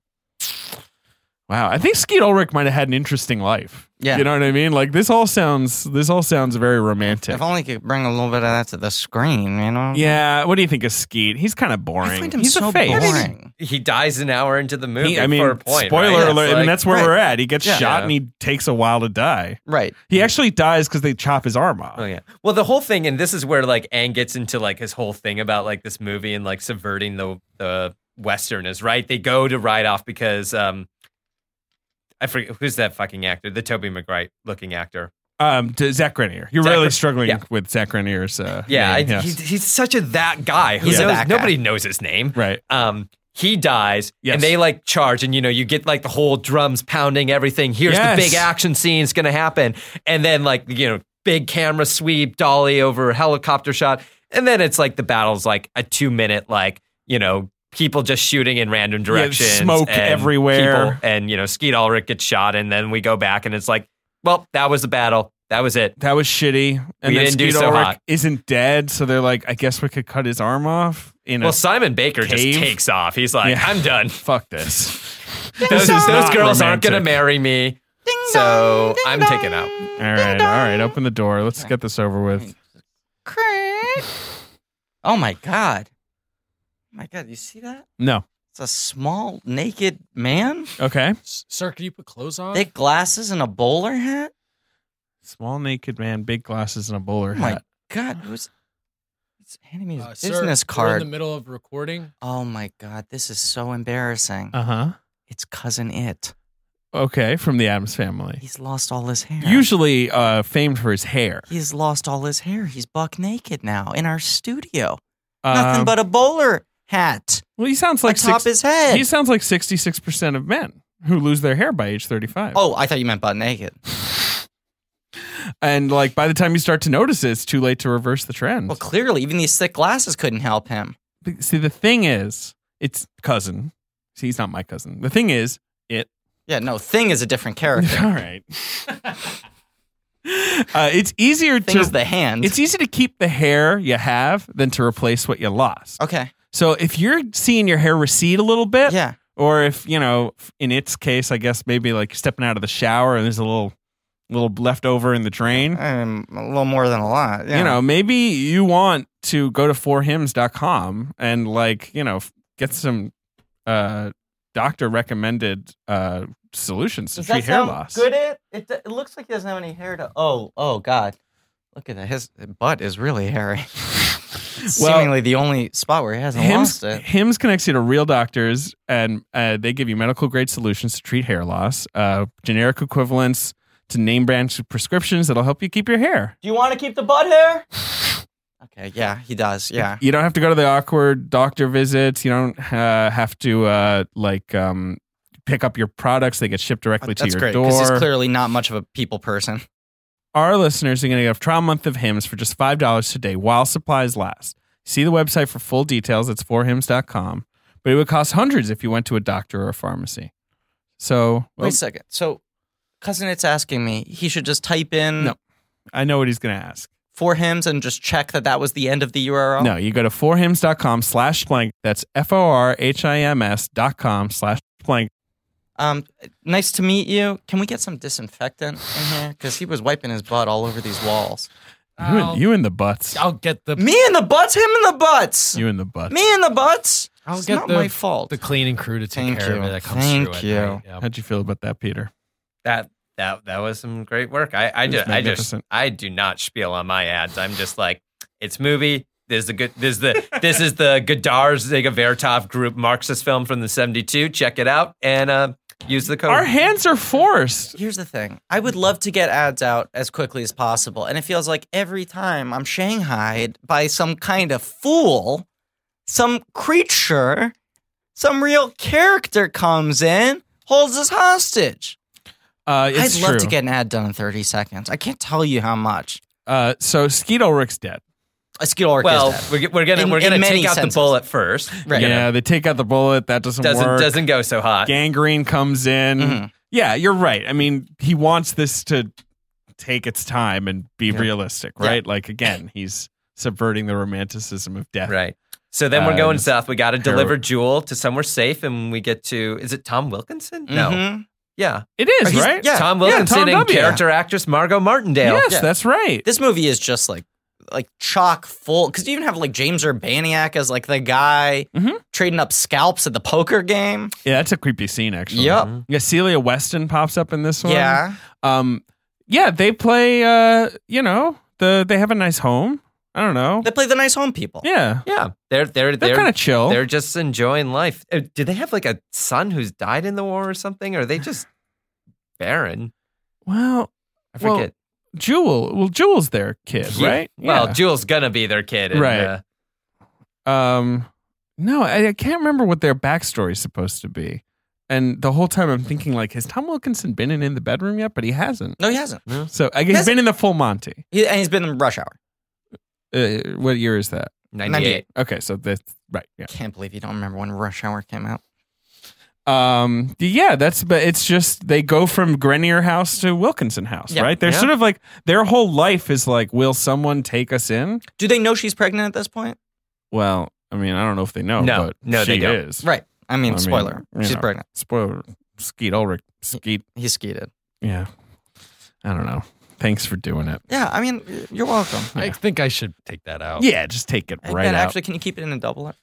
Speaker 3: Wow, I think Skeet Ulrich might have had an interesting life.
Speaker 2: Yeah.
Speaker 3: you know what I mean. Like this all sounds. This all sounds very romantic.
Speaker 2: If only could bring a little bit of that to the screen, you know?
Speaker 3: Yeah, what do you think of Skeet? He's kind of boring.
Speaker 2: I find him
Speaker 3: He's
Speaker 2: so
Speaker 3: a face.
Speaker 2: boring.
Speaker 4: He dies an hour into the movie
Speaker 3: He- I mean,
Speaker 4: for a point.
Speaker 3: spoiler
Speaker 4: right? It's
Speaker 3: alert. I mean,
Speaker 4: like-
Speaker 3: that's where
Speaker 2: right.
Speaker 3: we're at. He gets
Speaker 2: Yeah.
Speaker 3: shot and he takes a while to die.
Speaker 2: Right.
Speaker 4: Mm-hmm.
Speaker 3: He actually dies because they chop his arm off.
Speaker 4: Oh yeah. [laughs] Well, the whole thing, and this is where like Ang gets into like his whole thing about like this movie and like subverting the the westerners, right? They go to ride off because um, I forget who's that fucking actor, the Toby McGright looking actor.
Speaker 3: Um, to Zach Grenier. You're
Speaker 4: Zach
Speaker 3: really
Speaker 4: Gre-
Speaker 3: struggling
Speaker 4: yeah.
Speaker 3: with Zach Grenier's. Uh,
Speaker 4: Yeah,
Speaker 3: name.
Speaker 4: I,
Speaker 3: Yes.
Speaker 4: he, he's such a that guy. Who
Speaker 2: He's a
Speaker 4: knows?
Speaker 2: that guy.
Speaker 4: Nobody knows his name.
Speaker 3: right.
Speaker 4: Um, he dies,
Speaker 3: Yes.
Speaker 4: and they like charge, and you know you get like the whole drums pounding, everything. Here's
Speaker 3: Yes.
Speaker 4: the big action scene; it's gonna happen, and then like you know big camera sweep, dolly over helicopter shot, and then it's like the battle's like a two minute like you know people just shooting in random directions,
Speaker 3: smoke
Speaker 4: and
Speaker 3: everywhere.
Speaker 4: people- and you know Skeet Ulrich gets shot, and then we go back, and it's like, well, that was the battle, that was it.
Speaker 3: That was shitty. And
Speaker 4: We
Speaker 3: then
Speaker 4: didn't do
Speaker 3: Skeet
Speaker 4: so
Speaker 3: Ulrich
Speaker 4: hot.
Speaker 3: isn't dead, so they're like, I guess we could cut his arm off. You know,
Speaker 4: Well, Simon Baker
Speaker 3: Cave?
Speaker 4: just takes off. He's like,
Speaker 3: Yeah.
Speaker 4: I'm
Speaker 3: [laughs]
Speaker 4: done.
Speaker 3: fuck this.
Speaker 4: [laughs] those,
Speaker 3: This is
Speaker 4: those
Speaker 3: not
Speaker 4: girls aren't going to
Speaker 3: romantic.
Speaker 4: marry me. so I'm taking out.
Speaker 3: All right, all right. Open the door. Let's get this over with.
Speaker 2: Oh my god. Oh my god, you see that?
Speaker 3: No.
Speaker 2: It's a small naked man.
Speaker 3: Okay.
Speaker 5: S- Sir, can you put clothes on?
Speaker 2: Thick glasses and a bowler hat.
Speaker 3: Small naked man, big glasses, and a bowler
Speaker 2: Oh
Speaker 3: hat.
Speaker 2: my god, who's it's handing me his
Speaker 5: Uh, sir,
Speaker 2: business
Speaker 5: We're in
Speaker 2: card.
Speaker 5: the middle of recording.
Speaker 2: oh my god, this is so embarrassing.
Speaker 3: Uh
Speaker 4: Uh-huh.
Speaker 3: huh.
Speaker 2: it's cousin it.
Speaker 3: Okay, from the Adams family.
Speaker 2: He's lost all his hair.
Speaker 3: Usually uh, famed for his hair.
Speaker 2: He's lost all his hair. He's buck naked now in our studio.
Speaker 3: Um,
Speaker 2: Nothing but a bowler hat
Speaker 3: well, he sounds like
Speaker 2: atop
Speaker 3: six,
Speaker 2: his head.
Speaker 3: he sounds like sixty six percent of men who lose their hair by age thirty five.
Speaker 2: oh, I thought you meant butt
Speaker 3: [laughs]
Speaker 2: naked.
Speaker 3: and like by the time you start to notice it, it's too late to reverse the trend.
Speaker 2: Well, clearly, even these thick glasses couldn't help him.
Speaker 3: But See, the thing is, it's cousin. See, he's not my cousin. The thing is, [laughs] it.
Speaker 2: Yeah, no, Thing is a different
Speaker 3: All [laughs]
Speaker 2: character.
Speaker 3: right. uh, it's easier
Speaker 2: Thing is
Speaker 3: to.
Speaker 2: the hand.
Speaker 3: It's easy to keep the hair you have than to replace what you lost.
Speaker 2: okay.
Speaker 3: So if you're seeing your hair recede a little bit,
Speaker 2: Uh Yeah.
Speaker 3: or if you know in its case i guess maybe like stepping out of the shower and there's a little little leftover in the drain
Speaker 2: Um, a little more than a lot. Yeah.
Speaker 3: you know maybe you want to go to forhims.com and like you know f- get some uh doctor recommended uh solutions to
Speaker 2: Does that
Speaker 3: treat hair
Speaker 2: sound
Speaker 3: loss
Speaker 2: good? It? it it looks like he doesn't have any hair to. Oh, oh God! Look at that. His butt is really hairy. [laughs] It's
Speaker 3: Well-
Speaker 2: Seemingly the only spot where he hasn't lost
Speaker 3: Hims, [laughs]
Speaker 2: it.
Speaker 3: Hims connects you to real doctors, and uh, they give you medical grade solutions to treat hair loss, uh, generic equivalents to name brand prescriptions that'll help you keep your hair.
Speaker 2: Do you want to keep the butt hair? okay, yeah, he does. Yeah.
Speaker 3: you don't have to go to the awkward doctor visits. You don't uh, have to uh, like um, pick up your products; they get shipped directly to
Speaker 2: That's
Speaker 3: your
Speaker 2: great
Speaker 3: door.
Speaker 2: because he's clearly not much of a people person.
Speaker 3: Our listeners are going to get a trial month of hymns for just five dollars today while supplies last. See the website for full details. It's forhims.com. But it would cost hundreds if you went to a doctor or a pharmacy. So
Speaker 2: Wait a second. So, cousin, it's asking me he should just type in
Speaker 3: No. I know what he's going to ask.
Speaker 2: for hims and just check that that was the end of the URL.
Speaker 3: No, you go to forhims.com slash blank. That's F O R H I M S dot com slash blank.
Speaker 2: Um, nice to meet you. Can we get some disinfectant in here? Because he was wiping his butt all over these walls.
Speaker 3: You and, you and the butts.
Speaker 5: I'll get the
Speaker 2: Me in the butts, him in the butts.
Speaker 3: You and the butts.
Speaker 2: Me in the butts.
Speaker 5: I'll
Speaker 2: it's
Speaker 5: get
Speaker 2: not
Speaker 5: the-
Speaker 2: my fault.
Speaker 5: the cleaning crew to take
Speaker 2: Thank
Speaker 5: care of
Speaker 2: you.
Speaker 5: it. That comes
Speaker 2: Thank
Speaker 5: through at
Speaker 2: you.
Speaker 5: night. Yeah.
Speaker 3: How'd you feel about that, Peter?
Speaker 4: that that that was some great work. I I
Speaker 3: It was
Speaker 4: just I just
Speaker 3: magnificent.
Speaker 4: I do not spiel on my ads. I'm just like it's movie. There's the good. There's the this is the Godard Ziga Vertov group Marxist film from the '72. Check it out and uh, use the code.
Speaker 2: Oh.
Speaker 3: Our hands are forced.
Speaker 2: Here's the thing. I would love to get ads out as quickly as possible. And it feels like every time I'm shanghaied by some kind of fool, some creature, some real character comes in, holds us hostage.
Speaker 3: Uh, it's
Speaker 2: I'd love
Speaker 3: true.
Speaker 2: to get an ad done in 30 seconds. I can't tell you how much.
Speaker 3: uh, so Skeet Ulrich's dead.
Speaker 2: A Skid Ulrich
Speaker 4: Well,
Speaker 2: is dead.
Speaker 4: we're, g- we're gonna
Speaker 2: In-
Speaker 4: we're gonna
Speaker 2: in
Speaker 4: take
Speaker 2: many
Speaker 4: out
Speaker 2: senses.
Speaker 4: the bullet first.
Speaker 2: Right.
Speaker 3: Yeah, they take out the bullet. That doesn't,
Speaker 4: Doesn't
Speaker 3: work.
Speaker 4: doesn't go so hot.
Speaker 3: Gangrene comes in.
Speaker 2: Mhm.
Speaker 3: Yeah, you're right. I mean, he wants this to take its time and be realistic,
Speaker 2: Yeah.
Speaker 3: right? Like again, he's subverting the romanticism of death.
Speaker 4: Right. So then we're
Speaker 3: Uh,
Speaker 4: going
Speaker 3: just
Speaker 4: south. We got to
Speaker 3: terrible.
Speaker 4: deliver Jewel to somewhere safe, and we get to is it Tom Wilkinson? No.
Speaker 2: Mhm.
Speaker 4: Yeah.
Speaker 3: It is
Speaker 2: He's-
Speaker 3: right.
Speaker 2: yeah.
Speaker 3: Tom
Speaker 4: Tom Wilkinson and
Speaker 3: W.
Speaker 4: character actress Margot Martindale.
Speaker 3: Yes,
Speaker 2: Yeah.
Speaker 3: that's right.
Speaker 2: This movie is just like like chock full because you even have like James Urbaniak as like the guy
Speaker 3: Mhm.
Speaker 2: trading up scalps at the poker game.
Speaker 3: Yeah, that's a creepy scene actually.
Speaker 2: Yep.
Speaker 3: Yeah, Celia Weston pops up in this one.
Speaker 2: Yeah.
Speaker 3: Um yeah, they play uh, you know, the they have a nice home. I don't know.
Speaker 2: They play the nice home people.
Speaker 3: yeah.
Speaker 4: Yeah. They're they're
Speaker 3: They're,
Speaker 4: they're
Speaker 3: kind of chill.
Speaker 4: they're just enjoying life. Uh, Do they have like a son who's died in the war or something? Or are they just barren?
Speaker 3: well,
Speaker 4: I
Speaker 3: Well,
Speaker 4: forget.
Speaker 3: Jewel, well Jewel's their kid,
Speaker 4: Yeah.
Speaker 3: right?
Speaker 4: Well,
Speaker 3: Yeah.
Speaker 4: Jewel's gonna be their kid, and,
Speaker 3: Right.
Speaker 4: uh,
Speaker 3: um no I, I can't remember what their backstory is supposed to be and the whole time i'm thinking like has tom wilkinson been in, in the bedroom yet but he hasn't
Speaker 2: No, he hasn't.
Speaker 3: so i guess
Speaker 2: That's-
Speaker 3: he's been in the full monty
Speaker 2: He, and he's been in Rush Hour.
Speaker 3: uh, what year is that
Speaker 4: 98.
Speaker 3: okay so that's right yeah
Speaker 2: Can't believe you don't remember when Rush Hour came out.
Speaker 3: um yeah that's but it's just they go from grenier house to wilkinson house
Speaker 2: Yeah.
Speaker 3: right they're
Speaker 4: Yeah.
Speaker 3: sort of like their whole life is like will someone take us in
Speaker 2: Do they know she's pregnant at this point?
Speaker 3: well i mean i don't know if they know
Speaker 4: No.
Speaker 3: but
Speaker 4: No,
Speaker 3: she
Speaker 4: they don't.
Speaker 3: is
Speaker 2: Right. I mean,
Speaker 3: I mean,
Speaker 2: spoiler.
Speaker 3: you
Speaker 2: she's
Speaker 3: know.
Speaker 2: pregnant.
Speaker 3: spoiler skeet ulrich skeet
Speaker 2: He skeeted.
Speaker 3: Yeah. I don't know. Thanks for doing it.
Speaker 2: Yeah. I mean, you're welcome.
Speaker 5: I think I should take that out.
Speaker 3: Yeah, just take it
Speaker 2: Hey,
Speaker 3: [laughs] right
Speaker 2: Ben,
Speaker 3: out.
Speaker 2: actually, can you keep it in a doubler?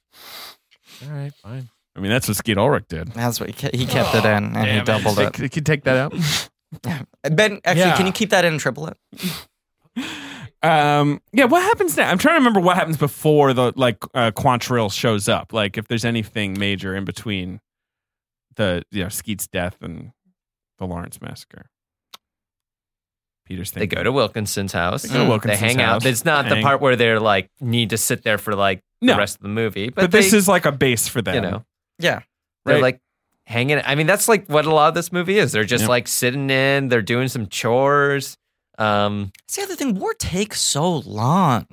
Speaker 5: All right, fine.
Speaker 3: I mean, that's what Skeet Ulrich did.
Speaker 2: That's what he kept, he kept
Speaker 3: Oh,
Speaker 2: it in, and he
Speaker 5: damn it.
Speaker 2: doubled
Speaker 3: Take,
Speaker 2: it.
Speaker 3: can you take that out?
Speaker 2: Ben, actually,
Speaker 5: Yeah.
Speaker 2: can you keep that in a triplet?
Speaker 3: Um, yeah, what happens now? I'm trying to remember what happens before the like uh, Quantrill shows up. Like, if there's anything major in between the you know Skeet's death and the Lawrence massacre. Peter's
Speaker 4: They
Speaker 3: thinking.
Speaker 4: go to Wilkinson's house.
Speaker 3: They go to Wilkinson's
Speaker 4: they hang
Speaker 3: house.
Speaker 4: out. It's not
Speaker 3: Hang.
Speaker 4: the part where they're like need to sit there for like
Speaker 3: No.
Speaker 4: the rest of the movie. But,
Speaker 3: but, this
Speaker 4: they-
Speaker 3: is like a base for them.
Speaker 4: you know
Speaker 2: Yeah.
Speaker 4: they're
Speaker 3: Right.
Speaker 4: like hanging. I mean, that's like what a lot of this movie is. They're just
Speaker 3: Yep.
Speaker 4: like sitting in. They're doing some chores. Um,
Speaker 2: That's the other thing. War takes so long.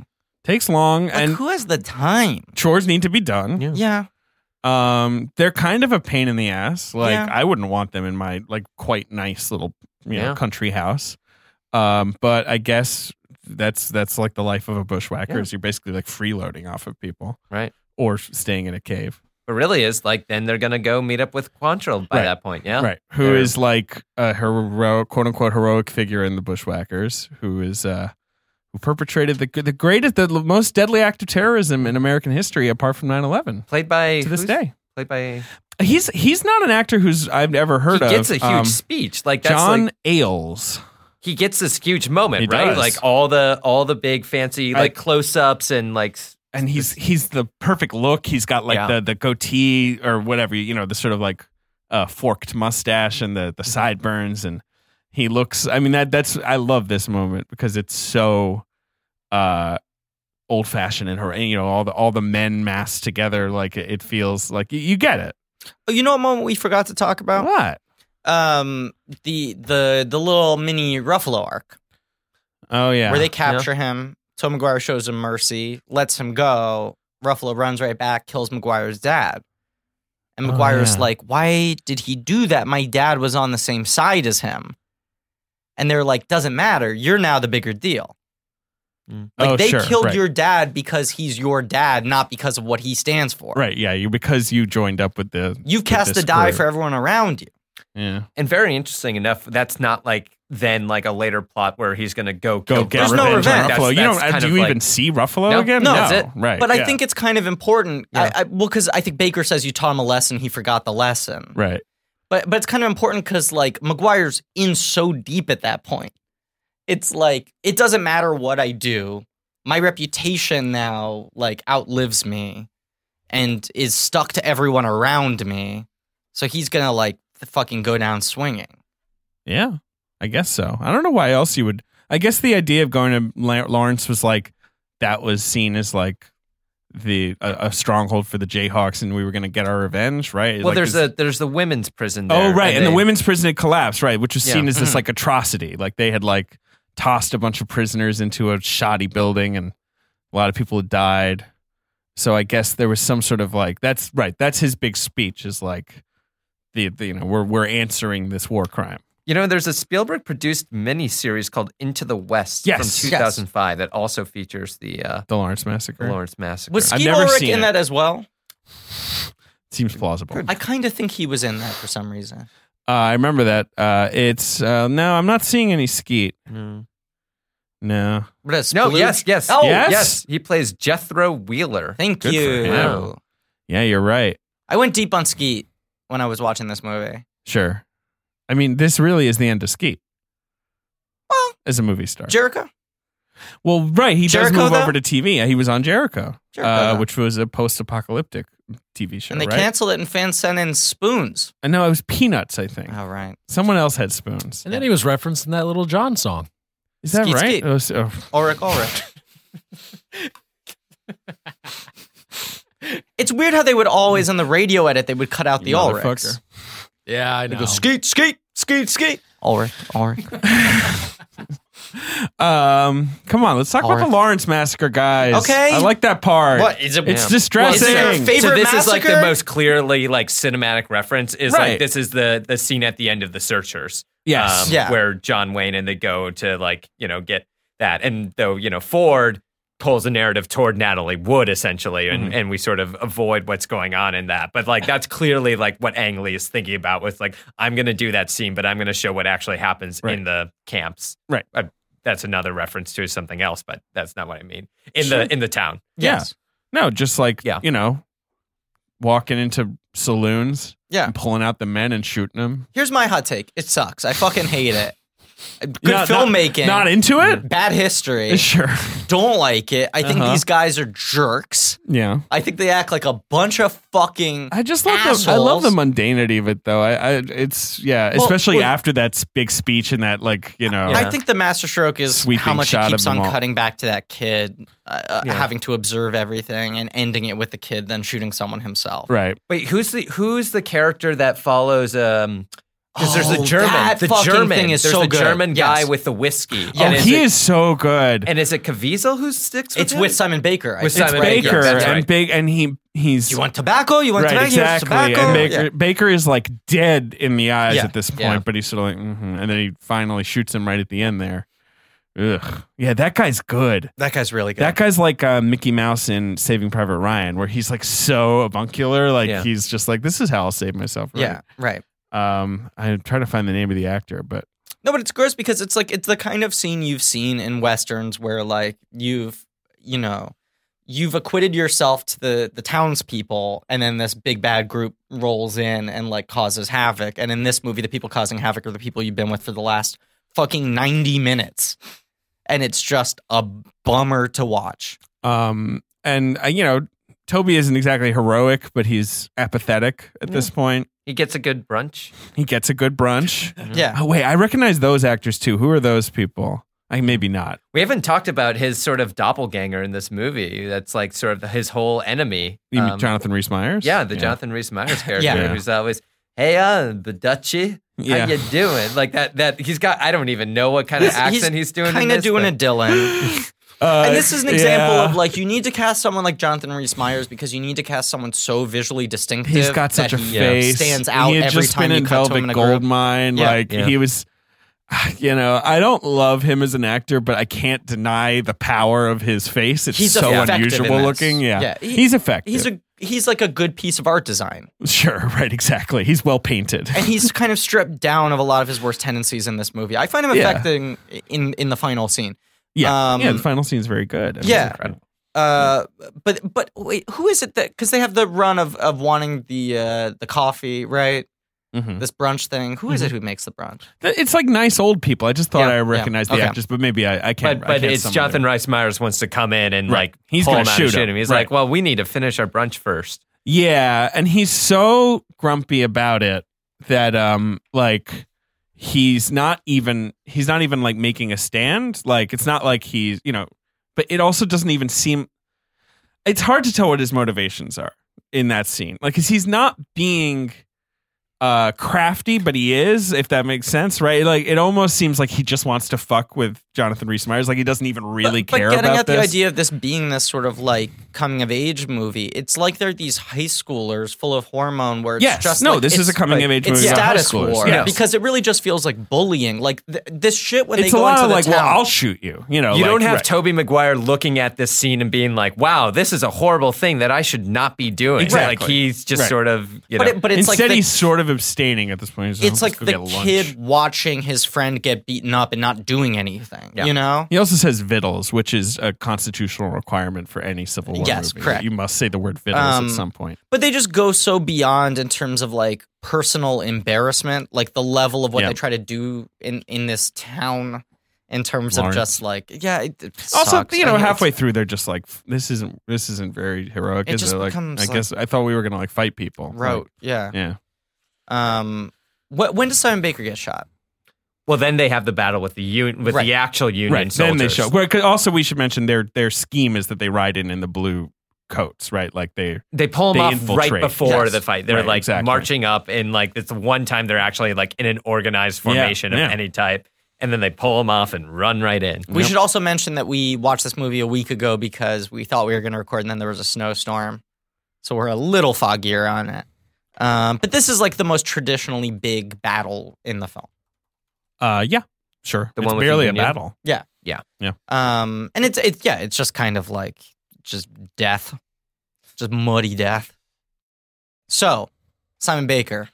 Speaker 3: takes long,
Speaker 2: Like,
Speaker 3: and
Speaker 2: who has the time?
Speaker 3: chores need to be done.
Speaker 2: Yeah.
Speaker 3: Um, they're kind of a pain in the ass. Like
Speaker 2: Yeah.
Speaker 3: I wouldn't want them in my like quite nice little you know
Speaker 4: Yeah.
Speaker 3: country house. Um, but I guess that's that's like the life of a bushwhacker
Speaker 4: Yeah.
Speaker 3: is you're basically like freeloading off of people,
Speaker 4: Right.
Speaker 3: Or staying in a cave,
Speaker 4: but really, is like then they're gonna go meet up with Quantrill by
Speaker 3: Right.
Speaker 4: that point. Yeah,
Speaker 3: right? Who is
Speaker 4: Yeah.
Speaker 3: like a heroic, quote unquote heroic figure in the bushwhackers who is uh who perpetrated the the greatest, the most deadly act of terrorism in American history, apart from 9-11
Speaker 4: Played by
Speaker 3: to this
Speaker 4: who's-
Speaker 3: day.
Speaker 4: Played by
Speaker 3: He's he's not an actor who's I've ever heard
Speaker 4: he
Speaker 3: of.
Speaker 4: gets a huge
Speaker 3: Um,
Speaker 4: speech. Like that's
Speaker 3: John
Speaker 4: like
Speaker 3: Ailes.
Speaker 4: he gets this huge moment,
Speaker 3: He
Speaker 4: right?
Speaker 3: does.
Speaker 4: Like all the all the big fancy
Speaker 3: I-
Speaker 4: like close ups and like s-
Speaker 3: and he's he's the perfect look. He's got like
Speaker 4: Yeah.
Speaker 3: the the goatee or whatever, you know, the sort of like uh, forked mustache and the the sideburns, and he looks. I mean that that's I love this moment because it's so uh, old fashioned and her, and, you know, all the all the men massed together. Like it, it feels like you, you get it.
Speaker 2: Oh, you know what moment we forgot to talk about?
Speaker 3: What?
Speaker 2: Um, the the the little mini Ruffalo arc
Speaker 3: Oh yeah.
Speaker 2: where they capture him. Tom McGuire shows him mercy, lets him go. Ruffalo runs right back, kills McGuire's dad. And
Speaker 3: Oh,
Speaker 2: McGuire's
Speaker 3: yeah.
Speaker 2: like, "Why did he do that? My dad was on the same side as him." And they're like, "Doesn't matter. You're now the bigger deal." Like
Speaker 3: Oh,
Speaker 2: they
Speaker 3: sure,
Speaker 2: killed
Speaker 3: right.
Speaker 2: your dad because he's your dad, not because of what he stands for.
Speaker 3: right. Yeah, you because you joined up with the
Speaker 2: You've cast
Speaker 3: this
Speaker 2: a die
Speaker 3: crew.
Speaker 2: for everyone around you.
Speaker 3: yeah.
Speaker 4: and very interesting enough. That's not like then like a later plot where he's gonna go
Speaker 3: Go
Speaker 4: kill
Speaker 3: get
Speaker 2: There's no
Speaker 3: revenge on
Speaker 2: revenge.
Speaker 3: Ruffalo. you
Speaker 4: That's-
Speaker 3: don't.
Speaker 4: that's kind
Speaker 3: do
Speaker 4: of
Speaker 3: you
Speaker 4: like-
Speaker 3: even see Ruffalo
Speaker 4: No,
Speaker 3: again?
Speaker 2: no,
Speaker 3: no.
Speaker 2: that's it.
Speaker 3: Right.
Speaker 2: But
Speaker 3: yeah.
Speaker 2: I think it's kind of important.
Speaker 4: Yeah.
Speaker 2: I, I, well, because I think Baker says you taught him a lesson, he forgot the lesson.
Speaker 3: right.
Speaker 2: But but it's kind of important because like McGuire's in so deep at that point. It's like it doesn't matter what I do. My reputation now like outlives me, and is stuck to everyone around me. So he's gonna like fucking go down swinging.
Speaker 3: Yeah, I guess so. I don't know why else you would. I guess the idea of going to La- Lawrence was like that was seen as like the a, a stronghold for the Jayhawks, and we were going to get our revenge, right?
Speaker 4: Well,
Speaker 3: Like,
Speaker 4: there's
Speaker 3: it's-
Speaker 4: a there's the women's prison.
Speaker 3: oh
Speaker 4: there,
Speaker 3: right, and, the
Speaker 4: they-
Speaker 3: women's prison had collapsed, right, which was
Speaker 4: Yeah. Mm-hmm.
Speaker 3: seen as this
Speaker 2: Mhm.
Speaker 3: like atrocity, like they had like tossed a bunch of prisoners into a shoddy building and A lot of people had died. So I guess there was some sort of like that's right. That's his big speech is like the, the you know we're we're answering this war crime.
Speaker 4: You know, there's a Spielberg produced miniseries called Into the West
Speaker 3: Yes.
Speaker 4: from 2005 that also features the uh,
Speaker 3: The Lawrence massacre
Speaker 4: Lawrence Massacre.
Speaker 2: Was
Speaker 3: I've
Speaker 2: Skeet
Speaker 3: never
Speaker 2: Ulrich
Speaker 3: seen
Speaker 2: in
Speaker 3: it.
Speaker 2: that as well?
Speaker 3: seems plausible.
Speaker 2: I kind of think he was in that for some reason.
Speaker 3: Uh, I remember that. Uh, it's uh, no, I'm not seeing any skeet.
Speaker 4: Mm.
Speaker 3: No,
Speaker 2: What a
Speaker 4: No,
Speaker 2: splooge.
Speaker 4: yes, yes.
Speaker 2: Oh,
Speaker 3: Yes?
Speaker 4: He plays Jethro Wheeler.
Speaker 2: Thank
Speaker 3: Good for
Speaker 2: you.
Speaker 4: him.
Speaker 3: yeah, you're right.
Speaker 2: I went deep on Skeet when I was watching this movie.
Speaker 3: Sure. I mean, this really is the end of skeet.
Speaker 2: Well,
Speaker 3: as a movie star.
Speaker 2: Jericho?
Speaker 3: well, right. He
Speaker 2: Jericho,
Speaker 3: does move
Speaker 2: though?
Speaker 3: over to TV. Yeah, He was on Jericho,
Speaker 2: Jericho,
Speaker 3: uh,
Speaker 2: though.
Speaker 3: which was a post-apocalyptic TV show.
Speaker 2: and they
Speaker 3: right?
Speaker 2: canceled it, and fans sent in spoons.
Speaker 3: I know it was Peanuts. I think
Speaker 2: All right.
Speaker 3: someone else had spoons.
Speaker 5: And then he was referenced in that Little John song.
Speaker 3: Is that
Speaker 2: Skeet,
Speaker 3: right?
Speaker 2: skeet.
Speaker 3: It was- oh.
Speaker 2: Ulrich,
Speaker 3: [laughs]
Speaker 2: Ulrich. it's weird how they would always on the radio edit they would cut out the
Speaker 3: You
Speaker 2: Ulrichs.
Speaker 3: motherfucker. Oh.
Speaker 5: Yeah, I know.
Speaker 2: Skeet, skeet, skeet, skeet. Ulrich, [laughs] Ulrich.
Speaker 3: Um, come on, let's talk about
Speaker 2: Alright.
Speaker 3: the Lawrence Massacre, guys.
Speaker 2: Okay.
Speaker 3: I like that part.
Speaker 2: What is it?
Speaker 3: It's
Speaker 4: Yeah.
Speaker 2: Is
Speaker 3: distressing.
Speaker 2: it your favorite
Speaker 4: so this is like the
Speaker 2: massacre?
Speaker 4: most clearly like cinematic reference is
Speaker 3: Right.
Speaker 4: like this is the the scene at the end of the searchers um,
Speaker 3: Yes.
Speaker 2: Yeah.
Speaker 4: where john wayne and they go to like you know get that and though you know ford pulls the narrative toward natalie wood essentially
Speaker 3: Mm-hmm.
Speaker 4: and, and we sort of avoid what's going on in that but like that's clearly like what ang lee is thinking about with like i'm gonna do that scene but i'm gonna show what actually happens
Speaker 3: Right.
Speaker 4: in the camps
Speaker 3: Right.
Speaker 4: uh, that's another reference to something else but that's not what i mean in the in the town
Speaker 3: Yeah.
Speaker 2: Yes.
Speaker 3: No, just like
Speaker 4: Yeah.
Speaker 3: you know, walking into saloons
Speaker 2: Yeah.
Speaker 3: and pulling out the men and shooting them.
Speaker 2: Here's my hot take. It sucks. I fucking hate it. Good
Speaker 3: Not- not-
Speaker 2: filmmaking.
Speaker 3: Not, into it.
Speaker 2: Bad history.
Speaker 3: [laughs] Sure.
Speaker 2: Don't like it. I think
Speaker 3: Uh-huh.
Speaker 2: these guys are jerks.
Speaker 3: Yeah.
Speaker 2: I think they act like a bunch of fucking.
Speaker 3: I just love the I love the
Speaker 2: Assholes.
Speaker 3: mundanity of it though. I, I it's yeah,
Speaker 2: Well,
Speaker 3: especially
Speaker 2: well-
Speaker 3: after that s- big speech and that like you know
Speaker 2: I think the masterstroke is how
Speaker 3: Sweeping
Speaker 2: much
Speaker 3: shot
Speaker 2: it
Speaker 3: of
Speaker 2: keeps
Speaker 3: them
Speaker 2: on
Speaker 3: all.
Speaker 2: cutting back to that kid, uh, uh,
Speaker 4: Yeah.
Speaker 2: having to observe everything and ending it with the kid, then shooting someone himself.
Speaker 3: right.
Speaker 4: Wait, who's the who's the character that follows? Um, because there's
Speaker 2: Oh,
Speaker 4: the German,
Speaker 2: that
Speaker 4: the
Speaker 2: fucking
Speaker 4: German
Speaker 2: thing is
Speaker 4: there's
Speaker 2: so
Speaker 4: the
Speaker 2: good.
Speaker 4: German guy
Speaker 2: Yes.
Speaker 4: with the whiskey.
Speaker 3: Oh,
Speaker 4: is
Speaker 3: he
Speaker 4: it,
Speaker 3: is so good.
Speaker 4: And is it Caviezel who sticks? With
Speaker 2: It's
Speaker 4: him?
Speaker 2: with Simon Baker. I
Speaker 4: With
Speaker 2: think.
Speaker 4: Simon
Speaker 2: It's
Speaker 3: Baker
Speaker 4: Baker, that's
Speaker 3: and
Speaker 4: right.
Speaker 3: big and he he's
Speaker 2: You want tobacco? You want
Speaker 3: right
Speaker 2: tobacco? You want
Speaker 3: exactly and
Speaker 2: tobacco?
Speaker 3: Baker Baker is like dead in the eyes
Speaker 2: Yeah.
Speaker 3: at this point,
Speaker 2: Yeah.
Speaker 3: but he's sort of like mm-hmm. and then he finally shoots him right at the end there. Ugh. Yeah, that guy's good.
Speaker 2: That guy's really good.
Speaker 3: That guy's like uh, Mickey Mouse in Saving Private Ryan, where he's like so avuncular, like
Speaker 4: Yeah.
Speaker 3: he's just like, "This is how I'll save myself." Right?
Speaker 2: Yeah, right.
Speaker 3: Um, I'm trying to find the name of the actor, but
Speaker 2: No, but it's gross because it's like it's the kind of scene you've seen in westerns where like you've you know you've acquitted yourself to the the townspeople, and then this big bad group rolls in and like causes havoc. And in this movie, the people causing havoc are the people you've been with for the last fucking ninety minutes, and it's just a bummer to watch.
Speaker 3: um, and uh, you know, Toby isn't exactly heroic, but he's apathetic at
Speaker 2: Mm.
Speaker 3: this point.
Speaker 4: He gets a good brunch.
Speaker 3: He gets a
Speaker 2: [laughs]
Speaker 3: good brunch.
Speaker 2: Yeah,
Speaker 3: oh wait, I recognize those actors too. Who are those people? I maybe not.
Speaker 4: We haven't talked about his sort of doppelganger in this movie. That's like sort of his whole enemy.
Speaker 3: You mean
Speaker 4: Um,
Speaker 3: Jonathan Rhys Meyers?
Speaker 4: Yeah, the Jonathan
Speaker 3: [laughs]
Speaker 4: Rhys Meyers character
Speaker 2: Yeah.
Speaker 4: who's always, "Hey, uh, the Dutchie,
Speaker 3: Yeah.
Speaker 4: how you doing?" Like that. That he's got. I don't even know what kind of
Speaker 2: He's- he's
Speaker 4: accent he's, doing.
Speaker 2: kind of doing a Dylan.
Speaker 3: [laughs] Uh,
Speaker 2: And this is an example
Speaker 3: yeah.
Speaker 2: of like you need to cast someone like Jonathan Rhys Meyers because you need to cast someone so visually distinctive.
Speaker 3: He's got such
Speaker 2: that
Speaker 3: a
Speaker 2: he uh,
Speaker 3: face.
Speaker 2: stands out
Speaker 3: He had
Speaker 2: every
Speaker 3: just
Speaker 2: time you
Speaker 3: been in
Speaker 2: cut to
Speaker 3: Velvet
Speaker 2: him in a group.
Speaker 3: Goldmine.
Speaker 2: Yeah.
Speaker 3: Like
Speaker 4: Yeah.
Speaker 3: he was, [sighs] you know, I don't love him as an actor, but I can't deny the power of his face. It's
Speaker 2: He's
Speaker 3: so
Speaker 2: effective in
Speaker 3: unusual
Speaker 2: this.
Speaker 3: looking. Yeah,
Speaker 2: Yeah, he-
Speaker 3: he's effective.
Speaker 2: He's a he's like a good piece of art design,
Speaker 3: sure, [laughs] right, exactly. He's well painted.
Speaker 2: and he's kind of stripped down of a lot of his worst tendencies in this movie. I find him
Speaker 3: Yeah.
Speaker 2: affecting in in the final scene.
Speaker 3: [laughs] yeah,
Speaker 2: um,
Speaker 3: yeah. The final scene's very good. I mean,
Speaker 2: yeah.
Speaker 3: it's incredible.
Speaker 2: Uh, but but wait, who is it that? Because they have the run of of wanting the uh the coffee, right?
Speaker 3: Mhm.
Speaker 2: This brunch thing. Who is
Speaker 3: Mm-hmm.
Speaker 2: it who makes the brunch?
Speaker 3: Th- It's like nice old people. I just thought
Speaker 2: Yeah,
Speaker 3: I
Speaker 2: yeah.
Speaker 3: recognized the
Speaker 2: Okay.
Speaker 3: actors, but maybe I, I can't.
Speaker 4: But,
Speaker 3: I
Speaker 4: but
Speaker 3: can't
Speaker 4: it's
Speaker 3: summon
Speaker 4: Jonathan
Speaker 3: them.
Speaker 4: Rice Myers wants to come in and
Speaker 3: Right.
Speaker 4: like
Speaker 3: He's
Speaker 4: pull
Speaker 3: gonna
Speaker 4: him out
Speaker 3: shoot
Speaker 4: and shoot
Speaker 3: him.
Speaker 4: him. He's
Speaker 3: Right.
Speaker 4: like, well, we need to finish our brunch first.
Speaker 3: Yeah, and he's so grumpy about it that um like he's not even he's not even like making a stand. Like it's not like he's, you know, but it also doesn't even seem it's hard to tell what his motivations are in that scene. Like 'cause he's not being uh crafty but he is if that makes sense right like it almost seems like he just wants to fuck with jonathan reese myers like he doesn't even really
Speaker 2: but,
Speaker 3: care
Speaker 2: but getting
Speaker 3: about
Speaker 2: at
Speaker 3: this
Speaker 2: the idea of this being this sort of like coming of age movie, it's like they're these high schoolers full of hormone. Where it's
Speaker 3: Yes.
Speaker 2: just
Speaker 3: No,
Speaker 2: like,
Speaker 3: this is
Speaker 2: it's-
Speaker 3: a coming of age
Speaker 2: it's
Speaker 3: movie about high
Speaker 2: status
Speaker 3: schoolers.
Speaker 2: war
Speaker 3: Yes.
Speaker 2: because it really just feels like bullying. Like th- this shit when
Speaker 3: it's
Speaker 2: they go
Speaker 3: a lot
Speaker 2: into
Speaker 3: of
Speaker 2: the
Speaker 3: like
Speaker 2: town.
Speaker 3: well i'll shoot you you know
Speaker 4: You
Speaker 3: like,
Speaker 4: don't have
Speaker 3: right.
Speaker 4: Toby Maguire looking at this scene and being like, "Wow, this is a horrible thing that I should not be doing."
Speaker 3: Exactly.
Speaker 4: Like he's just
Speaker 3: Right.
Speaker 4: sort of, you know,
Speaker 2: but it, but it's
Speaker 3: instead
Speaker 2: like the,
Speaker 3: he's sort of abstaining at this point He's
Speaker 2: it's like
Speaker 3: "Let's go
Speaker 2: the
Speaker 3: get lunch."
Speaker 2: kid watching his friend get beaten up and not doing anything. You know,
Speaker 3: He also says vittles, which is a constitutional requirement for any Civil War
Speaker 2: Yes,
Speaker 3: movie.
Speaker 2: correct.
Speaker 3: You must say the word vittles
Speaker 2: Um,
Speaker 3: at some point.
Speaker 2: but they just go so beyond in terms of like personal embarrassment, like the level of what
Speaker 3: Yeah.
Speaker 2: they try to do in in this town. In terms
Speaker 3: Lawrence.
Speaker 2: of just like, yeah, it, it
Speaker 3: Also,
Speaker 2: sucks.
Speaker 3: you
Speaker 2: I
Speaker 3: know,
Speaker 2: mean, it's-
Speaker 3: halfway through, they're just like, "This isn't this isn't very heroic."
Speaker 2: It
Speaker 3: is
Speaker 2: just
Speaker 3: Like,
Speaker 2: becomes,
Speaker 3: I
Speaker 2: like-
Speaker 3: guess I thought we were gonna like fight people.
Speaker 2: wrote. Yeah.
Speaker 3: Like, yeah.
Speaker 2: Um. What? When does Simon Baker get shot?
Speaker 4: well, then they have the battle with the un- with
Speaker 2: Right.
Speaker 4: the actual Union
Speaker 3: Right.
Speaker 4: soldiers.
Speaker 3: Then they show. Well, 'cause also, we should mention their their scheme is that they ride in in the blue coats, right? Like they.
Speaker 4: They pull
Speaker 3: They
Speaker 4: them off
Speaker 3: infiltrate.
Speaker 4: right before
Speaker 2: Yes.
Speaker 4: the fight. They're
Speaker 3: Right,
Speaker 4: like
Speaker 3: exactly.
Speaker 4: marching up, and like it's the one time they're actually like in an organized
Speaker 3: Yeah,
Speaker 4: formation
Speaker 3: yeah.
Speaker 4: of any type, and then they pull them off and run right in.
Speaker 2: We should also mention that we watched this movie a week ago because we thought we were going to record, and then there was a snowstorm, so we're a little foggier on it. Um, but this is like the most traditionally big battle in the film.
Speaker 3: Uh, yeah, sure.
Speaker 4: The
Speaker 3: it's
Speaker 4: one with the
Speaker 3: barely a
Speaker 4: union?
Speaker 3: battle.
Speaker 2: Um, and it's it's yeah, it's just kind of like just death, just muddy death. So, Simon Baker,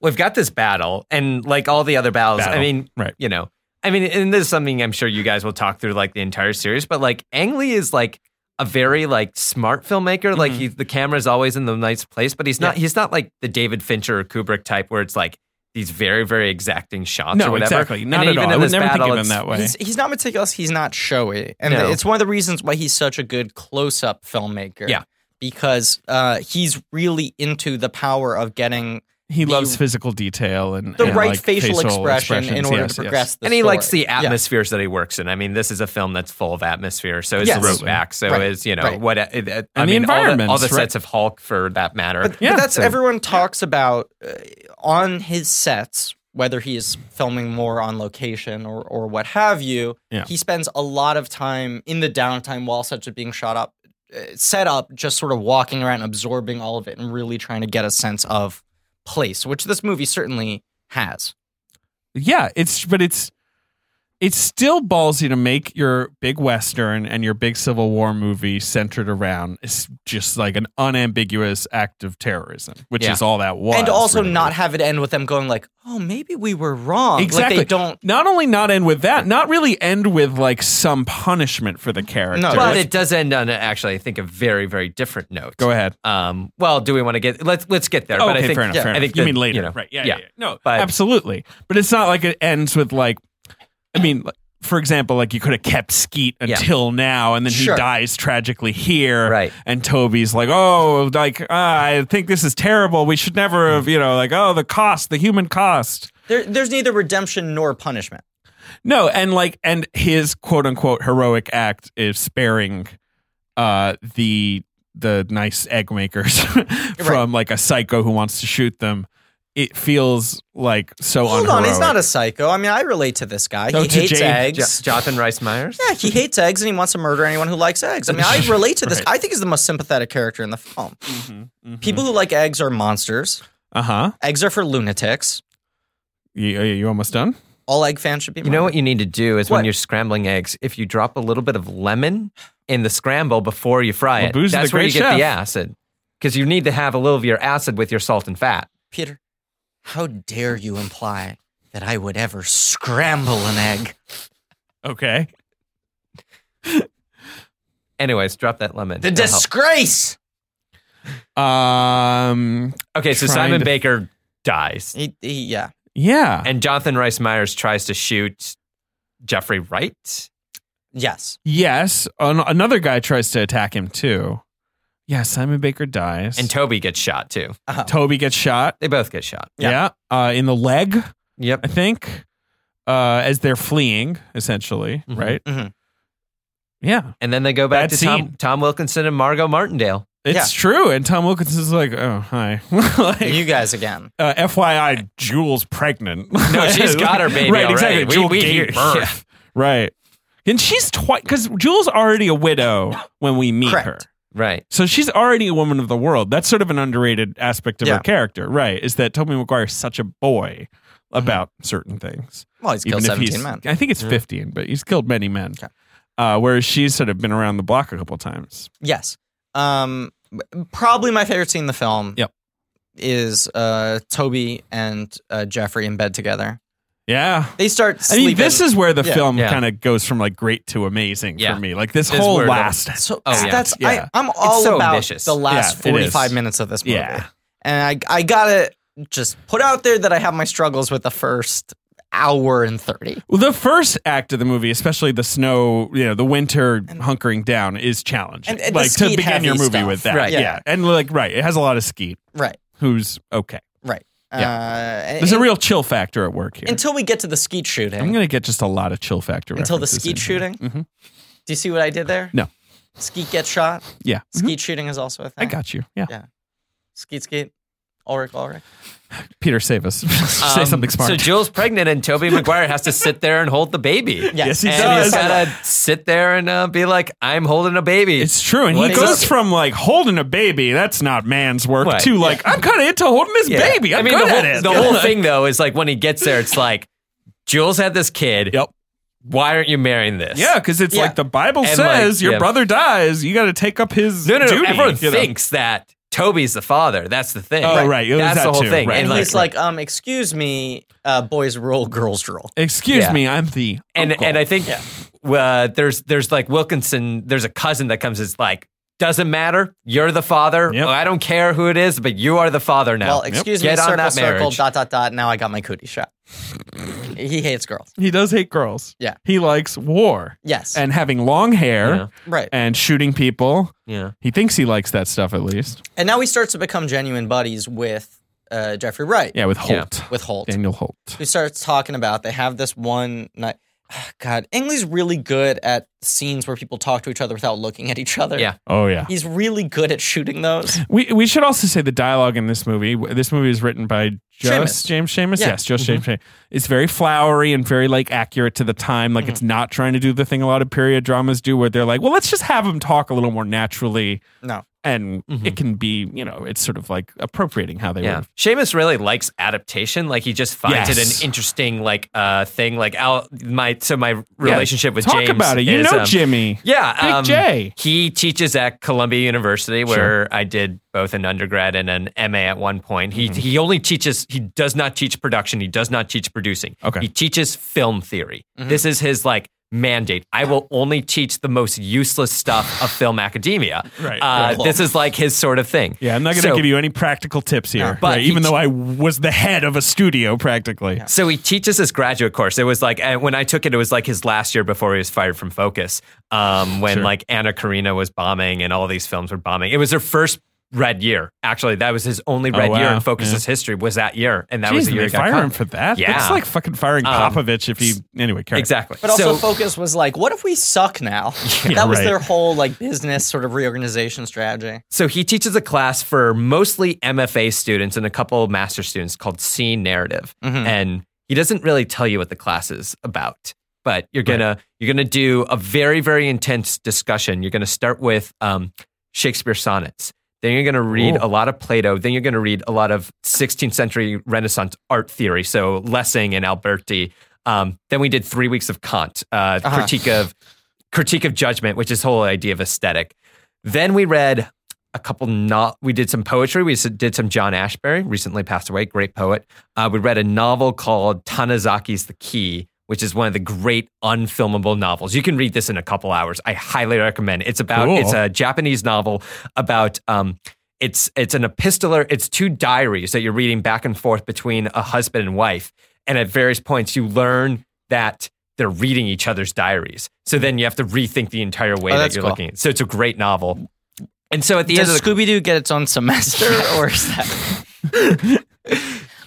Speaker 4: We've got this battle, and like all the other battles, I
Speaker 3: Battle.
Speaker 4: mean,
Speaker 3: Right.
Speaker 4: You know, I mean, and this is something I'm sure you guys will talk through like the entire series, but like Ang Lee is like a very like smart filmmaker. Like
Speaker 2: Mhm.
Speaker 3: Mm-hmm.
Speaker 4: he, the camera's always in the nice place, but he's not. He's not like the David Fincher or Kubrick type where it's like these very very exacting shots or
Speaker 3: No,
Speaker 4: whatever.
Speaker 3: exactly. Not
Speaker 4: and
Speaker 3: at
Speaker 4: even
Speaker 3: all.
Speaker 4: In
Speaker 3: I would
Speaker 4: this
Speaker 3: never think
Speaker 4: battle,
Speaker 3: of him
Speaker 4: it's-
Speaker 3: that way.
Speaker 2: he's he's not meticulous, he's not showy, and
Speaker 4: No.
Speaker 2: it's one of the reasons why he's such a good close-up filmmaker.
Speaker 4: Yeah.
Speaker 2: because uh, he's really into the power of getting
Speaker 3: he
Speaker 2: the-
Speaker 3: loves physical detail and
Speaker 2: the
Speaker 3: and,
Speaker 2: right
Speaker 3: like,
Speaker 2: facial, expression in
Speaker 3: expressions.
Speaker 2: order
Speaker 3: Yes,
Speaker 2: to
Speaker 3: yes.
Speaker 2: progress the
Speaker 4: and he
Speaker 2: story.
Speaker 4: likes the
Speaker 2: Yeah.
Speaker 4: atmospheres that he works in. I mean, this is a film that's full of atmosphere. So is
Speaker 2: Yes.
Speaker 4: the Roadback. So
Speaker 2: Right.
Speaker 4: is you know
Speaker 2: Right.
Speaker 4: what? uh, It, it, I
Speaker 3: And the
Speaker 4: mean, all the, all
Speaker 3: environments,
Speaker 4: the
Speaker 3: right.
Speaker 4: sets of Hulk for that matter.
Speaker 2: But, but
Speaker 3: Yeah.
Speaker 2: that's
Speaker 4: So-
Speaker 2: everyone talks about uh, on his sets, whether he is filming more on location or, or what have you.
Speaker 3: Yeah.
Speaker 2: He spends a lot of time in the downtime while such as being shot up, uh, set up, just sort of walking around, absorbing all of it, and really trying to get a sense of place, which this movie certainly has.
Speaker 3: yeah it's but it's it's still ballsy to make your big western and your big civil war movie centered around it's just like an unambiguous act of terrorism which
Speaker 4: Yeah.
Speaker 3: is all that was
Speaker 2: and also
Speaker 3: really.
Speaker 2: not have it end with them going like, "Oh, maybe we were wrong."
Speaker 3: exactly
Speaker 2: Like they don't.
Speaker 3: not only not end with that not really end with like some punishment for the character
Speaker 2: No,
Speaker 4: but
Speaker 2: Which-
Speaker 4: it does end on actually, I think, a very very different note.
Speaker 3: go ahead
Speaker 4: Um, well, do we want to get let's let's get there?
Speaker 3: Oh,
Speaker 4: but I
Speaker 3: okay,
Speaker 4: think
Speaker 3: fair enough.
Speaker 2: yeah,
Speaker 3: fair
Speaker 4: I
Speaker 3: enough.
Speaker 4: think
Speaker 3: you
Speaker 4: that,
Speaker 3: mean later,
Speaker 4: you know,
Speaker 3: right? Yeah, yeah,
Speaker 4: yeah.
Speaker 3: yeah. No,
Speaker 4: But-
Speaker 3: absolutely. But it's not like it ends with like, I mean, like, for example, like you could have kept Skeet
Speaker 4: Yeah.
Speaker 3: until now, and then he
Speaker 2: Sure.
Speaker 3: dies tragically here,
Speaker 4: Right.
Speaker 3: And Toby's like, oh, like ah, I think this is terrible. We should never have, you know, like oh, the cost, the human cost.
Speaker 2: There, there's neither redemption nor punishment.
Speaker 3: No, and like, and his quote unquote heroic act is sparing, uh, the the nice egg makers [laughs] from like a psycho who wants to shoot them. It feels like so.
Speaker 2: Hold on, he's
Speaker 3: unheroic.
Speaker 2: not a psycho. I mean, I relate to this guy.
Speaker 3: Oh, No,
Speaker 2: he
Speaker 3: to
Speaker 2: hates
Speaker 3: Jane-
Speaker 2: eggs.
Speaker 4: Jo- Jonathan Rice Myers.
Speaker 2: yeah, he hates eggs and he wants to murder anyone who likes eggs. I mean,
Speaker 3: [laughs]
Speaker 2: I relate to this.
Speaker 3: Right. Mm-hmm,
Speaker 2: I think he's the most sympathetic character in the film. People who like eggs are monsters.
Speaker 3: Uh huh.
Speaker 2: Eggs are for lunatics.
Speaker 3: You, you almost done?
Speaker 2: All egg fans should be.
Speaker 4: You know what you need to do is
Speaker 2: What?
Speaker 4: when you're scrambling eggs, if you drop a little bit of lemon in the scramble before you fry
Speaker 3: Well,
Speaker 4: it,
Speaker 3: Boo's the
Speaker 4: that's where you
Speaker 3: great
Speaker 4: get the
Speaker 3: chef.
Speaker 4: acid. Because you need to have a little of your acid with your salt and fat.
Speaker 2: Peter? How dare you imply that I would ever scramble an egg?
Speaker 3: Okay.
Speaker 4: Anyways, drop that lemon.
Speaker 2: The
Speaker 4: It'll help.
Speaker 2: disgrace.
Speaker 3: Um.
Speaker 4: Okay, so
Speaker 3: Trying
Speaker 4: Simon
Speaker 3: to-
Speaker 4: Baker dies,
Speaker 2: He, he, yeah,
Speaker 3: Yeah.
Speaker 4: and Jonathan Rice Myers tries to shoot Jeffrey Wright.
Speaker 2: yes.
Speaker 3: yes. An- another guy tries to attack him too. Yeah. Simon Baker dies.
Speaker 4: And Toby gets shot too.
Speaker 2: Uh-huh.
Speaker 3: Toby gets shot.
Speaker 4: They both get shot.
Speaker 3: Yeah. Uh, in the leg,
Speaker 4: Yep.
Speaker 3: I think. Uh, as they're fleeing, essentially,
Speaker 4: Mhm.
Speaker 3: right?
Speaker 2: Mhm.
Speaker 3: Yeah.
Speaker 4: And then they go back
Speaker 3: Bad
Speaker 4: to Tom,
Speaker 3: scene.
Speaker 4: Tom Wilkinson and Margot Martindale.
Speaker 3: It's true. And Tom Wilkins is like, oh, hi. [laughs] like,
Speaker 2: You guys again.
Speaker 3: uh, FYI, Jules pregnant.
Speaker 4: No, she's
Speaker 3: [laughs]
Speaker 4: got her baby
Speaker 3: right,
Speaker 4: already.
Speaker 3: exactly.
Speaker 4: We-
Speaker 3: Jewel
Speaker 4: we
Speaker 3: gave
Speaker 4: [laughs] hear-
Speaker 3: birth. Right. And she's twice, because Jules already a widow when we meet her.
Speaker 2: Correct.
Speaker 4: Right.
Speaker 3: So she's already a woman of the world. That's sort of an underrated aspect of her
Speaker 2: Yeah.
Speaker 3: character, right? Is that Toby McGuire's such a boy
Speaker 4: Mm-hmm.
Speaker 3: about certain things.
Speaker 2: Well, he's killed
Speaker 3: Even if
Speaker 2: 17
Speaker 3: he's-
Speaker 2: men.
Speaker 3: I think it's 15, but he's killed many men.
Speaker 2: Okay.
Speaker 3: Uh, whereas she's sort of been around the block a couple times.
Speaker 2: Yes. Um, probably my favorite scene in the film.
Speaker 3: Yep.
Speaker 2: Is uh, Toby and uh, Jeffrey in bed together?
Speaker 3: Yeah.
Speaker 2: They start.
Speaker 3: I
Speaker 2: Sleeping.
Speaker 3: mean, this is where the
Speaker 2: Yeah.
Speaker 3: film
Speaker 4: Yeah.
Speaker 3: kind of goes from like great to amazing
Speaker 4: Yeah.
Speaker 3: for me. Like this,
Speaker 4: This
Speaker 3: whole
Speaker 4: word of-
Speaker 3: last.
Speaker 2: so.
Speaker 4: Oh, yeah.
Speaker 2: That's
Speaker 3: Yeah.
Speaker 2: I, I'm all
Speaker 4: so
Speaker 2: about
Speaker 4: ambitious.
Speaker 2: the last
Speaker 3: Yeah, it is.
Speaker 2: 45 minutes of this movie.
Speaker 3: Yeah.
Speaker 2: And I I gotta just put out there that I have my struggles with the first hour and 30.
Speaker 3: Well, the first act of the movie, especially the snow, you know, the winter hunkering down, is challenging.
Speaker 2: And- and the
Speaker 3: like to
Speaker 2: skeet
Speaker 3: begin
Speaker 2: heavy
Speaker 3: your movie
Speaker 2: stuff.
Speaker 3: with that,
Speaker 4: Right,
Speaker 3: Yeah.
Speaker 4: yeah.
Speaker 3: and like right, it has a lot of skeet.
Speaker 2: Right.
Speaker 3: Who's okay?
Speaker 2: Right.
Speaker 3: Yeah.
Speaker 2: Uh,
Speaker 3: There's a real chill factor at work here.
Speaker 2: until we get to the skeet shooting.
Speaker 3: I'm gonna get just a lot of chill factor
Speaker 2: Until the
Speaker 3: references
Speaker 2: skeet
Speaker 3: in here. Mm-hmm.
Speaker 2: shooting? Do you see what I did there?
Speaker 3: No.
Speaker 2: Skeet gets shot.
Speaker 3: Yeah, Mhm.
Speaker 2: Skeet shooting is also a thing.
Speaker 3: I got you. Yeah,
Speaker 2: Yeah. Skeet skeet. Ulrich Ulrich.
Speaker 3: Peter, save us. [laughs] Say
Speaker 4: Um,
Speaker 3: something smart.
Speaker 4: So Jill's pregnant,
Speaker 3: [laughs]
Speaker 4: and Toby McGuire has to sit there and hold the baby.
Speaker 3: Yes, he
Speaker 4: and
Speaker 3: does.
Speaker 4: he's gotta sit there and uh, be like, "I'm holding a baby."
Speaker 3: It's true. And he
Speaker 4: What is
Speaker 3: goes
Speaker 4: up?
Speaker 3: from like holding a baby, that's not man's work,
Speaker 4: Right.
Speaker 3: to like, I'm kind of into holding this
Speaker 4: Yeah.
Speaker 3: baby. I'm
Speaker 4: I mean,
Speaker 3: good
Speaker 4: the whole,
Speaker 3: at it.
Speaker 4: the whole thing though is like when he gets there, it's like, Jules had this kid.
Speaker 3: Yep.
Speaker 4: Why aren't you marrying
Speaker 3: [laughs]
Speaker 4: this?
Speaker 3: Yeah, because it's
Speaker 2: Yeah.
Speaker 3: like the Bible
Speaker 4: And,
Speaker 3: says
Speaker 4: like,
Speaker 3: your
Speaker 4: yeah.
Speaker 3: brother dies, you got to take up his
Speaker 4: No, no, no.
Speaker 3: duty.
Speaker 4: Everyone
Speaker 3: you know?
Speaker 4: thinks that Toby's the father. That's the thing.
Speaker 3: Oh, right. It was
Speaker 4: That's
Speaker 3: that
Speaker 4: the whole
Speaker 3: too.
Speaker 4: thing.
Speaker 3: Right.
Speaker 2: And
Speaker 4: And like,
Speaker 2: he's like, um, excuse me, uh, boys rule, girls drool.
Speaker 3: Excuse
Speaker 4: Yeah.
Speaker 3: me, I'm the
Speaker 4: and
Speaker 3: uncle.
Speaker 4: and I think uh, there's there's like Wilkinson. There's a cousin that comes. It's like doesn't matter. You're the father.
Speaker 3: Yep.
Speaker 4: I don't care who it is, but you are the father now.
Speaker 2: Well, excuse
Speaker 4: Get
Speaker 2: me,
Speaker 4: on
Speaker 2: circle,
Speaker 4: that
Speaker 2: circle,
Speaker 4: marriage.
Speaker 2: dot, dot, dot. Now I got my cootie shot. he hates girls.
Speaker 3: he does hate girls.
Speaker 2: Yeah.
Speaker 3: he likes war
Speaker 2: Yes.
Speaker 3: and having long hair
Speaker 4: Yeah.
Speaker 2: right.
Speaker 3: and shooting people.
Speaker 4: yeah.
Speaker 3: He thinks he likes that stuff at least.
Speaker 2: And now he starts to become genuine buddies with uh, Jeffrey Wright,
Speaker 3: Yeah, with
Speaker 4: Yeah.
Speaker 3: Holt,
Speaker 2: with Holt.
Speaker 3: Daniel Holt.
Speaker 2: who starts talking about they have this one night. ah, God, Ingley's really good at scenes where people talk to each other without looking at each other.
Speaker 4: Yeah.
Speaker 3: Oh yeah,
Speaker 2: He's really good at shooting
Speaker 4: [laughs]
Speaker 2: those.
Speaker 3: We we should also say the dialogue in this movie. This movie is written by just
Speaker 2: Seamus.
Speaker 3: James Seamus.
Speaker 2: Yeah.
Speaker 3: Yes, just
Speaker 4: Mm-hmm.
Speaker 3: James Seamus. It's very flowery and very like accurate to the time. Like
Speaker 4: Mm-hmm.
Speaker 3: it's not trying to do the thing a lot of period dramas do, where they're like, well, let's just have him talk a little more naturally,
Speaker 2: No.
Speaker 3: and it can be you know, it's sort of like appropriating how they
Speaker 4: Mm-hmm. Yeah.
Speaker 3: would.
Speaker 4: Seamus really likes adaptation. Like he just finds
Speaker 3: Mm-hmm. Yes.
Speaker 4: it an interesting like uh thing. Like Al my so my relationship with
Speaker 3: talk
Speaker 4: James.
Speaker 3: about it. You
Speaker 4: is,
Speaker 3: know,
Speaker 4: um,
Speaker 3: Jimmy.
Speaker 4: Yeah.
Speaker 3: Big
Speaker 4: um,
Speaker 3: J.
Speaker 4: He teaches at Columbia University where
Speaker 3: Sure.
Speaker 4: I did both an undergrad and an MA at one point. He
Speaker 3: Mm-hmm.
Speaker 4: he only teaches he does not teach production, he does not teach producing.
Speaker 3: Okay. Mm-hmm.
Speaker 4: He teaches film theory. This is his like mandate. I will only teach the most useless stuff of film academia.
Speaker 3: [laughs] Right,
Speaker 4: Uh,
Speaker 2: right.
Speaker 4: This is like his sort of thing.
Speaker 3: Yeah, I'm not going to
Speaker 4: So-
Speaker 3: give you any practical tips here,
Speaker 4: but
Speaker 3: right,
Speaker 4: he
Speaker 3: even
Speaker 4: t-
Speaker 3: though I was the head of a studio practically.
Speaker 4: So he teaches this graduate course. It was like and when I took it, it was like his last year before he was fired from Focus. Um, when
Speaker 3: Sure.
Speaker 4: like Anna Karina was bombing and all these films were bombing. It was their first red year. Actually, that was his only red year
Speaker 3: Oh, wow.
Speaker 4: in Focus's history was that year, and that
Speaker 3: Jeez,
Speaker 4: was the
Speaker 3: did
Speaker 4: year
Speaker 3: they
Speaker 4: he got
Speaker 3: fire
Speaker 4: caught.
Speaker 3: him for that.
Speaker 4: Yeah.
Speaker 3: It's like fucking firing
Speaker 4: Um,
Speaker 3: Popovich if he anyway. Carry on.
Speaker 4: Exactly.
Speaker 2: But also,
Speaker 4: So-
Speaker 2: Focus was like, what if we suck
Speaker 4: [laughs]
Speaker 2: now? that was
Speaker 3: right.
Speaker 2: their whole like business sort of reorganization strategy.
Speaker 4: So he teaches a class for mostly MFA students and a couple of master students called Scene Narrative,
Speaker 2: Mm-hmm.
Speaker 4: and he doesn't really tell you what the class is about. But you're gonna you're gonna do a very very intense discussion. You're gonna start with um, Shakespeare sonnets. Then you're gonna read a lot of Plato. Then you're gonna read a lot of 16th century Renaissance art theory. So Lessing and Alberti. Um, then we did three weeks of Kant, uh, critique of critique of judgment, which is the whole idea of aesthetic. Then we read a couple not we did some poetry we s- did some john ashbery recently passed away great poet uh, we read a novel called tanazaki's the key which is one of the great unfilmable novels you can read this in a couple hours i highly recommend it's about
Speaker 3: Cool.
Speaker 4: it's a japanese novel about um, it's it's an epistolar it's two diaries that you're reading back and forth between a husband and wife and at various points you learn that they're reading each other's diaries so then you have to rethink the entire way
Speaker 2: Oh,
Speaker 4: that
Speaker 2: that's
Speaker 4: you're
Speaker 2: cool.
Speaker 4: looking at so it's a great novel and so at the end of
Speaker 2: Does
Speaker 4: the [laughs]
Speaker 2: Scooby Doo get its own semester or is that? I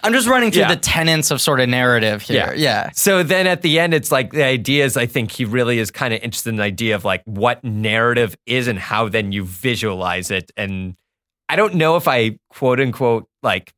Speaker 2: I'm just running through
Speaker 4: Yeah.
Speaker 2: the tenets of sort of narrative here. Yeah.
Speaker 4: So then at the end, it's like the idea is I think he really is kind of interested in the idea of like what narrative is and how then you visualize it. And I don't know if I quote unquote like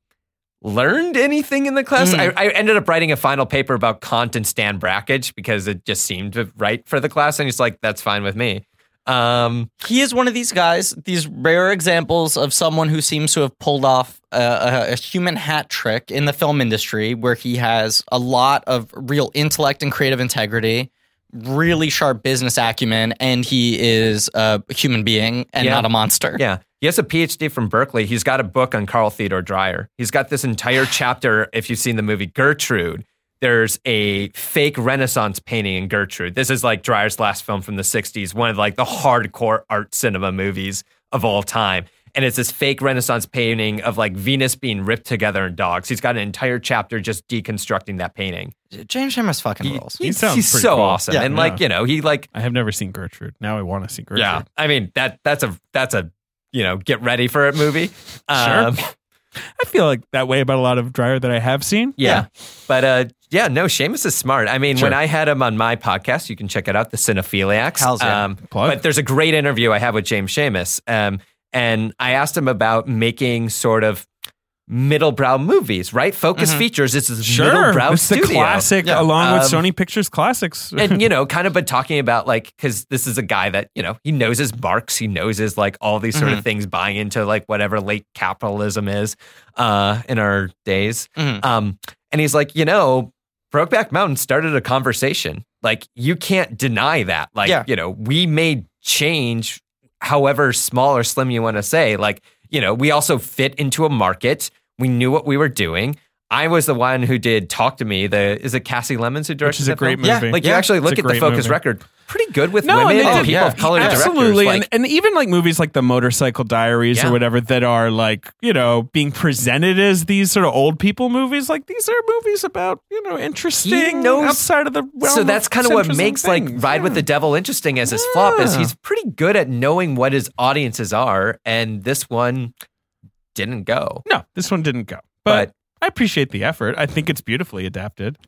Speaker 4: learned anything in the class.
Speaker 2: Mhm.
Speaker 4: I, I ended up writing a final paper about Kant and Stan Brackage because it just seemed right for the class. And he's like, that's fine with me. Um,
Speaker 2: He is one of these guys, these rare examples of someone who seems to have pulled off a, a, a human hat trick in the film industry where he has a lot of real intellect and creative integrity, really sharp business acumen, and he is a human being and
Speaker 4: Yeah.
Speaker 2: not a monster.
Speaker 4: Yeah. He has a PhD from Berkeley. He's got a book on Carl Theodore Dreyer. He's got
Speaker 3: [sighs]
Speaker 4: this entire chapter, if you've seen the movie Gertrude, there's a fake Renaissance painting in Gertrude. This is like Dreyer's last film from the 60s, one of like the hardcore art cinema movies of all time. And it's this fake Renaissance painting of like Venus being ripped together in dogs. He's got an entire chapter just deconstructing that painting.
Speaker 2: James Chambers fucking rules.
Speaker 3: he sounds
Speaker 4: he's
Speaker 3: pretty
Speaker 4: so
Speaker 3: cool.
Speaker 4: awesome.
Speaker 2: Yeah.
Speaker 4: and like, you know, he like
Speaker 3: I have never seen Gertrude. Now I want to see Gertrude.
Speaker 4: yeah, I mean that that's a that's a you know get ready for it movie. Um,
Speaker 3: I feel like that way about a lot of Dryer that I have seen.
Speaker 4: yeah. but uh, yeah, no, Seamus is smart. I mean, when
Speaker 3: Sure.
Speaker 4: I had him on my podcast, you can check it out, the Cinephiliacs. Um,
Speaker 2: How's that?
Speaker 3: Plug.
Speaker 4: but there's a great interview I have with James Seamus, um, and I asked him about making sort of middle brow movies, right? Focus features. It's this middle
Speaker 3: Mm-hmm. Sure,
Speaker 4: brow
Speaker 3: it's the
Speaker 4: studio.
Speaker 3: classic,
Speaker 2: Yeah.
Speaker 3: along with
Speaker 4: Um,
Speaker 3: Sony Pictures classics.
Speaker 4: [laughs]
Speaker 3: [laughs]
Speaker 4: and you know, kind of, but talking about like, because this is a guy that you know he knows his marks, he knows his like all these sort
Speaker 3: Mm-hmm.
Speaker 4: of things, buying into like whatever late capitalism is uh, in our days.
Speaker 3: Mm-hmm.
Speaker 2: Mhm.
Speaker 4: Um, and he's like, you know, Brokeback Mountain started a conversation. Like, you can't deny that. Like,
Speaker 2: Yeah.
Speaker 4: you know, we made change, however small or slim you want to say. Like, you know, we also fit into a market. We knew what we were doing. I was the one who did Talk to Me. The is it Cassie Lemons who directed
Speaker 3: is a
Speaker 4: that
Speaker 3: great
Speaker 4: film?
Speaker 3: movie.
Speaker 4: Like you
Speaker 2: Yeah.
Speaker 4: actually
Speaker 3: It's
Speaker 4: look
Speaker 3: a
Speaker 4: at the
Speaker 3: great
Speaker 4: Focus
Speaker 3: movie.
Speaker 4: record, pretty good with
Speaker 3: and
Speaker 4: women
Speaker 3: they
Speaker 4: and
Speaker 3: did-
Speaker 4: people
Speaker 2: yeah.
Speaker 4: of color
Speaker 3: absolutely,
Speaker 4: directors. Like,
Speaker 3: and, and even like movies like the Motorcycle Diaries
Speaker 4: Yeah.
Speaker 3: or whatever that are like you know being presented as these sort of old people movies. Like these are movies about you know interesting
Speaker 4: knows-
Speaker 3: outside of the realm.
Speaker 4: so that's kind of what
Speaker 3: centrism
Speaker 4: makes like
Speaker 3: things.
Speaker 4: Ride
Speaker 3: Yeah.
Speaker 4: with the Devil interesting as his flop is
Speaker 3: Yeah.
Speaker 4: he's pretty good at knowing what his audiences are, and this one didn't go.
Speaker 3: No, this one didn't go. But,
Speaker 4: But-
Speaker 3: I appreciate the effort. I think it's beautifully adapted.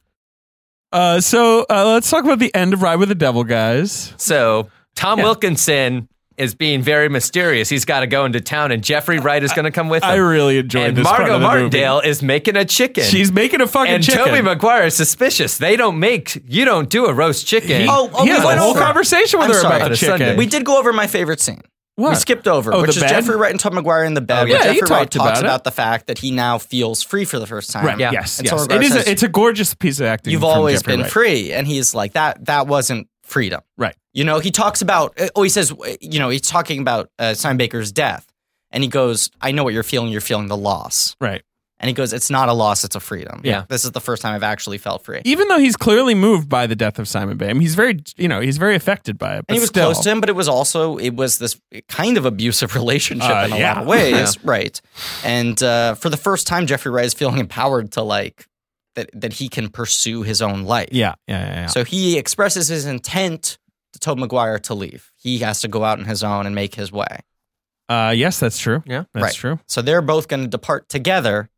Speaker 3: Uh, so uh, let's talk about the end of Ride with the Devil, guys.
Speaker 4: So Tom Wilkinson is being very mysterious. He's got to go into town, and Jeffrey Wright is going to come with him.
Speaker 3: I really enjoyed
Speaker 4: and
Speaker 3: this. part
Speaker 4: Margot
Speaker 3: of the movie.
Speaker 4: Martindale is making a chicken.
Speaker 3: She's making a fucking
Speaker 4: and
Speaker 3: chicken.
Speaker 4: Toby McGuire is suspicious. They don't make you don't do a roast chicken.
Speaker 3: He,
Speaker 2: Oh, oh,
Speaker 3: he
Speaker 2: we
Speaker 3: has a
Speaker 2: went
Speaker 3: whole
Speaker 2: over.
Speaker 3: conversation with
Speaker 2: I'm
Speaker 3: her
Speaker 2: sorry.
Speaker 3: about
Speaker 4: On
Speaker 3: the
Speaker 4: a
Speaker 3: chicken.
Speaker 4: Sunday.
Speaker 2: We did go over my favorite scene. We skipped over,
Speaker 3: Oh,
Speaker 2: which
Speaker 3: the
Speaker 2: is
Speaker 3: bed?
Speaker 2: Jeffrey Wright and Tom McGuire in the bed.
Speaker 4: yeah,
Speaker 2: where
Speaker 3: you
Speaker 2: Jeffrey Wright
Speaker 3: talked
Speaker 2: talks
Speaker 3: about it.
Speaker 2: about the fact that he now feels free for the first time.
Speaker 3: Right.
Speaker 4: Yeah.
Speaker 3: Yes.
Speaker 2: And
Speaker 3: yes.
Speaker 2: Tom McGuire
Speaker 3: It is.
Speaker 2: says-
Speaker 3: A, it's a gorgeous piece of acting.
Speaker 2: You've
Speaker 3: from
Speaker 2: always
Speaker 3: Jeffrey
Speaker 2: been
Speaker 3: Wright.
Speaker 2: free, and he's like that. That wasn't freedom.
Speaker 3: Right.
Speaker 2: You know, he talks about, oh, he says, you know, he's talking about uh, Simon Baker's death. And he goes, I know what you're feeling. You're feeling the loss.
Speaker 3: Right.
Speaker 2: And he goes, it's not a loss, it's a freedom.
Speaker 4: Yeah.
Speaker 2: This is the first time I've actually felt free.
Speaker 3: Even though he's clearly moved by the death of Simon Bay, I mean, he's very, you know, he's very affected by it. But
Speaker 2: and he was
Speaker 3: still,
Speaker 2: close to him, but it was also, it was this kind of abusive [laughs] relationship
Speaker 3: Uh,
Speaker 2: in a
Speaker 3: yeah.
Speaker 2: lot of ways. [laughs]
Speaker 3: [laughs]
Speaker 2: Right. And uh, for the first time, Jeffrey Wright is feeling empowered to like, that, that he can pursue his own life.
Speaker 3: Yeah. Yeah. Yeah. yeah.
Speaker 2: So he expresses his intent to Tobe McGuire to leave. He has to go out on his own and make his way.
Speaker 3: Uh, yes, that's true.
Speaker 4: Yeah.
Speaker 3: That's
Speaker 2: Right.
Speaker 3: true.
Speaker 2: So they're both going to depart together.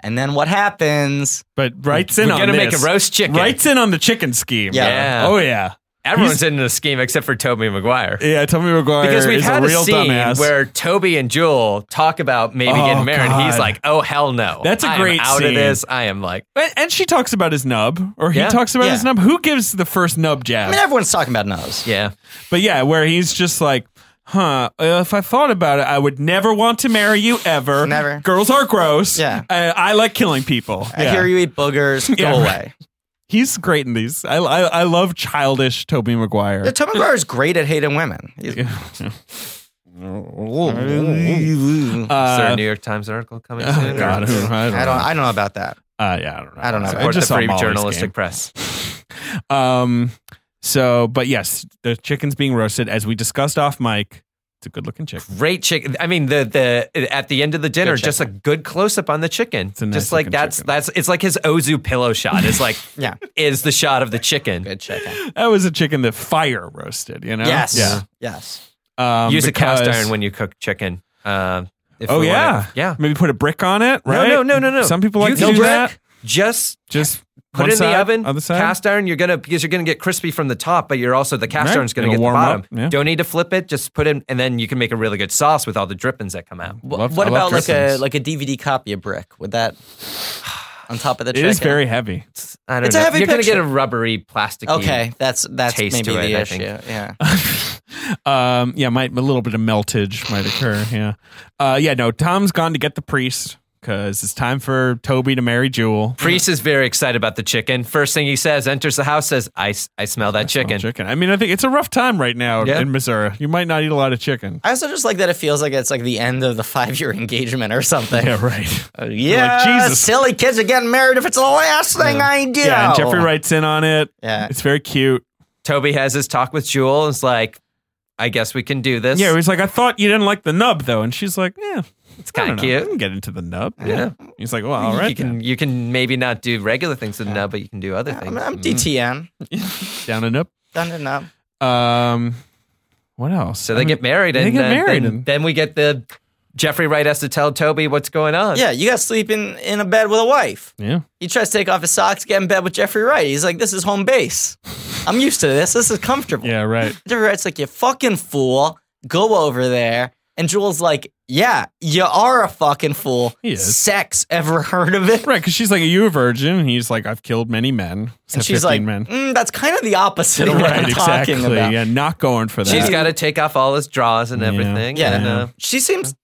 Speaker 2: And then what happens?
Speaker 3: But Wright's in
Speaker 4: We're
Speaker 3: on
Speaker 4: gonna make a
Speaker 3: this.
Speaker 4: roast chicken.
Speaker 3: Wright's in on the chicken scheme.
Speaker 2: Yeah.
Speaker 4: Yeah.
Speaker 3: Oh yeah.
Speaker 4: Everyone's in the scheme except for Toby Maguire.
Speaker 3: Yeah. Tell me, McGuire
Speaker 4: Because we've
Speaker 3: is
Speaker 4: had
Speaker 3: a
Speaker 4: a,
Speaker 3: real
Speaker 4: scene
Speaker 3: dumbass.
Speaker 4: where Toby and Jewel talk about maybe
Speaker 3: Oh,
Speaker 4: getting married. and He's
Speaker 3: God.
Speaker 4: like, "Oh hell no!
Speaker 3: That's a
Speaker 4: I am
Speaker 3: great
Speaker 4: out
Speaker 3: scene.
Speaker 4: of this." I am like,
Speaker 3: and, and she talks about his nub, or he
Speaker 4: Yeah.
Speaker 3: talks about
Speaker 2: Yeah.
Speaker 3: his nub. Who gives the first nub
Speaker 2: I
Speaker 3: jab?
Speaker 2: mean, everyone's talking about nubs.
Speaker 4: "Yeah,
Speaker 3: But yeah, where he's just like, huh, uh, if I thought about it, I would never want to marry you ever.
Speaker 2: Never.
Speaker 3: Girls are gross.
Speaker 2: Yeah.
Speaker 3: I, I like killing people.
Speaker 2: I
Speaker 3: Yeah.
Speaker 2: hear you eat boogers. Go
Speaker 3: [laughs] Yeah, right.
Speaker 2: away.
Speaker 3: He's great in these. I, I, I love childish Toby Maguire.
Speaker 2: Yeah, Tobe McGuire is great at hating women. He's-
Speaker 4: is there a
Speaker 3: Uh,
Speaker 4: New York Times article coming
Speaker 3: oh,
Speaker 4: soon?"
Speaker 3: God, I don't know. I don't
Speaker 2: I don't.
Speaker 3: know.
Speaker 2: I don't know about that.
Speaker 3: Uh, yeah, I don't know.
Speaker 2: I don't know.
Speaker 3: I
Speaker 4: Support
Speaker 3: just
Speaker 4: the
Speaker 3: saw
Speaker 4: free
Speaker 3: Molly's
Speaker 4: journalistic
Speaker 3: game.
Speaker 4: press.
Speaker 3: Um, so, but yes, the chicken's being roasted as we discussed off mic. It's a good looking chicken.
Speaker 4: Great chicken. I mean, the the at the end of the dinner, just a good close up on the chicken.
Speaker 3: a nice
Speaker 4: just like
Speaker 3: looking
Speaker 4: that's
Speaker 3: chicken.
Speaker 4: that's it's like his Ozu pillow shot.
Speaker 3: [laughs]
Speaker 4: It's like
Speaker 2: Yeah.
Speaker 4: is the shot of the chicken.
Speaker 2: Good check.
Speaker 3: That was a chicken that fire roasted, you know?
Speaker 2: Yes.
Speaker 3: Yeah.
Speaker 2: Yes.
Speaker 3: Um,
Speaker 4: Use a cast
Speaker 3: because-
Speaker 4: iron when you cook chicken. Uh,
Speaker 2: If
Speaker 3: Oh,
Speaker 2: we wanna-
Speaker 3: yeah.
Speaker 2: yeah.
Speaker 3: Maybe put a brick on it, right?
Speaker 4: No, no, no, no, no.
Speaker 3: Some people like
Speaker 4: you
Speaker 3: to
Speaker 4: can
Speaker 3: do
Speaker 4: brick,
Speaker 3: that.
Speaker 4: Just
Speaker 3: Just
Speaker 4: put
Speaker 3: one
Speaker 4: it in
Speaker 3: side,
Speaker 4: the oven,
Speaker 3: other side.
Speaker 4: cast iron. You're gonna because you're gonna get crispy from the top, but you're also the cast
Speaker 3: Right.
Speaker 4: iron's gonna
Speaker 3: It'll
Speaker 4: get the
Speaker 3: warm up,
Speaker 4: bottom.
Speaker 3: yeah.
Speaker 4: Don't need to flip it. Just put it, and then you can make a really good sauce with all the drippings that come out.
Speaker 2: Wh-
Speaker 3: Love-
Speaker 2: what
Speaker 3: I
Speaker 2: about
Speaker 3: love
Speaker 2: like a
Speaker 3: dressings.
Speaker 2: like a DVD copy of Brick? Would that on top of the
Speaker 3: It
Speaker 2: chicken?
Speaker 3: is very heavy.
Speaker 4: I don't
Speaker 2: It's a
Speaker 4: know.
Speaker 2: heavy
Speaker 4: you're
Speaker 2: picture.
Speaker 4: gonna get a rubbery, plasticky.
Speaker 2: okay. That's that's
Speaker 4: Taste
Speaker 2: maybe
Speaker 4: to it,
Speaker 2: the
Speaker 4: I
Speaker 2: issue.
Speaker 4: think.
Speaker 2: Yeah.
Speaker 3: um, yeah, might a little bit of meltage might occur. Yeah, uh, yeah. No, Tom's gone to get the priest because it's time for Toby to marry Jewel.
Speaker 4: Priest is very excited about the chicken. First thing he says, enters the house, says, "I, s- I smell that chicken."
Speaker 3: Chicken. I mean, I think it's a rough time right now
Speaker 4: Yeah.
Speaker 3: in Missouri. You might not eat a lot of chicken.
Speaker 2: I also just like that it feels like it's like the end of the five year engagement or something.
Speaker 3: Yeah, right.
Speaker 2: Uh, yeah,
Speaker 3: Jesus.
Speaker 2: silly kids are getting married if it's the last thing I do.
Speaker 3: [laughs] Yeah, and Jeffrey writes in on it.
Speaker 2: Yeah.
Speaker 3: It's very cute.
Speaker 4: Toby has his talk with Jewel. And is like, "I guess we can do this."
Speaker 3: Yeah, he's like, I thought you didn't like the nub though, and she's like, Yeah, it's
Speaker 4: kinda cute.
Speaker 3: I can get into the nub.
Speaker 4: Yeah.
Speaker 3: he's like, Well, all
Speaker 4: You
Speaker 3: right,
Speaker 4: can
Speaker 3: then.
Speaker 4: you can maybe not do regular things with nub, but you can do other
Speaker 2: I'm,
Speaker 4: things.
Speaker 2: I'm DTM.
Speaker 3: down and up.
Speaker 2: Done and up.
Speaker 3: Um, what else?
Speaker 4: So
Speaker 3: I
Speaker 4: they
Speaker 3: mean,
Speaker 4: get married,
Speaker 3: they
Speaker 4: and
Speaker 3: get
Speaker 4: then,
Speaker 3: married
Speaker 4: then,
Speaker 3: and-
Speaker 4: then we get the Jeffrey Wright has to tell Toby what's going on.
Speaker 2: Yeah, you got to sleep in, in a bed with a wife.
Speaker 3: Yeah,
Speaker 2: He tries to take off his socks, get in bed with Jeffrey Wright. He's like, this is home base. I'm used to this. This is comfortable.
Speaker 3: yeah, right.
Speaker 2: Jeffrey Wright's like, you fucking fool. Go over there. And Jewel's like, yeah, you are a fucking fool.
Speaker 3: He is.
Speaker 2: Sex, ever heard of it?
Speaker 3: Right, because she's like, "Are you a virgin?" And he's like, "I've killed many men."
Speaker 2: And she's like,
Speaker 4: [laughs]
Speaker 3: "Men."
Speaker 2: "Mm, that's kind of the opposite of what
Speaker 3: right,
Speaker 2: I'm
Speaker 3: exactly.
Speaker 2: talking about.
Speaker 3: Yeah, not going for that.
Speaker 4: She's got to take off all his drawers and
Speaker 3: Yeah.
Speaker 4: everything.
Speaker 2: Yeah.
Speaker 4: and, uh,
Speaker 2: She seems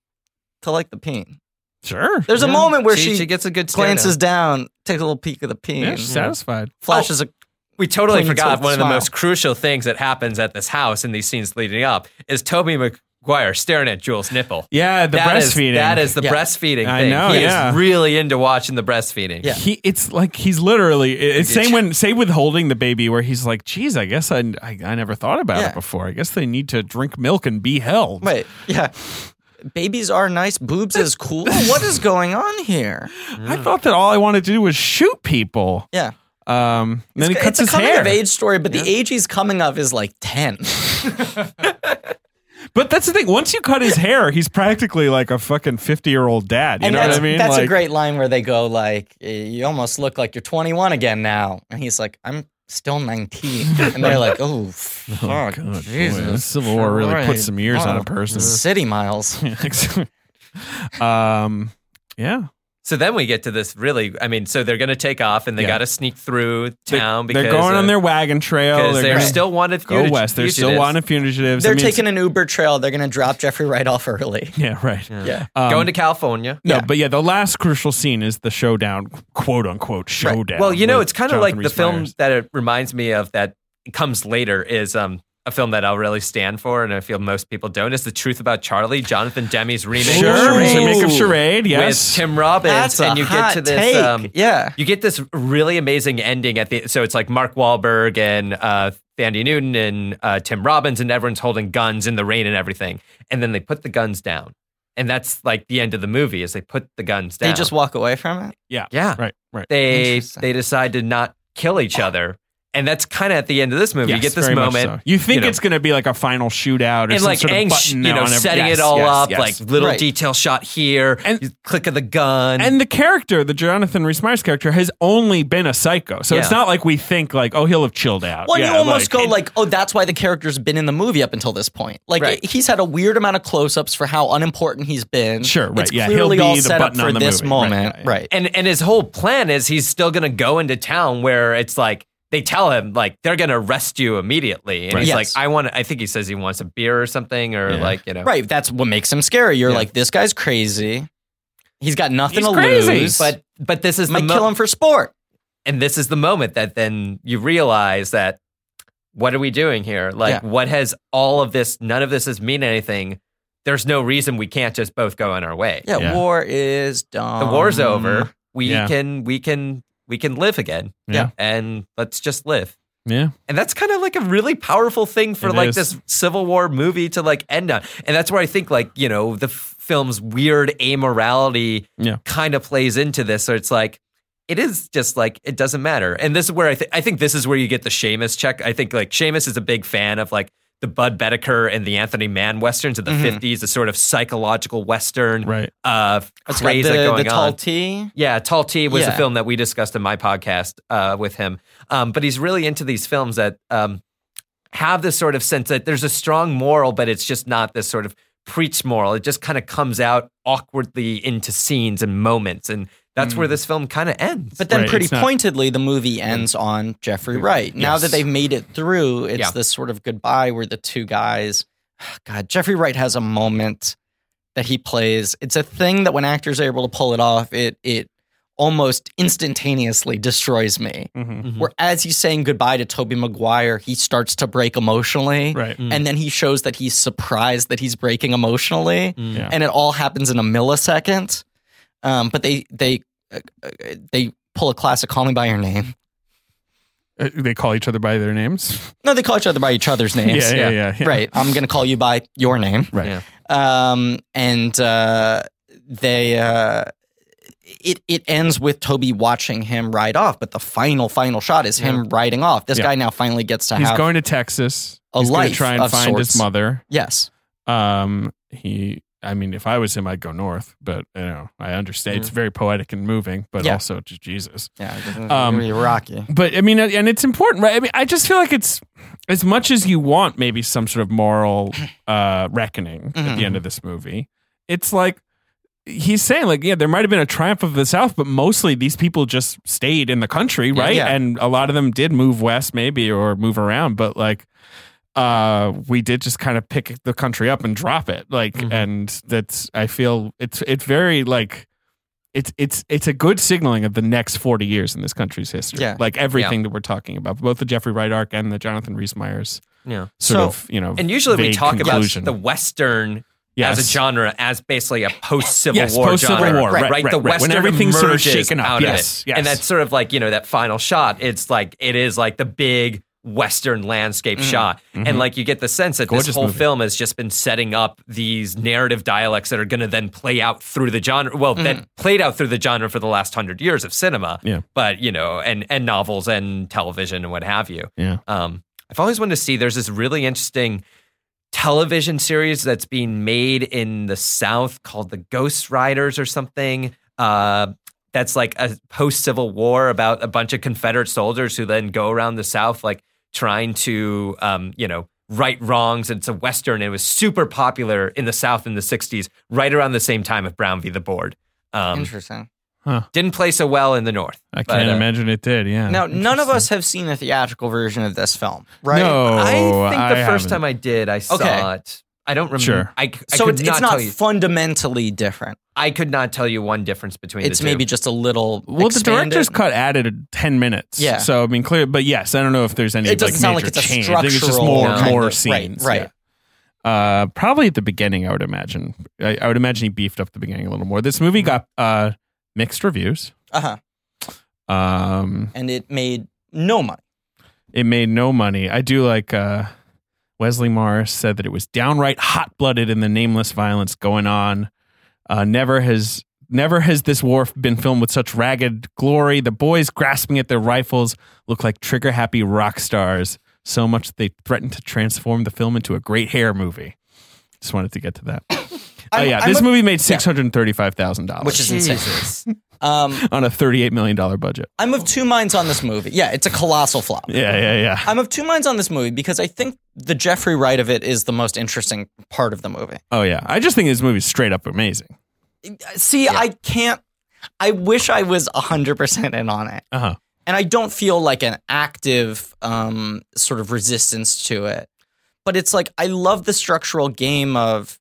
Speaker 2: to like the peen.
Speaker 3: sure.
Speaker 2: There's a
Speaker 4: yeah.
Speaker 2: moment where she,
Speaker 4: she gets a good stare
Speaker 2: glances down, takes a little peek of the peen,
Speaker 3: Yeah, she's
Speaker 4: Mm-hmm.
Speaker 3: "Oh, satisfied.
Speaker 2: flashes a
Speaker 4: down. We totally
Speaker 2: clean
Speaker 4: forgot
Speaker 2: to
Speaker 4: one of the
Speaker 2: smile.
Speaker 4: most crucial things that happens at this house in these scenes leading up is Toby McGuire staring at Jules' nipple.
Speaker 3: Yeah, the
Speaker 4: That is-
Speaker 3: breastfeeding.
Speaker 4: that is the
Speaker 2: Yeah.
Speaker 4: breastfeeding.
Speaker 3: I
Speaker 4: thing.
Speaker 3: know,
Speaker 4: He
Speaker 3: yeah.
Speaker 4: is really into watching the breastfeeding.
Speaker 2: Yeah.
Speaker 3: He, it's like he's literally. it- It's same when same with holding the baby, where he's like, "Geez, I guess I I, I never thought about
Speaker 2: Yeah.
Speaker 3: it before. I guess they need to drink milk and be held."
Speaker 2: [laughs] wait, yeah. Babies are nice, boobs is
Speaker 3: [laughs]
Speaker 2: cool. what is going on here?
Speaker 3: I thought that all I wanted to do was shoot people.
Speaker 2: Yeah.
Speaker 3: Um, and then he
Speaker 2: it's
Speaker 3: cuts
Speaker 2: a
Speaker 3: his
Speaker 2: coming
Speaker 3: hair.
Speaker 2: of age story, but the age he's coming of is like
Speaker 3: [laughs]
Speaker 2: 10.
Speaker 3: But that's the thing. Once you cut his hair, he's practically like a fucking fifty-year-old dad. You
Speaker 2: and
Speaker 3: know
Speaker 2: that's,
Speaker 3: what I mean?
Speaker 2: that's a
Speaker 3: Like-
Speaker 2: great line where they go, like, "Eh, you almost look like you're 21 again now. And he's like, I'm still 19. And they're like,
Speaker 3: [laughs]
Speaker 2: oh, fuck.
Speaker 3: God, oh, boy, the
Speaker 2: Jesus.
Speaker 3: Civil War really put
Speaker 2: Christ.
Speaker 3: some years on
Speaker 2: Oh,
Speaker 3: a [laughs] person.
Speaker 2: City miles.
Speaker 3: um, yeah,
Speaker 4: So then we get to this really. I mean, so they're going to take off and they
Speaker 3: Yeah.
Speaker 4: got to sneak through town because
Speaker 3: they're going
Speaker 4: uh,
Speaker 3: on their wagon trail.
Speaker 4: because they're,
Speaker 3: gonna
Speaker 4: still wanted.
Speaker 3: go
Speaker 4: fugitive-
Speaker 3: west. They're still
Speaker 4: fugitives.
Speaker 3: wanted fugitives. I
Speaker 2: They're
Speaker 3: mean, it's-
Speaker 2: taking an Uber trail. They're going to drop Jeffrey right off early.
Speaker 3: [laughs] yeah, right.
Speaker 2: Yeah.
Speaker 3: Um,
Speaker 4: going to California.
Speaker 3: no,
Speaker 2: yeah.
Speaker 3: but yeah, the last crucial scene is the showdown, quote unquote showdown.
Speaker 4: Well, you know,
Speaker 3: with
Speaker 4: it's kind of
Speaker 3: Jonathan
Speaker 4: like the
Speaker 3: Rhys
Speaker 4: film
Speaker 3: Meyers.
Speaker 4: that it reminds me of that comes later is um, a film that I'll really stand for, and I feel most people don't. Is the truth about Charlie, Jonathan Demi's remake, of
Speaker 3: Sure,
Speaker 4: Charade
Speaker 3: it's a
Speaker 2: Ooh.
Speaker 3: make of charade.
Speaker 4: with
Speaker 3: Yes,
Speaker 4: Tim Robbins, and you get to this. Um,
Speaker 2: yeah.
Speaker 4: you get this really amazing ending at the so it's like Mark Wahlberg and uh, Thandi Newton and uh, Tim Robbins and everyone's holding guns in the rain and everything, and then they put the guns down, and that's like the end of the movie is they put the guns down.
Speaker 2: They just walk away from it.
Speaker 4: yeah,
Speaker 3: right, right.
Speaker 4: they
Speaker 2: Interesting.
Speaker 4: they decide to not kill each other, and that's kind of at the end of this movie. you
Speaker 3: Ah. Yes,
Speaker 4: get this
Speaker 3: very much
Speaker 4: moment.
Speaker 3: so. You think
Speaker 4: know.
Speaker 3: it's going to be like a final shootout or
Speaker 4: And
Speaker 3: some
Speaker 4: like
Speaker 3: sort of
Speaker 4: angst,
Speaker 3: button
Speaker 4: you know,
Speaker 3: on every-
Speaker 4: setting
Speaker 3: Yes,
Speaker 4: it all
Speaker 3: yes,
Speaker 4: up,
Speaker 3: yes.
Speaker 4: like little
Speaker 2: Right.
Speaker 4: detail shot here,
Speaker 3: And-
Speaker 4: you click of the gun,
Speaker 3: And the character, the Jonathan Rhys Meyers character, has only been a psycho. So it's
Speaker 4: Yeah.
Speaker 3: not like we think like, oh, he'll have chilled out.
Speaker 2: Well,
Speaker 3: Yeah,
Speaker 2: you almost go like, oh, that's why the character's been in the movie up until this point. Like,
Speaker 4: Right.
Speaker 2: he's had a weird amount of close-ups for how unimportant he's been.
Speaker 3: Sure, right,
Speaker 2: It's
Speaker 3: yeah, he'll
Speaker 2: clearly
Speaker 3: be
Speaker 2: all
Speaker 3: the
Speaker 2: set up
Speaker 3: button on
Speaker 2: for
Speaker 3: the
Speaker 2: this
Speaker 3: movie, right,
Speaker 2: moment,
Speaker 3: yeah,
Speaker 2: right?
Speaker 3: yeah.
Speaker 4: and and his whole plan is he's still gonna go into town where it's like they tell him like they're gonna arrest you immediately, and
Speaker 3: Right.
Speaker 4: he's
Speaker 2: Yes.
Speaker 4: like, I want. I think he says he wants a beer or something, or
Speaker 3: Yeah.
Speaker 4: like you know,
Speaker 2: Right, That's what makes him scary. You're
Speaker 4: Yeah.
Speaker 2: like, this guy's crazy. He's got nothing
Speaker 3: He's
Speaker 2: to
Speaker 3: crazy.
Speaker 2: lose.
Speaker 4: But but this is the
Speaker 2: might
Speaker 4: mo-
Speaker 2: kill him for sport.
Speaker 4: and this is the moment that then you realize that what are we doing here? Like,
Speaker 2: Yeah.
Speaker 4: what has all of this? None of this has mean anything. There's no reason we can't just both go on our way.
Speaker 2: Yeah, Um,
Speaker 3: Yeah.
Speaker 2: war is
Speaker 4: The
Speaker 2: done.
Speaker 4: war's over. We
Speaker 3: yeah.
Speaker 4: can we can we can live again.
Speaker 3: Yeah.
Speaker 4: and let's just live.
Speaker 3: yeah,
Speaker 4: And that's kind of like a really powerful thing for
Speaker 3: It
Speaker 4: like
Speaker 3: is.
Speaker 4: this Civil War movie to like end on. And that's where I think like, you know, the f- film's weird amorality
Speaker 3: Yeah.
Speaker 4: kind of plays into this. So it's like, it is just like, it doesn't matter. And this is where I, th- I think this is where you get the Seamus check. I think like Seamus is a big fan of like the Bud Bedecker and the Anthony Mann westerns of the
Speaker 2: Mhm.
Speaker 4: 50s, the sort of psychological western
Speaker 3: Mm-hmm. Right.
Speaker 4: uh,
Speaker 2: It's got
Speaker 4: craze
Speaker 2: the,
Speaker 4: that going
Speaker 2: the tall
Speaker 4: on.
Speaker 2: T.
Speaker 4: Yeah, Tall T was
Speaker 2: Yeah.
Speaker 4: a film that we discussed in my podcast uh, with him. Um, but he's really into these films that um, have this sort of sense that there's a strong moral, but it's just not this sort of preach moral. It just kind of comes out awkwardly into scenes and moments. And that's where this film kind of ends.
Speaker 2: Mm. But then,
Speaker 3: Right,
Speaker 2: pretty
Speaker 3: it's not-
Speaker 2: pointedly, the movie ends on Jeffrey Wright. Now that
Speaker 3: Yes.
Speaker 2: they've made it through, it's
Speaker 4: Yeah.
Speaker 2: this sort of goodbye where the two guys. [sighs] God, Jeffrey Wright has a moment that he plays. It's a thing that when actors are able to pull it off, it it almost instantaneously destroys me.
Speaker 3: Mm-hmm.
Speaker 4: Mhm.
Speaker 2: Where as he's saying goodbye to Toby Maguire, he starts to break emotionally.
Speaker 3: Right.
Speaker 4: Mm.
Speaker 2: And then he shows that he's surprised that he's breaking emotionally
Speaker 4: Mm.
Speaker 3: Yeah.
Speaker 2: and it all happens in a millisecond. Um, but they they uh, uh, they pull a classic "Call Me by Your Name." [laughs]
Speaker 3: Uh, they call each other by their names.
Speaker 2: No, they call each other by each other's names.
Speaker 3: yeah, yeah, yeah, yeah.
Speaker 2: Right. I'm gonna call you by your name.
Speaker 3: Right.
Speaker 4: Yeah.
Speaker 2: Um, and uh, they uh, it it ends with Toby watching him ride off, but the final final shot is him riding off. This
Speaker 3: Yeah.
Speaker 2: guy now finally gets to
Speaker 3: He's
Speaker 2: have
Speaker 3: going to Texas.
Speaker 2: a
Speaker 3: He's going
Speaker 2: life
Speaker 3: to try and
Speaker 2: of
Speaker 3: find
Speaker 2: sorts.
Speaker 3: his mother.
Speaker 2: yes.
Speaker 3: Um, he, I mean, if I was him, I'd go north. But you know, I understand it's very poetic and moving, but
Speaker 2: Mm. Yeah.
Speaker 3: also just Jesus.
Speaker 2: Yeah,
Speaker 3: Um,
Speaker 2: really rocky.
Speaker 3: But I mean, uh, and it's important, right? I mean, I just feel like it's as much as you want maybe some sort of moral uh, reckoning at
Speaker 2: Mhm.
Speaker 3: the end of this movie. It's like he's saying, like, yeah, there might have been a triumph of the South, but mostly these people just stayed in the country,
Speaker 2: Yeah.
Speaker 3: right?
Speaker 2: Yeah.
Speaker 3: And a lot of them did move west, maybe, or move around, but like. Uh, we did just kind of pick the country up and drop it, like,
Speaker 2: Mm-hmm.
Speaker 4: Mhm.
Speaker 3: and that's. I feel it's it's very like it's it's it's a good signaling of the next 40 years in this country's history.
Speaker 2: Yeah.
Speaker 3: Like everything that we're talking about, both the Jeffrey Wright arc and the Jonathan Rhys Meyers
Speaker 4: Yeah.
Speaker 3: sort
Speaker 2: So-
Speaker 3: of, you know,
Speaker 4: And usually we
Speaker 3: vague
Speaker 4: talk
Speaker 3: conclusion.
Speaker 4: about the Western
Speaker 3: Yes.
Speaker 4: as a genre as basically a post Civil
Speaker 3: Yes,
Speaker 4: War
Speaker 3: post-Civil
Speaker 4: genre,
Speaker 3: War, right, right,
Speaker 4: the
Speaker 3: right. When
Speaker 4: Western
Speaker 3: everything's sort of
Speaker 4: emerges
Speaker 3: shaken up,
Speaker 4: out
Speaker 3: yes,
Speaker 4: of it,
Speaker 3: yes.
Speaker 4: and that's sort of like you know that final shot. It's like it is like the big Western landscape shot, and like you get the sense that
Speaker 3: Mm-hmm. Gorgeous
Speaker 4: this whole
Speaker 3: movie.
Speaker 4: film has just been setting up these narrative dialects that are going to then play out through the genre. Well, that played out through the genre for the last hundred years of cinema,
Speaker 3: Mm-hmm. Yeah.
Speaker 4: but you know, and and novels and television and what have you.
Speaker 3: Yeah.
Speaker 4: Um, I've always wanted to see. There's this really interesting television series that's being made in the South called The Ghost Riders or something. Uh, that's like a post Civil War about a bunch of Confederate soldiers who then go around the South, like trying to, um, you know, right wrongs. It's a Western. It was super popular in the South in the 60s, right around the same time of Brown v. the Board. Um,
Speaker 2: Interesting.
Speaker 4: didn't play so well in the North.
Speaker 3: I can't
Speaker 4: but, uh,
Speaker 3: imagine it did. Yeah.
Speaker 2: Now, none of us have seen a theatrical version of this film, right?
Speaker 3: No,
Speaker 4: I think the 1st
Speaker 3: Oh, haven't.
Speaker 4: time I did, I saw
Speaker 2: Okay.
Speaker 4: it. I don't remember.
Speaker 3: Sure.
Speaker 4: I, I
Speaker 2: so
Speaker 4: could
Speaker 2: it's,
Speaker 4: not
Speaker 2: it's not
Speaker 4: tell you.
Speaker 2: fundamentally different.
Speaker 4: I could not tell you one difference between
Speaker 2: It's
Speaker 4: the two.
Speaker 2: maybe just a little.
Speaker 3: well,
Speaker 2: expanded.
Speaker 3: the director's cut added 10 minutes.
Speaker 2: Yeah.
Speaker 3: So, I mean, clear, but yes, I don't know if there's any
Speaker 2: It doesn't
Speaker 3: like,
Speaker 2: sound like
Speaker 3: major
Speaker 2: it's a
Speaker 3: change. I think it's just
Speaker 2: structural
Speaker 3: more,
Speaker 4: kind
Speaker 3: more
Speaker 2: of-
Speaker 3: scenes.
Speaker 2: right, right.
Speaker 3: yeah. Uh, probably at the beginning, I would imagine. I, I would imagine he beefed up the beginning a little more. This movie got uh, mixed reviews.
Speaker 2: uh-huh.
Speaker 3: Um,
Speaker 2: and it made no money.
Speaker 3: it made no money. I do like uh, Wesley Morris said that it was downright hot blooded in the nameless violence going on. Uh, never has never has this war been filmed with such ragged glory. The boys grasping at their rifles look like trigger happy rock stars. So much that they threatened to transform the film into a great hair movie. Just wanted to get
Speaker 2: [coughs]
Speaker 3: to that. Oh
Speaker 2: I'm-
Speaker 3: yeah,
Speaker 2: I'm
Speaker 3: this
Speaker 2: a-
Speaker 3: movie made six hundred thirty-five thousand
Speaker 2: Which
Speaker 3: dollars
Speaker 2: is insane. [laughs] Um,
Speaker 3: on a thirty-eight million dollar budget.
Speaker 2: I'm of two minds on this movie. Yeah, it's a colossal flop.
Speaker 3: Yeah, yeah, yeah.
Speaker 2: I'm of two minds on this movie because I think the Jeffrey Wright of it is the most interesting part of the movie.
Speaker 3: Oh yeah, I just think this movie's straight up amazing.
Speaker 2: See, I can't. I wish I was 100% in on it.
Speaker 3: Uh huh.
Speaker 2: and I don't feel like an active um, sort of resistance to it. But it's like I love the structural game of.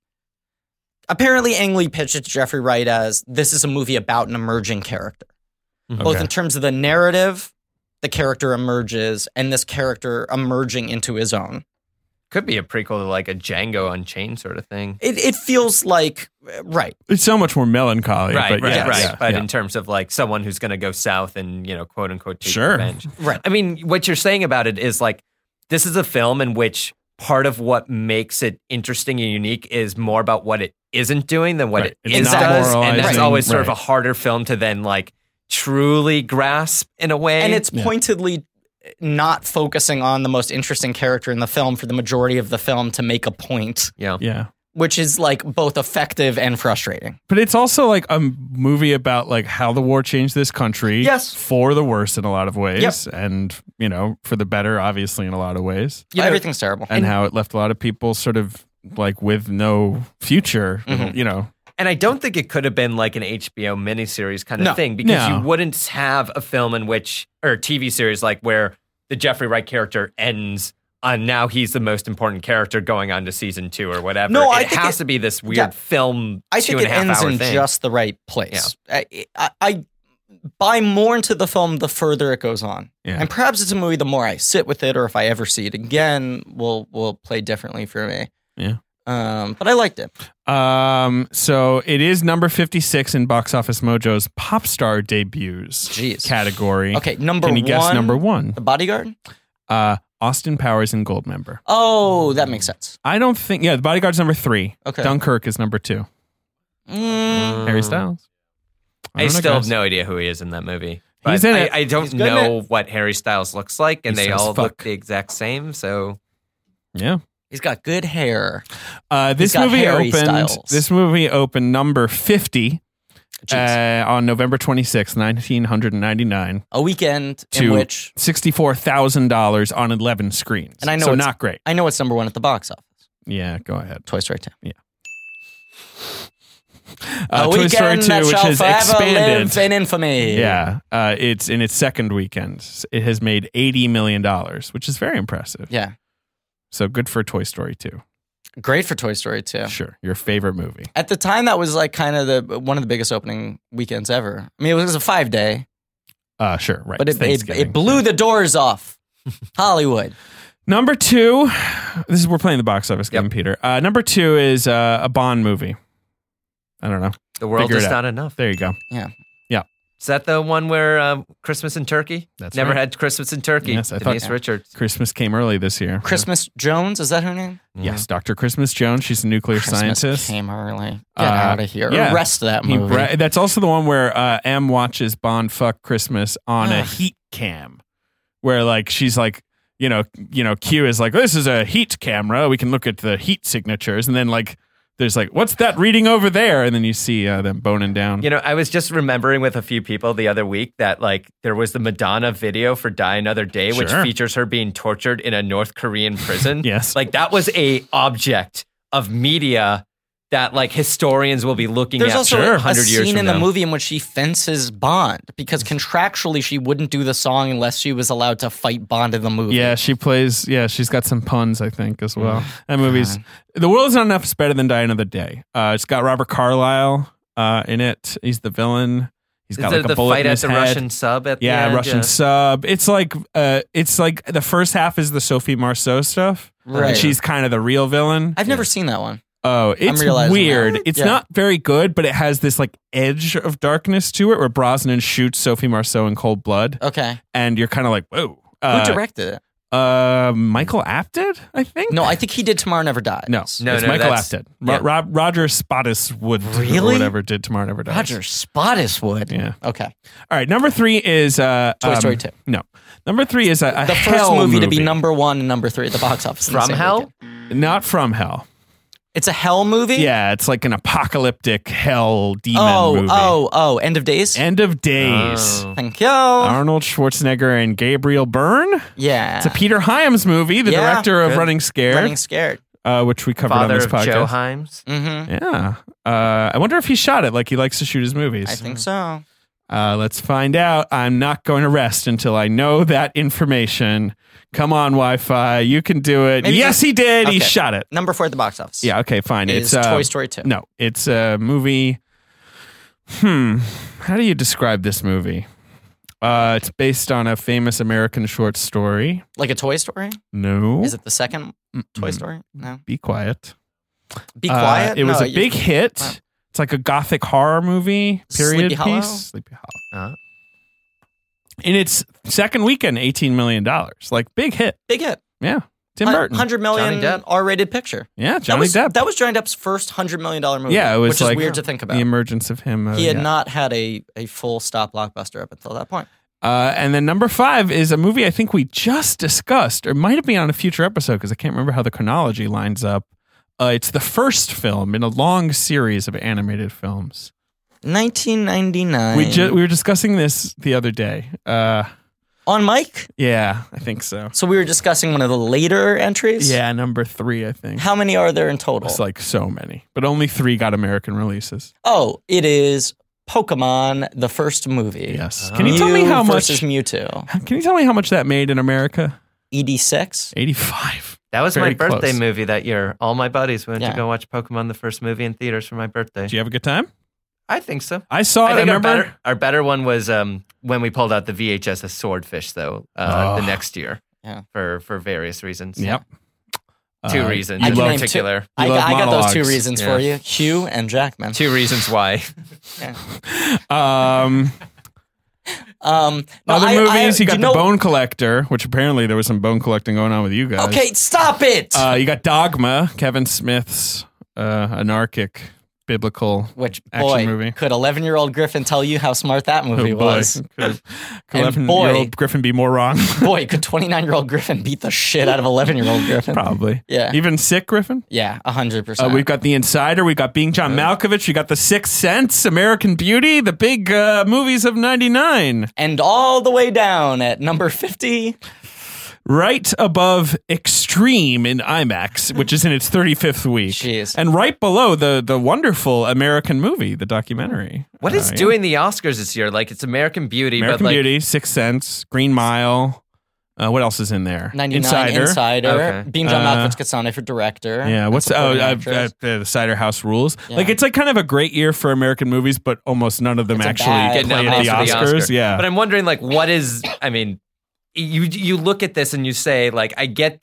Speaker 2: Apparently, Ang Lee pitched it to Jeffrey Wright as this is a movie about an emerging character, both in terms of the narrative, the character emerges, and this character emerging into his own.
Speaker 4: could be a prequel to like a Django Unchained sort of thing.
Speaker 2: It it feels like right,
Speaker 3: It's so much more melancholy.
Speaker 4: Right,
Speaker 3: but
Speaker 4: right,
Speaker 3: yes,
Speaker 4: right.
Speaker 3: yeah,
Speaker 4: but
Speaker 3: yeah.
Speaker 4: in terms of like someone who's going to go south and you know, quote unquote, take
Speaker 3: Sure.
Speaker 4: revenge.
Speaker 2: right.
Speaker 4: I mean, what you're saying about it is like this is a film in which part of what makes it interesting and unique is more about what it isn't doing than what
Speaker 3: Right.
Speaker 4: it
Speaker 3: It's
Speaker 4: is
Speaker 2: not
Speaker 4: does, and that's
Speaker 2: moralizing.
Speaker 4: always sort of
Speaker 3: Right.
Speaker 4: a harder film to then like truly grasp in a way.
Speaker 2: and it's
Speaker 3: Yeah.
Speaker 2: pointedly not focusing on the most interesting character in the film for the majority of the film to make a point,
Speaker 4: Yeah.
Speaker 3: Yeah.
Speaker 2: which is like both effective and frustrating.
Speaker 3: But it's also like a movie about like how the war changed this country.
Speaker 2: Yes.
Speaker 3: For the worse in a lot of ways. And, you know, for the better, obviously, in a lot of ways.
Speaker 2: You know, Everything's terrible.
Speaker 3: And, how it left a lot of people sort of like with no future,
Speaker 2: Mhm.
Speaker 3: you know.
Speaker 4: And I don't think it could have been like an HBO miniseries kind of
Speaker 2: No.
Speaker 4: thing because
Speaker 3: No.
Speaker 4: you wouldn't have a film in which or a TV series like where the Jeffrey Wright character ends on now he's the most important character going on to season two or whatever.
Speaker 2: No,
Speaker 4: it
Speaker 2: I think
Speaker 4: has
Speaker 2: it-
Speaker 4: to be this weird
Speaker 2: yeah.
Speaker 4: film.
Speaker 2: I
Speaker 4: two
Speaker 2: think
Speaker 4: and
Speaker 2: it
Speaker 4: a half
Speaker 2: ends
Speaker 4: hour
Speaker 2: in
Speaker 4: thing.
Speaker 2: just the right place. I, I, I buy more into the film the further it goes on,
Speaker 3: Yeah.
Speaker 2: and perhaps it's a movie. The more I sit with it, or if I ever see it again, will will play differently for me.
Speaker 3: Yeah.
Speaker 2: Um, but I liked it.
Speaker 3: Um, so it is number 56 in Box Office Mojo's Pop Star Debuts
Speaker 2: Jeez.
Speaker 3: category.
Speaker 2: Okay, number
Speaker 3: Can you
Speaker 2: one.
Speaker 3: guess number one?
Speaker 2: The Bodyguard.
Speaker 3: Uh, Austin Powers and Goldmember.
Speaker 2: Oh, that makes sense.
Speaker 3: I don't think, yeah, The Bodyguard's number three.
Speaker 2: Okay.
Speaker 3: Dunkirk is number two.
Speaker 2: Mm,
Speaker 3: Harry Styles.
Speaker 4: I,
Speaker 3: don't know,
Speaker 4: still have
Speaker 3: guys.
Speaker 4: no idea who he is in that movie.
Speaker 3: He's
Speaker 4: But
Speaker 3: in
Speaker 4: I,
Speaker 3: it.
Speaker 4: I don't
Speaker 2: He's good in
Speaker 4: know what Harry Styles looks like, and
Speaker 3: He
Speaker 4: they
Speaker 3: says
Speaker 4: all look
Speaker 3: fuck.
Speaker 4: the exact same. So
Speaker 3: Yeah.
Speaker 2: he's got good hair.
Speaker 3: Uh, this
Speaker 2: got
Speaker 3: movie
Speaker 2: Harry
Speaker 3: opened.
Speaker 2: Styles.
Speaker 3: This movie opened number fifty
Speaker 2: Jeez.
Speaker 3: uh, on November twenty sixth, nineteen hundred and ninety nine.
Speaker 2: a weekend in
Speaker 3: to-
Speaker 2: which
Speaker 3: Sixty four thousand dollars on eleven screens.
Speaker 2: And I know
Speaker 3: so
Speaker 2: it's-
Speaker 3: not great.
Speaker 2: I know it's number one at the box office.
Speaker 3: Yeah, go ahead.
Speaker 2: Toy Story Two.
Speaker 3: Uh,
Speaker 2: a
Speaker 3: Toy
Speaker 2: weekend
Speaker 3: Story
Speaker 2: that
Speaker 3: two, which
Speaker 2: shall
Speaker 3: has
Speaker 2: forever
Speaker 3: expanded.
Speaker 2: live in infamy.
Speaker 3: yeah, uh, it's in its second weekend. It has made eighty million dollars, which is very impressive.
Speaker 2: Yeah.
Speaker 3: So good for Toy Story two.
Speaker 2: Great for Toy Story Two.
Speaker 3: Sure, your favorite movie.
Speaker 2: At the time, that was like kind of the one of the biggest opening weekends ever. I mean, it was a five day,
Speaker 3: Uh, sure, right.
Speaker 2: but
Speaker 3: it's
Speaker 2: it, it,
Speaker 3: Thanksgiving.
Speaker 2: it blew the doors
Speaker 3: [laughs]
Speaker 2: off Hollywood.
Speaker 3: Number two, this is we're playing the box office game, Peter. Uh, number two is uh, a Bond movie. I don't know.
Speaker 4: the world
Speaker 3: Figure it
Speaker 4: is
Speaker 3: out.
Speaker 4: not enough.
Speaker 3: There you go.
Speaker 4: Is that the one where um, Christmas in Turkey?
Speaker 3: That's
Speaker 4: Never
Speaker 3: right.
Speaker 4: had Christmas in Turkey.
Speaker 3: Yes, I thought-
Speaker 4: Denise
Speaker 2: Yeah.
Speaker 4: Richards.
Speaker 3: Christmas came early this year.
Speaker 2: Christmas Jones, is that her name?
Speaker 3: Yes, Dr. Christmas Jones. She's a nuclear
Speaker 2: Christmas
Speaker 3: scientist.
Speaker 2: came early. Get
Speaker 3: Uh,
Speaker 2: out of here.
Speaker 3: yeah.
Speaker 2: Arrest that
Speaker 3: He
Speaker 2: movie.
Speaker 3: bra- that's also the one where uh, M watches Bond fuck Christmas on a
Speaker 2: Ugh.
Speaker 3: heat cam, where like she's like, you know, you know, Q is like, this is a heat camera. We can look at the heat signatures, and then like, there's like, what's that reading over there? And then you see uh, them boning down.
Speaker 4: You know, I was just remembering with a few people the other week that like there was the Madonna video for Die Another Day, which
Speaker 3: Sure.
Speaker 4: features her being tortured in a North Korean prison.
Speaker 3: [laughs] Yes.
Speaker 4: Like that was a object of media that like historians will be looking
Speaker 2: There's
Speaker 4: at
Speaker 2: also
Speaker 4: for
Speaker 2: a
Speaker 4: 100 years
Speaker 2: scene
Speaker 4: from
Speaker 2: in the
Speaker 4: now.
Speaker 2: movie in which she fences Bond because
Speaker 3: Mm.
Speaker 2: contractually she wouldn't do the song unless she was allowed to fight Bond in the movie.
Speaker 3: Yeah, she plays. Yeah, she's got some puns, I think, as well.
Speaker 4: Mm.
Speaker 3: That movie's "The World Is Not Enough" is better than "Die Another Day." Uh, it's got Robert Carlyle uh, in it. He's the villain. He's
Speaker 4: Is
Speaker 3: got
Speaker 4: there
Speaker 3: like a
Speaker 4: the
Speaker 3: bullet
Speaker 4: fight
Speaker 3: in
Speaker 4: at
Speaker 3: his
Speaker 4: the
Speaker 3: head.
Speaker 4: Russian sub at the
Speaker 3: yeah,
Speaker 4: end? Uh,
Speaker 3: Russian sub. It's like uh, it's like the first half is the Sophie Marceau stuff,
Speaker 2: Right.
Speaker 3: and she's kind of the real villain.
Speaker 2: I've never seen that one.
Speaker 3: Oh, it's
Speaker 2: realizing
Speaker 3: weird.
Speaker 2: that.
Speaker 3: It's
Speaker 2: Yeah.
Speaker 3: not very good, but it has this like edge of darkness to it, where Brosnan shoots Sophie Marceau in cold
Speaker 4: Oh.
Speaker 3: blood,
Speaker 2: Okay.
Speaker 3: and you're kind of like, whoa.
Speaker 2: Who
Speaker 3: Uh,
Speaker 2: directed it?
Speaker 3: uh, Michael Apted, I think.
Speaker 2: No, I think he did Tomorrow Never Dies.
Speaker 3: No,
Speaker 4: No,
Speaker 3: it's
Speaker 4: no,
Speaker 3: Michael
Speaker 4: that's-
Speaker 3: Apted. Ro-
Speaker 4: yeah.
Speaker 3: Rob, Roger Spottiswood, or
Speaker 2: Really?
Speaker 3: whatever, did Tomorrow Never Dies.
Speaker 2: Roger Spottiswood.
Speaker 3: Yeah.
Speaker 2: Okay.
Speaker 3: All right, number three is uh,
Speaker 2: Toy Story 2.
Speaker 3: No, number three is a, a
Speaker 2: The first
Speaker 3: Hell
Speaker 2: movie, to be number one and number three at the box office. in the
Speaker 4: From
Speaker 2: same
Speaker 4: hell?
Speaker 2: weekend.
Speaker 3: not from Hell.
Speaker 2: It's a hell movie?
Speaker 3: Yeah, it's like an apocalyptic Hell demon
Speaker 2: Oh,
Speaker 3: movie.
Speaker 2: oh, oh. End of Days?
Speaker 3: End of Days.
Speaker 4: Oh.
Speaker 2: Thank you.
Speaker 3: Arnold Schwarzenegger and Gabriel Byrne.
Speaker 2: yeah.
Speaker 3: It's a Peter Hyams movie, the
Speaker 2: Ah. Yeah.
Speaker 3: director of
Speaker 4: Good.
Speaker 3: Running Scared,
Speaker 2: Running Scared.
Speaker 3: uh, which we covered
Speaker 4: Father
Speaker 3: on this
Speaker 4: of Joe
Speaker 3: podcast.
Speaker 4: Himes.
Speaker 2: Mm-hmm.
Speaker 3: yeah, uh, I wonder if he shot it like he likes to shoot his movies.
Speaker 2: I think so.
Speaker 3: Uh, let's find out. I'm not going to rest until I know that information. Come on, Wi Fi. You can do it.
Speaker 2: Maybe
Speaker 3: yes,
Speaker 2: just-
Speaker 3: he did. He
Speaker 2: Okay.
Speaker 3: shot it.
Speaker 2: Number four at the box office.
Speaker 3: Yeah, okay, fine.
Speaker 2: Is
Speaker 3: it's uh,
Speaker 2: Toy Story 2.
Speaker 3: No, it's a movie. Hmm. How do you describe this movie? Uh, it's based on a famous American short story.
Speaker 2: Like a Toy Story?
Speaker 3: No.
Speaker 2: Is it the second Toy
Speaker 3: Mm-mm.
Speaker 2: Story? No.
Speaker 3: Be quiet.
Speaker 2: Be
Speaker 3: Mm-hmm. Uh,
Speaker 2: quiet.
Speaker 3: it was
Speaker 2: No,
Speaker 3: a
Speaker 2: you-
Speaker 3: big hit.
Speaker 2: Wow.
Speaker 3: It's like a gothic horror movie.
Speaker 2: Sleepy
Speaker 3: Period piece.
Speaker 2: Hollow?
Speaker 3: Sleepy Hollow.
Speaker 4: Uh.
Speaker 3: In its second weekend, eighteen million dollars. Like big hit.
Speaker 2: big hit.
Speaker 3: Yeah. Tim
Speaker 2: Hun-
Speaker 3: Burton.
Speaker 2: Hundred million
Speaker 4: Johnny Depp.
Speaker 2: R-rated picture.
Speaker 3: yeah,
Speaker 2: that
Speaker 3: Johnny
Speaker 2: was,
Speaker 3: Depp.
Speaker 2: That was Johnny Depp's first hundred million dollar movie.
Speaker 3: yeah, it was
Speaker 2: which
Speaker 3: like
Speaker 2: is weird to think about.
Speaker 3: the emergence of him. uh,
Speaker 2: he had
Speaker 3: yeah.
Speaker 2: not had a, a full stop blockbuster up until that point.
Speaker 3: Uh, and then number five is a movie I think we just discussed, or might have been on a future episode because I can't remember how the chronology lines up. Uh, it's the first film in a long series of animated films.
Speaker 2: 1999.
Speaker 3: We ju- we were discussing this the other day. Uh,
Speaker 2: on mic.
Speaker 3: yeah, I think so.
Speaker 2: So we were discussing one of the later entries.
Speaker 3: Yeah, number three, I think.
Speaker 2: How many are there in total?
Speaker 3: It's like so many, but only three got American releases.
Speaker 2: oh, it is Pokemon, the first movie.
Speaker 3: Yes. Can you tell me how much?
Speaker 2: Oh. versus Mewtwo? E
Speaker 3: Can you tell me how much that made in America?
Speaker 2: ED6.
Speaker 3: Eighty-five.
Speaker 4: That was
Speaker 3: Very
Speaker 4: my birthday
Speaker 3: close.
Speaker 4: movie that year. All my buddies went
Speaker 2: Yeah.
Speaker 4: to go watch Pokemon the first movie in theaters for my birthday.
Speaker 3: Did you have a good time?
Speaker 4: I think so.
Speaker 3: I saw it.
Speaker 4: I
Speaker 3: I
Speaker 4: think
Speaker 3: remember.
Speaker 4: our better our better one was um, when we pulled out the VHS of Swordfish though uh,
Speaker 3: Oh.
Speaker 4: the next year.
Speaker 2: Yeah.
Speaker 4: For for various reasons.
Speaker 3: Yep.
Speaker 4: Two
Speaker 3: Uh,
Speaker 4: reasons
Speaker 2: I
Speaker 4: in
Speaker 2: can name
Speaker 4: particular.
Speaker 2: I,
Speaker 3: love
Speaker 2: I got those two
Speaker 3: monologues.
Speaker 2: reasons for you Hugh and Jackman.
Speaker 6: Two reasons
Speaker 4: [laughs]
Speaker 6: why.
Speaker 3: Um,
Speaker 2: Um, no,
Speaker 3: other
Speaker 2: I- I-
Speaker 3: movies, you got
Speaker 2: know-
Speaker 3: The Bone Collector, which apparently there was some bone collecting going on with you guys.
Speaker 2: Okay, stop it.
Speaker 3: Uh, you got Dogma, Kevin Smith's uh, anarchic biblical
Speaker 2: Which
Speaker 3: action
Speaker 2: boy
Speaker 3: movie.
Speaker 2: could eleven-year-old Griffin tell you how smart that movie
Speaker 3: Oh, boy.
Speaker 2: was?
Speaker 3: Could
Speaker 2: And boy-
Speaker 3: eleven-year-old Griffin be more wrong? [laughs]
Speaker 2: boy, could twenty-nine-year-old Griffin beat the shit out of eleven-year-old Griffin?
Speaker 3: Probably.
Speaker 2: Yeah.
Speaker 3: Even sick Griffin.
Speaker 2: Yeah, hundred
Speaker 3: Uh,
Speaker 2: percent.
Speaker 3: we've got The Insider. We've got Being John Malkovich. We got The Sixth Sense, American Beauty, the big uh, movies of '99.
Speaker 2: and all the way down at number fifty.
Speaker 3: Right above Extreme in IMAX, which is in its 35th week,
Speaker 2: Jeez.
Speaker 3: and right below the the wonderful American movie, the documentary.
Speaker 6: What
Speaker 3: Uh,
Speaker 6: is
Speaker 3: yeah.
Speaker 6: doing?
Speaker 4: In the Oscars this year, like it's American Beauty,
Speaker 3: American
Speaker 4: but like
Speaker 3: Beauty, Sixth Sense, Green Mile. Uh, what else is in there?
Speaker 2: 99 Insider,
Speaker 4: Okay.
Speaker 2: Beam John
Speaker 3: Uh,
Speaker 2: Malkovich gets on it for director.
Speaker 3: Yeah,
Speaker 2: and
Speaker 3: what's oh,
Speaker 2: supporting
Speaker 3: uh,
Speaker 2: actress.
Speaker 3: uh, the cider house rules?
Speaker 2: Yeah.
Speaker 3: Like it's like kind of a great year for American movies, but almost none of them
Speaker 2: It's a bad-
Speaker 3: actually
Speaker 2: Get
Speaker 3: play at the
Speaker 4: nominated for the
Speaker 3: Oscars.
Speaker 4: Oscar.
Speaker 3: Yeah,
Speaker 4: But I'm wondering, like, what is? I mean, you you look at this and you say, like, I get,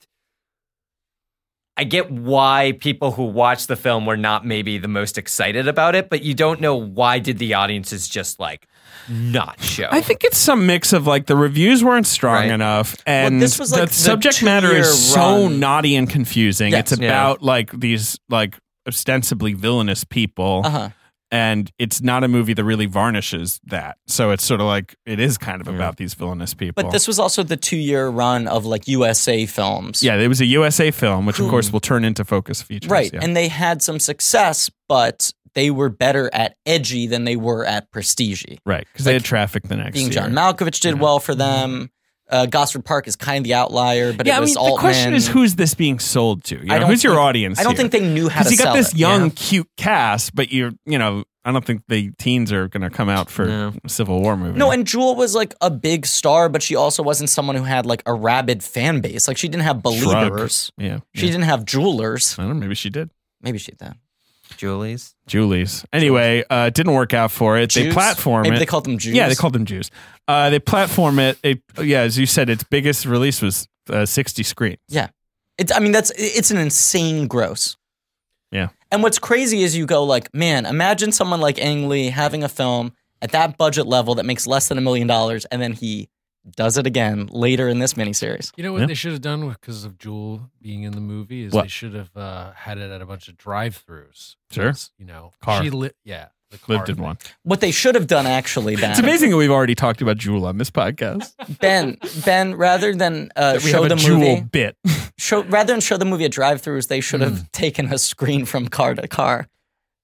Speaker 4: I get why people who watch the film were not maybe the most excited about it, but you don't know why did the audiences just like not show.
Speaker 3: I think it's some mix of like the reviews weren't strong
Speaker 4: Right.
Speaker 3: enough, and
Speaker 2: this was, like,
Speaker 3: the
Speaker 2: the
Speaker 3: subject matter
Speaker 2: two-year
Speaker 3: is so
Speaker 2: run.
Speaker 3: naughty and confusing.
Speaker 2: Yes.
Speaker 3: It's
Speaker 4: Yeah.
Speaker 3: about like these like ostensibly villainous people,
Speaker 2: Uh-huh.
Speaker 3: and it's not a movie that really varnishes that. So it's sort of like it is kind of about these villainous people.
Speaker 2: Mm. But this was also the two-year run of like USA films.
Speaker 3: yeah, it was a USA film, which of course will turn into focus features.
Speaker 2: right.
Speaker 3: yeah.
Speaker 2: And they had some success, but they were better at edgy than they were at prestige.
Speaker 3: right because they had traffic the next
Speaker 2: Being
Speaker 3: year.
Speaker 2: John Malkovich
Speaker 3: Mm-hmm.
Speaker 2: did well for them. Uh, Gosford Park is kind of the outlier, but
Speaker 3: yeah,
Speaker 2: it was
Speaker 3: I mean, the question
Speaker 2: Altman.
Speaker 3: is who's this being sold to? You
Speaker 2: I
Speaker 3: know,
Speaker 2: don't
Speaker 3: who's your
Speaker 2: think-
Speaker 3: audience?
Speaker 2: I don't
Speaker 3: here?
Speaker 2: think they knew how
Speaker 3: because
Speaker 2: to
Speaker 3: you got
Speaker 2: sell
Speaker 3: this
Speaker 2: it.
Speaker 3: young,
Speaker 4: yeah.
Speaker 3: cute cast, but you're, you know, I don't think the teens are going to come out for
Speaker 4: No.
Speaker 3: a Civil War movie.
Speaker 2: No, and Jewel was like a big star, but she also wasn't someone who had like a rabid fan base. Like she didn't have
Speaker 3: Shrug.
Speaker 2: believers.
Speaker 3: yeah,
Speaker 2: She
Speaker 3: yeah.
Speaker 2: didn't have jewelers.
Speaker 3: I don't know. Maybe she did.
Speaker 2: Maybe she did.
Speaker 4: Julie's.
Speaker 3: Julie's. Anyway, uh, it didn't work out for it. They
Speaker 2: Jews?
Speaker 3: platform
Speaker 2: Maybe
Speaker 3: it.
Speaker 2: they called them Jews.
Speaker 3: Yeah, they called them Jews. Uh, they platform it. it. Yeah, as you said, its biggest release was uh, 60 screen.
Speaker 2: Yeah. It, I mean, that's it's an insane gross.
Speaker 3: Yeah.
Speaker 2: And what's crazy is you go like, man, imagine someone like Ang Lee having a film at that budget level that makes less than a million dollars, and then he does it again later in this miniseries.
Speaker 5: You know what
Speaker 3: Yeah.
Speaker 5: they should have done because of Jewel being in the movie is
Speaker 3: What?
Speaker 5: they should have uh, had it at a bunch of drive-throughs.
Speaker 3: Sure.
Speaker 5: Because, You know,
Speaker 3: Car.
Speaker 5: She li- yeah, the car
Speaker 3: Lived in
Speaker 5: thing.
Speaker 3: one.
Speaker 2: What they should have done
Speaker 3: [laughs]
Speaker 2: actually, Ben,
Speaker 3: It's amazing that we've already talked about Jewel on
Speaker 2: [laughs]
Speaker 3: this podcast.
Speaker 2: Ben, Ben, rather than uh,
Speaker 3: That we
Speaker 2: show
Speaker 3: have
Speaker 2: the
Speaker 3: a Jewel
Speaker 2: movie,
Speaker 3: bit.
Speaker 2: show rather than show the movie at drive-throughs, they should have
Speaker 3: Mm.
Speaker 2: taken a screen from car to car.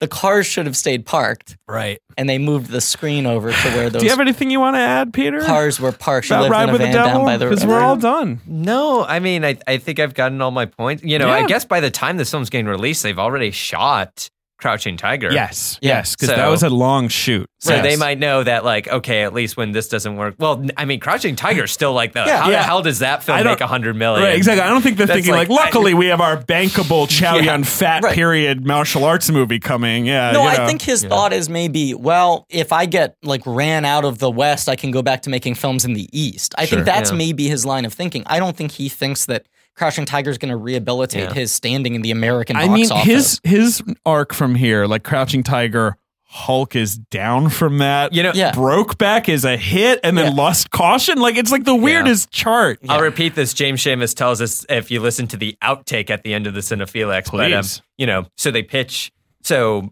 Speaker 2: The cars should have stayed parked,
Speaker 5: Right.
Speaker 2: and they moved the screen over to where those
Speaker 3: Do you have anything you want to add, Peter?
Speaker 2: cars were parked. She
Speaker 3: about
Speaker 2: lived
Speaker 3: Ride
Speaker 2: in a
Speaker 3: with the
Speaker 2: van down
Speaker 3: Devil?
Speaker 2: by the
Speaker 3: Because we're all done.
Speaker 4: No, I mean, I I think I've gotten all my points. You know,
Speaker 3: Yeah.
Speaker 4: I guess by the time this film's getting released, they've already shot Crouching Tiger.
Speaker 3: Yes,
Speaker 2: Yeah.
Speaker 3: yes, because
Speaker 4: So-
Speaker 3: that was a long shoot.
Speaker 4: So
Speaker 3: Yes.
Speaker 4: they might know that, like, okay, at least when this doesn't work. Well, n- I mean, Crouching Tiger is still like the. How
Speaker 3: Yeah.
Speaker 4: the hell does that
Speaker 3: I
Speaker 4: film
Speaker 3: don't-
Speaker 4: make a hundred million?
Speaker 3: Right, exactly. I don't think they're
Speaker 4: That's
Speaker 3: thinking like,
Speaker 4: like-
Speaker 3: luckily we have our
Speaker 2: [laughs]
Speaker 3: bankable Chow
Speaker 4: Yeah.
Speaker 3: Yun Fat
Speaker 2: Right.
Speaker 3: period martial arts movie coming. Yeah,
Speaker 2: No,
Speaker 3: you
Speaker 2: I
Speaker 3: know.
Speaker 2: think his thought is maybe, well, if I get like ran out of the West, I can go back to making films in the East. I
Speaker 3: Sure.
Speaker 2: think that's
Speaker 4: Yeah.
Speaker 2: maybe his line of thinking. I don't think he thinks that Crouching Tiger is going to rehabilitate
Speaker 4: Yeah.
Speaker 2: his standing in the American
Speaker 3: I
Speaker 2: box
Speaker 3: mean
Speaker 2: office.
Speaker 3: his his arc from here, like Crouching Tiger. Hulk is down from that.
Speaker 4: You know-
Speaker 2: Yeah.
Speaker 3: Brokeback is a hit, and then Lost Caution. Like it's like the weirdest chart.
Speaker 4: I'll repeat this. James Seamus tells us if you listen to the outtake at the end of the Cinephilex. But, um,
Speaker 3: Please.
Speaker 4: you know, so they pitch. So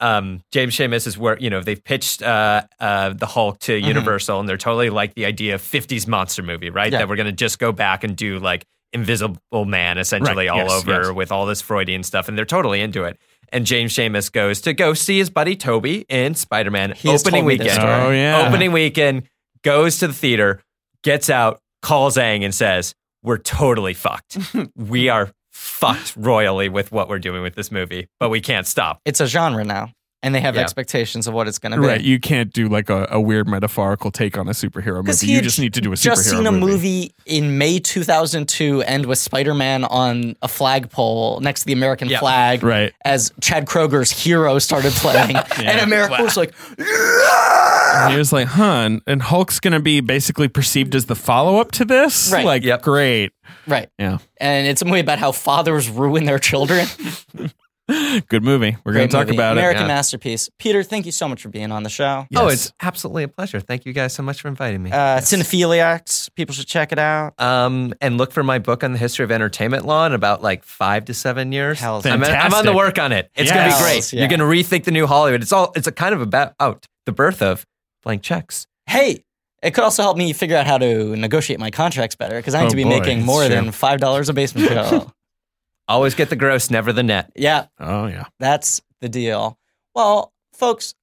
Speaker 4: um, James Seamus is where you know they've pitched uh, uh, the Hulk to
Speaker 3: Mm-hmm.
Speaker 4: Universal, and they're totally like the idea of '50s monster movie, right?
Speaker 2: Yeah.
Speaker 4: That we're gonna just go back and do like Invisible Man essentially all
Speaker 3: Right. Yes,
Speaker 4: over
Speaker 3: yes.
Speaker 4: with all this Freudian stuff, and they're totally into it. And James Seamus goes to go see his buddy Toby in Spider Man
Speaker 2: He has
Speaker 4: opening
Speaker 2: told me this
Speaker 4: weekend.
Speaker 2: story.
Speaker 3: Oh yeah.
Speaker 4: Opening weekend goes to the theater, gets out, calls Aang, and says, "We're totally [laughs] fucked. we are." Fucked royally with what we're doing with this movie, but we can't stop.
Speaker 2: It's a genre now, and they have
Speaker 4: Yeah.
Speaker 2: expectations of what it's going to be.
Speaker 3: Right, you can't do like a, a weird metaphorical take on a superhero
Speaker 2: Because
Speaker 3: movie.
Speaker 2: he
Speaker 3: You
Speaker 2: had
Speaker 3: just need to do a superhero
Speaker 2: Just seen
Speaker 3: movie.
Speaker 2: a movie in May 2002 end with Spider Man on a flagpole next to the American
Speaker 4: Yeah.
Speaker 2: flag.
Speaker 3: Right.
Speaker 2: As Chad Kroger's hero started
Speaker 3: [laughs]
Speaker 2: playing, and America was like,
Speaker 3: And he was like, "Huh?" And, and Hulk's gonna be basically perceived as the follow up to this.
Speaker 2: Right,
Speaker 3: Like,
Speaker 4: yep.
Speaker 3: great.
Speaker 2: right.
Speaker 3: Yeah,
Speaker 2: And it's a movie about how fathers ruin their
Speaker 3: [laughs]
Speaker 2: children.
Speaker 3: good movie. We're gonna
Speaker 2: Great
Speaker 3: talk
Speaker 2: movie.
Speaker 3: about
Speaker 2: American
Speaker 3: it.
Speaker 2: masterpiece. Peter, thank you so much for being on the show.
Speaker 3: Yes.
Speaker 4: Oh, it's absolutely a pleasure. Thank you guys so much for inviting me.
Speaker 2: Uh, Cinephiliacs, people should check it out.
Speaker 4: um, and look for my book on the history of entertainment law in about like five to seven years.
Speaker 2: Hells
Speaker 4: I'm, I'm on
Speaker 3: Fantastic.
Speaker 4: the work on it. It's gonna
Speaker 2: Yes.
Speaker 4: be great.
Speaker 2: Hells, yeah.
Speaker 4: You're gonna rethink the new Hollywood. It's all. It's a kind of about out the birth of blank checks.
Speaker 2: Hey, it could also help me figure out how to negotiate my contracts better because I need
Speaker 3: Oh,
Speaker 2: to be
Speaker 3: boy.
Speaker 2: making more
Speaker 3: That's true.
Speaker 2: than five dollars a basement
Speaker 3: [laughs]
Speaker 2: show.
Speaker 4: Always get the gross, never the net.
Speaker 2: yeah,
Speaker 3: Oh yeah.
Speaker 2: that's the deal. Well, folks,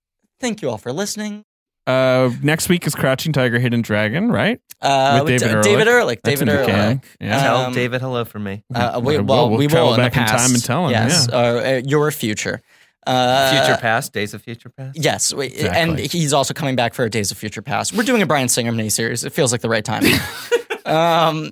Speaker 2: thank you all for listening.
Speaker 3: Uh, next week is Crouching Tiger, Hidden Dragon,
Speaker 2: [laughs]
Speaker 3: right?
Speaker 2: Uh,
Speaker 3: With David
Speaker 2: D-
Speaker 3: Ehrlich.
Speaker 2: David Ehrlich.
Speaker 3: That's
Speaker 2: David
Speaker 3: in the
Speaker 2: Ehrlich.
Speaker 3: can. Yeah.
Speaker 2: Uh,
Speaker 4: Tell
Speaker 2: Um,
Speaker 4: David hello for me.
Speaker 2: Uh, we,
Speaker 3: Well,
Speaker 2: well,
Speaker 3: we'll
Speaker 2: we
Speaker 3: travel
Speaker 2: will in
Speaker 3: back
Speaker 2: the
Speaker 3: in
Speaker 2: past.
Speaker 3: time and tell him,
Speaker 2: Yes,
Speaker 3: yeah.
Speaker 2: or uh, your future. Uh,
Speaker 4: Future past, days of future past.
Speaker 2: Yes, we-
Speaker 3: Exactly.
Speaker 2: and he's also coming back for a Days of Future Past. We're doing a Brian Singer miniseries. It feels like the right
Speaker 3: [laughs]
Speaker 2: time. um,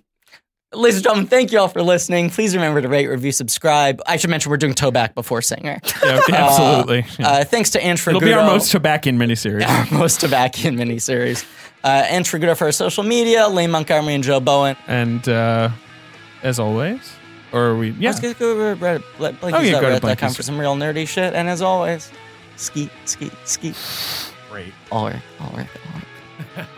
Speaker 2: ladies and gentlemen, thank you all for listening. Please remember to rate, review, subscribe. I should mention we're doing Toback before Singer.
Speaker 3: Yeah, absolutely. Yeah.
Speaker 2: Uh, thanks to Anne
Speaker 3: It'll be our
Speaker 2: Fragudo-
Speaker 3: most Tobacan miniseries.
Speaker 2: our [laughs] most Tobacan miniseries. Uh, Anne Fragudo for our social media, Lane Montgomery and Joe Bowen.
Speaker 3: And uh, as always, or are we? Yeah.
Speaker 2: Let's go over to Reddit, Bl-
Speaker 3: Oh, yeah, go
Speaker 2: Blanky's.reddit.com
Speaker 3: to
Speaker 2: for
Speaker 3: Blanky's.
Speaker 2: some real nerdy shit. And as always, skeet, skeet, skeet. Great. All right, all right, all right.